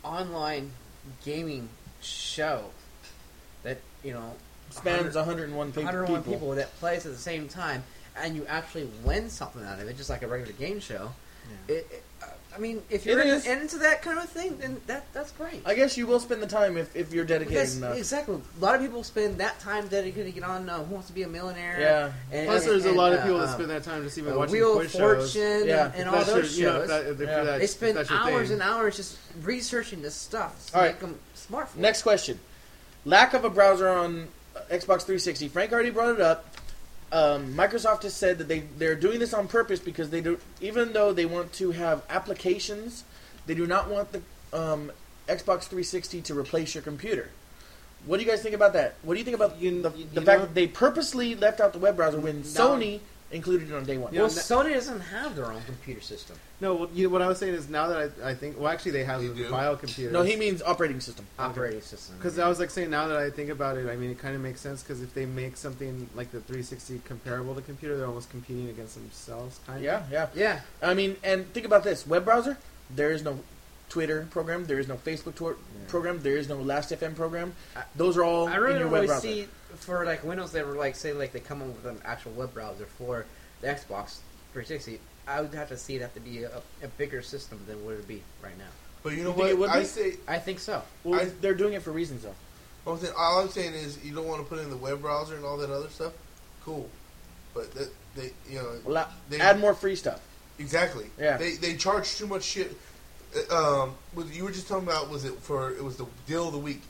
online gaming show that you know
Spans 101, pe-
101 people.
people.
that plays at the same time, and you actually win something out of it, just like a regular game show. It, it, I- I mean, if you're
It
in-
is.
into that kind of thing, then that that's great.
I guess you will spend the time if, if you're dedicated
Because-
enough.
exactly. A lot of people spend that time dedicated to get on uh, Who Wants to Be a Millionaire.
Yeah.
And,
Plus, there's a
and,
lot of
uh,
people that
uh,
spend that time just even
uh,
watching
Wheel
quiz
of
shows.
Fortune
Yeah,
and, and
If
all
that's your-
those
you know,
shows.
if that- if
Yeah.
that's-
they spend
that's your
hours
thing.
and hours just researching this stuff to
All
make
right.
them smart. For
Next question. Lack of a browser on uh, Xbox 360. Frank already brought it up. Um, Microsoft has said that they they're doing this on purpose because they do even though they want to have applications, they do not want the um, Xbox 360 to replace your computer. What do you guys think about that? What do you think about
You-
the,
you-
the
you
fact
know-
that they purposely left out the web browser when
No.
Sony included it on day one?
Well,
Yeah, that-
Sony doesn't have their own computer system.
No, well, you know, what I was saying is now that I, I think, well, actually, they have
They
the
do?
bio computer.
no, he means operating system.
Uh,
Operating system.
Because I was like saying, now that I think about it, I mean, it kind of makes sense. Because if they make something like the 360 comparable to computer, they're almost competing against themselves, kind of.
Yeah, yeah.
yeah.
I mean, and think about this: web browser. There is no Twitter program. There is no Facebook tor- program. There is no Last.fm program. Those are all
I really
in your
don't
web
really
browser.
see for like Windows that were like say like they come up with an actual web browser for the Xbox 360. I would have to see that to be a, a bigger system than what it would be right now.
But you
You
know
think it would
what? I
be?
say
I think so.
Well,
I-
they're doing it for reasons, though.
I'm saying, all I'm saying is you don't want to put in the web browser and all that other stuff. Cool, but that, they you know
La-
They-
add more free stuff.
exactly.
Yeah.
They they charge too much shit. Uh, Um, was, you were just talking about was it for it was the deal of the week,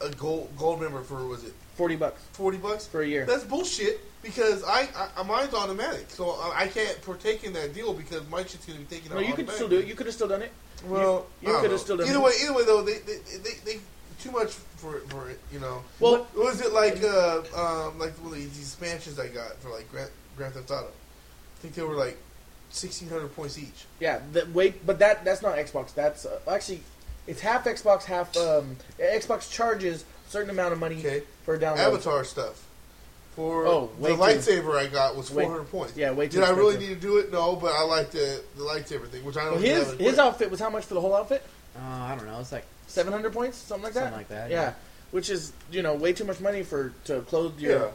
a gold gold member for was it
Forty bucks
forty bucks?
for a year.
That's bullshit because I, I uh, mine's automatic, so uh, I, I can't partake in that deal because my shit's gonna be taken
No,
out.
you could still do it. You could have still done it.
Well,
you- you
I don't
could've
know.
still done
either
it.
way. Either way, though, they they, they, they too much for for it, you know.
Well,
Was it like uh um like one of these expansions I got for like Grand, Grand Theft Auto? I think they were like sixteen hundred points each.
yeah. The, wait, but that that's not Xbox. That's uh, actually it's half Xbox, half um, Xbox charges a certain amount of money
Okay,
for download.
Avatar stuff. For
Oh,
the
way too-
lightsaber I got was
way-
four hundred points.
Yeah, wait.
Did I really need to do it? No, but I like the the lightsaber thing, which I don't.
Well,
even
his
have it.
his outfit was how much for the whole outfit?
Uh, I don't know. It's like
Seven hundred points, something like that.
something like that.
Yeah, which is you know way too much money for to clothe
yeah.
your.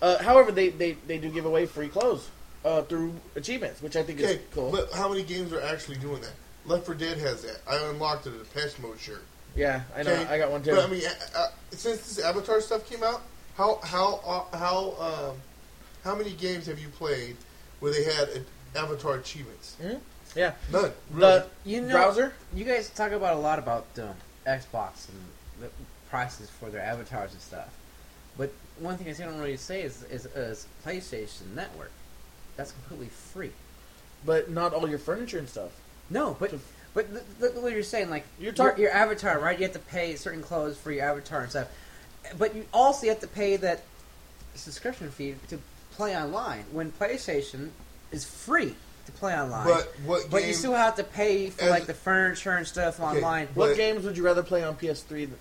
Uh, however, they, they they do give away free clothes uh, through achievements, which I think is
Okay,
cool.
but how many games are actually doing that? Left 4 Dead has that. I unlocked it a Depeche Mode shirt.
yeah, I know.
okay,
I got one too.
But I mean, uh, uh, since this Avatar stuff came out, how how uh, how um, how many games have you played where they had uh, Avatar achievements?
Mhm. Yeah.
none. Really.
the
You know,
browser.
you guys talk about a lot about uh, Xbox and the prices for their avatars and stuff. But one thing I don't really say is is, is PlayStation Network. That's completely free.
But not all your furniture and stuff.
No, but
To-
but th- look what you're saying. Like
You're
your
talk-
your avatar, right? You have to pay certain clothes for your avatar and stuff, but you also have to pay that subscription fee to play online. When PlayStation is free to play online,
But what
but
game?
you still have to pay for
as-
like the furniture and stuff online.
But-
what games would you rather play on PS3 that,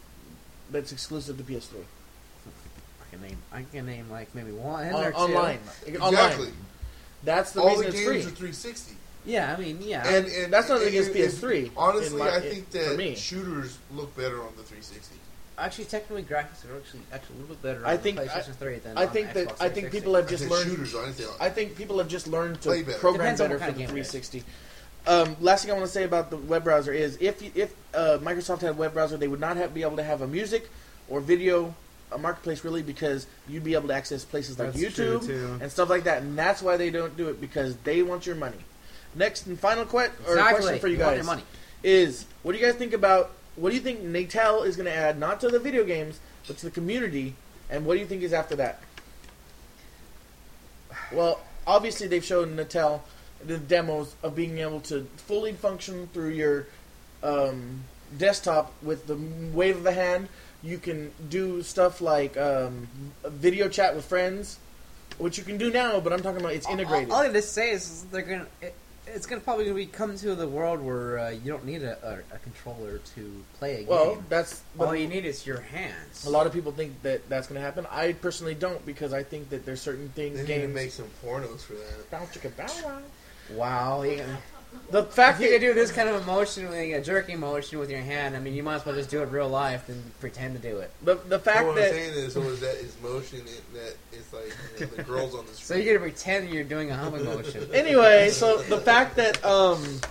that's exclusive to PS3?
I can name I can name like maybe one
On-
or two.
online.
exactly.
Online. That's the
All
reason
the games
it's
are
free.
360.
Yeah, I mean, yeah.
And, and
That's not
and-
against
and-
PS3,
Honestly,
in my-
I think
in- for me.
that shooters look better on the 360.
actually, technically, graphics are actually actually a little bit better.
I
on the
think-
PlayStation Three than
I
on
think
the
that
Xbox
I think
360.
people have
I
just
said
learned
shooters. I didn't say-
I think people have just learned to
Play better.
program
Depends on
better
what
for the
kind of game it is.
360. Um, last thing I want to say about the web browser is if you, if uh, Microsoft had a web browser, they would not have, be able to have a music or video a marketplace really because you'd be able to access places like
That's true,
YouTube
too.
and stuff like that, and that's why they don't do it because they want your money. Next and final que- or
Exactly.
question for you
You want
guys
your money.
is what do you guys think about what do you think Natel is going to add not to the video games but to the community, and what do you think is after that? Well, obviously they've shown Natel the demos of being able to fully function through your um, desktop with the wave of the hand. You can do stuff like um, video chat with friends, which you can do now, but I'm talking about it's integrated.
All, all I gotta say is they're gonna. It, it's gonna probably gonna be come to the world where uh, you don't need a, a, a controller to play a
well,
game.
that's
All
but
you need is your hands.
a lot of people think that that's going to happen. I personally don't because I think that there's certain things
They need to
games.
make some pornos for that.
Bow chicka bow wow.
Wow, you
*laughs*
can,
The fact
if you can
that
do this kind of emotion, like a jerky motion with your hand, I mean, you might as well just do it real life than pretend to do it.
the, the
So
fact
what I'm
that
saying is, so is that is motion it, that it's like you know,
*laughs*
the girls on the
So
street.
you're gonna pretend you're doing a humming motion.
anyway, so the fact that um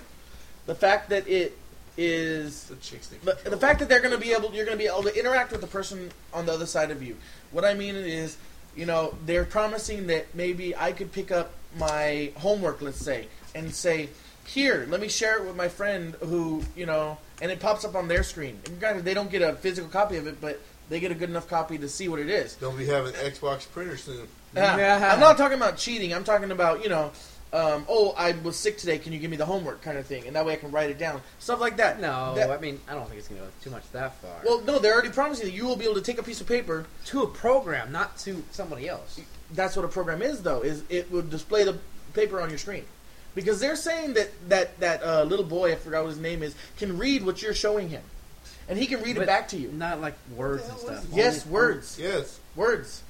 the fact that it is
The chicks that
the, the fact that they're going to be able you're going to be able to interact with the person on the other side of you what i mean is you know they're promising that maybe i could pick up my homework let's say and say here let me share it with my friend who you know and it pops up on their screen and granted they don't get a physical copy of it but they get a good enough copy to see what it is
they'll be having Xbox printer soon.
yeah.
Yeah.
I'm not talking about cheating. I'm talking about you know, um, oh, I was sick today. Can you give me the homework kind of thing? And that way I can write it down. Stuff like that.
No,
That-
I mean I don't think it's gonna go too much that far.
Well, no, they're already promising that you will be able to take a piece of paper.
to a program, not to somebody else.
That's what a program is, though. Is it will display the paper on your screen. Because they're saying that that that uh, little boy, I forgot what his name is, can read what you're showing him, and he can read it
But-
back to you.
Not like words and stuff.
Yes, words.
Yes.
Words.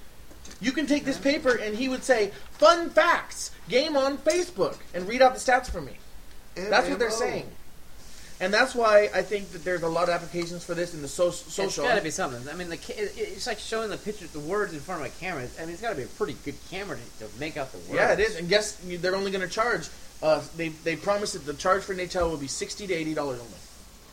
You can take this paper, and he would say, "Fun facts, game on Facebook," and read out the stats for me. That's what they're
MMO.
saying. And that's why I think that there's a lot of applications for this in the so- social.
It's got to be something. I mean, the ca- it- it's like showing the picture, the words in front of a camera. I mean, it's got to be a pretty good camera to, to make out the words.
yeah, it is. And guess you- they're only going to charge. Uh, they they promised that the charge for Natel will be sixty to eighty dollars only.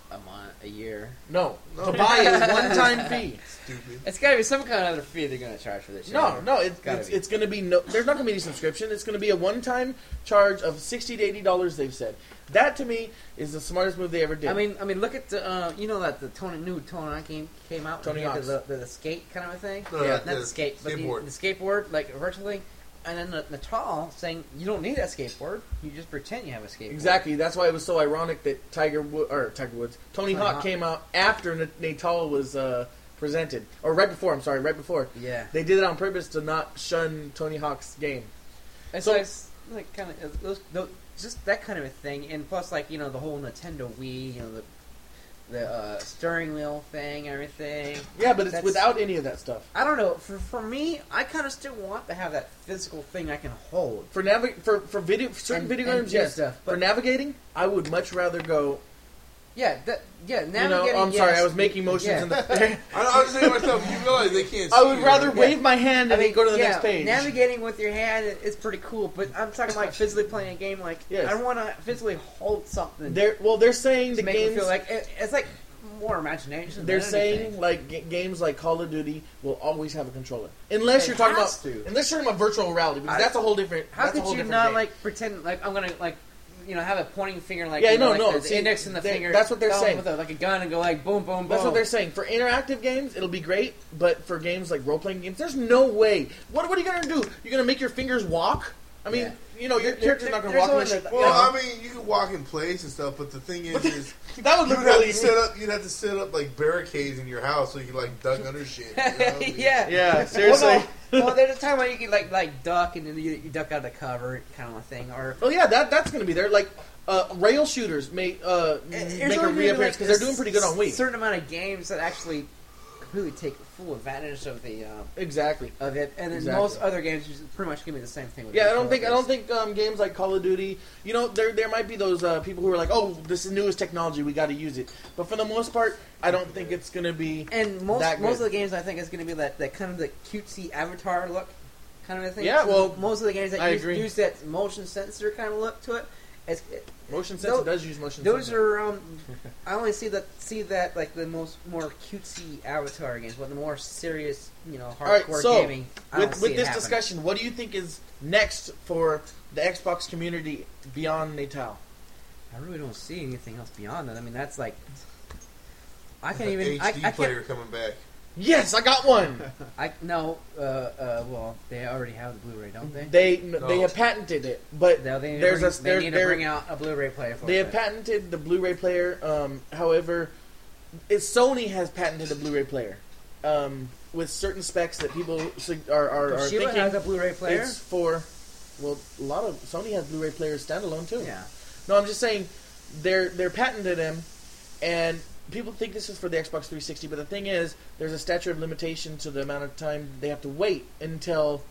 A month, a year.
No, to buy
*laughs*
is one time fee.
Stupid.
It's got to be some kind of other fee they're going to charge for this.
No,
shit.
no, it,
Gotta
it's
be.
it's going to be no. There's not going to be any subscription. It's going to be a one time charge of sixty to eighty dollars. They've said that to me is the smartest move they ever did.
I mean, I mean, look at the uh, you know that the Tony new Tony Hawk game came out.
Tony
you had
Hawk's.
the, the, the skate kind of a thing.
No,
Yeah,
that-
Not the
that-
skate, but the,
skateboard.
the skateboard, like virtually. And then the, the tall saying you don't need that skateboard. You just pretend you have a skateboard.
Exactly. That's why it was so ironic that Tiger Wo- or Tiger Woods, Tony,
Tony
Hawk,
Hawk.
came out after Na- Natal was uh, presented, or right before. I'm sorry, right before.
Yeah.
They did it on purpose to not shun Tony Hawk's game.
It's
So-
like, like kind of those, those, just that kind of a thing, and plus like you know the whole Nintendo Wii, you know the the uh, steering wheel thing, everything.
Yeah, but it's
That's-
without any of that stuff.
I don't know. For for me, I kind of still want to have that physical thing I can hold.
For navi- for for video for certain
And-
video
and
games,
do
yes.
stuff,
for
but-
navigating, I would much rather go.
Yeah, that yeah. Now
You know, I'm sorry, I was making motions.
Yeah.
In
*laughs*
the,
I, I was saying to myself, you realize they can't.
I
see
would
you,
rather
right?
wave my *laughs* hand and then go to the
yeah,
next page.
Navigating with your hand i- is pretty cool, but I'm
*laughs*
talking like physically playing a game. Like
Yes.
I want to physically hold something.
they're well, they're saying
to
the
make me
games.
feel like it, it's like more imagination.
They're
than
saying
anything.
like g- games like Call of Duty will always have a controller, unless you're talking about
has to.
unless you're talking about virtual reality because
I-
that's a whole different.
How
that's a
could
whole
you
different
not
game.
like pretend like I'm gonna like you know have a pointing finger like
Yeah,
you know,
no,
like,
no,
the, the
see,
index and the
they-
finger
that's what they're
thumb
saying.
with a, like a gun and go like boom boom boom.
That's what they're saying. For interactive games, it'll be great, but for games like role playing games, there's no way. What what are you gonna do? You're gonna make your fingers walk? I mean, you know, your
There-
character's
there-
not gonna
there's
walk
only
unless you.
the-
you know,
Well, I mean, you can walk in place and stuff, but the thing is, is
that would
you'd
look
have
really.
to set up. You'd have to set up like barricades in your house so you could like duck under shit. You know?
*laughs*
I mean,
*laughs*
yeah.
Yeah,
Well,
seriously.
no, well, there's a time where you can like like duck and then you, you duck out of the cover kind of a thing or
Oh yeah, that that's gonna be there. Like uh, rail shooters may uh,
Eh, There's
make a
only maybe,
reappearance
like,
because they're doing pretty good on
a
Wii.
Certain amount of games that actually completely take full advantage of the um,
exactly.
of it, and then
Exactly.
most other games just pretty much give me the same thing. With
Yeah, I don't
controller
think I don't
games.
think um, games like Call of Duty. You know, there there might be those uh, people who are like, "Oh, this is newest technology, we got to use it." But for the most part, I don't think it's gonna be.
And most
that
most
good.
of the games I think is going to be that, that kind of the cutesy avatar look, kind of a thing.
Yeah, well,
most of the games that
I
use,
agree.
use that motion sensor kind of look to it. It's, it
Motion sensor
Tho-
does use motion.
those
sensor.
are um,
*laughs*
I only see that see that like the most more cutesy avatar games, but the more serious you know
right,
hardcore
so,
gaming. I don't
with
see
with
it
this
happening.
discussion. What do you think is next for the Xbox community beyond Natal?
I really don't see anything else beyond that. I mean, that's like. I
an
can't even. I, I
HD
can't.
player coming back.
Yes, I got
*laughs*
one.
I no. Uh, uh, well, they already have the Blu-ray, don't they?
they they have patented it, but
They, they need,
There's
to,
a-
bring,
there-
they need to
there-
bring out a Blu-ray player for
They
it.
have patented the Blu-ray player. Um, however, it's Sony has patented the Blu-ray player um, with certain specs that people sig- are, are, are
Toshiba
thinking
has a Blu-ray player.
it's for. Well, a lot of Sony has Blu-ray players standalone too.
Yeah,
No, I'm just saying they're they're patented them, and people think this is for the Xbox 360. But the thing is, there's a statute of limitation to the amount of time they have to wait until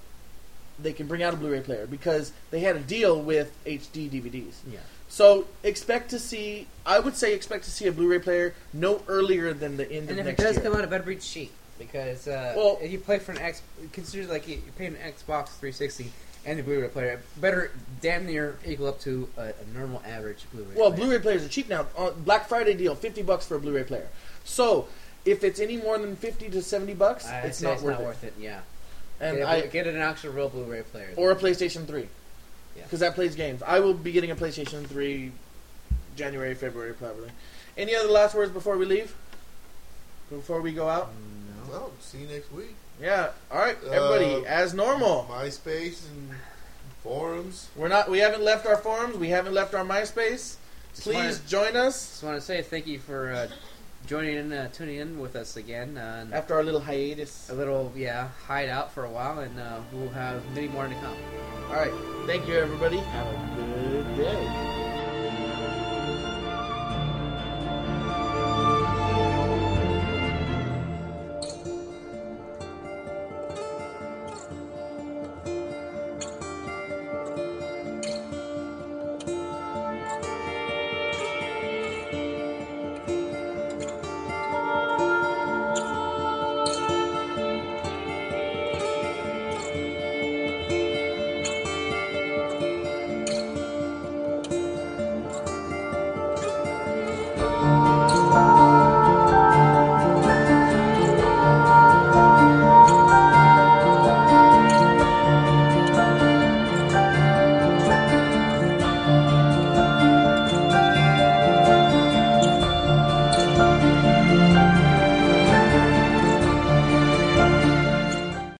they can bring out a Blu-ray player because they had a deal with HD DVDs.
yeah.
So expect to see. I would say expect to see a Blu-ray player no earlier than the end
And
of
if it
next
does
year.
come out, it better be cheap because uh,
Well-
if you play for an X, consider like you, you pay an Xbox 360, and the Blu-ray player better damn near equal up to a, a normal average Blu-ray.
Well,
player.
Blu-ray players are cheap now. On Black Friday deal, fifty bucks for a Blu-ray player. So if it's any more than fifty to seventy bucks,
I'd
it's
say
not worth it.
Yeah,
And
get, a-
I
get an actual real Blu-ray player.
or a PlayStation Three,
Yeah.
because that plays games. I will be getting a PlayStation Three, January, February, probably. Any other last words before we leave? Before we go out,
Well, see you next week.
yeah. All right, everybody,
Uh,
as normal.
MySpace and forums.
We're not. We haven't left our forums. We haven't left our MySpace. Please join us
Just want to say thank you for uh, joining in, uh, tuning in with us again. Uh, and
after our little hiatus.
a little, yeah, hideout for a while, and uh, we'll have many more to come.
All right. Thank you, everybody. Have a good day.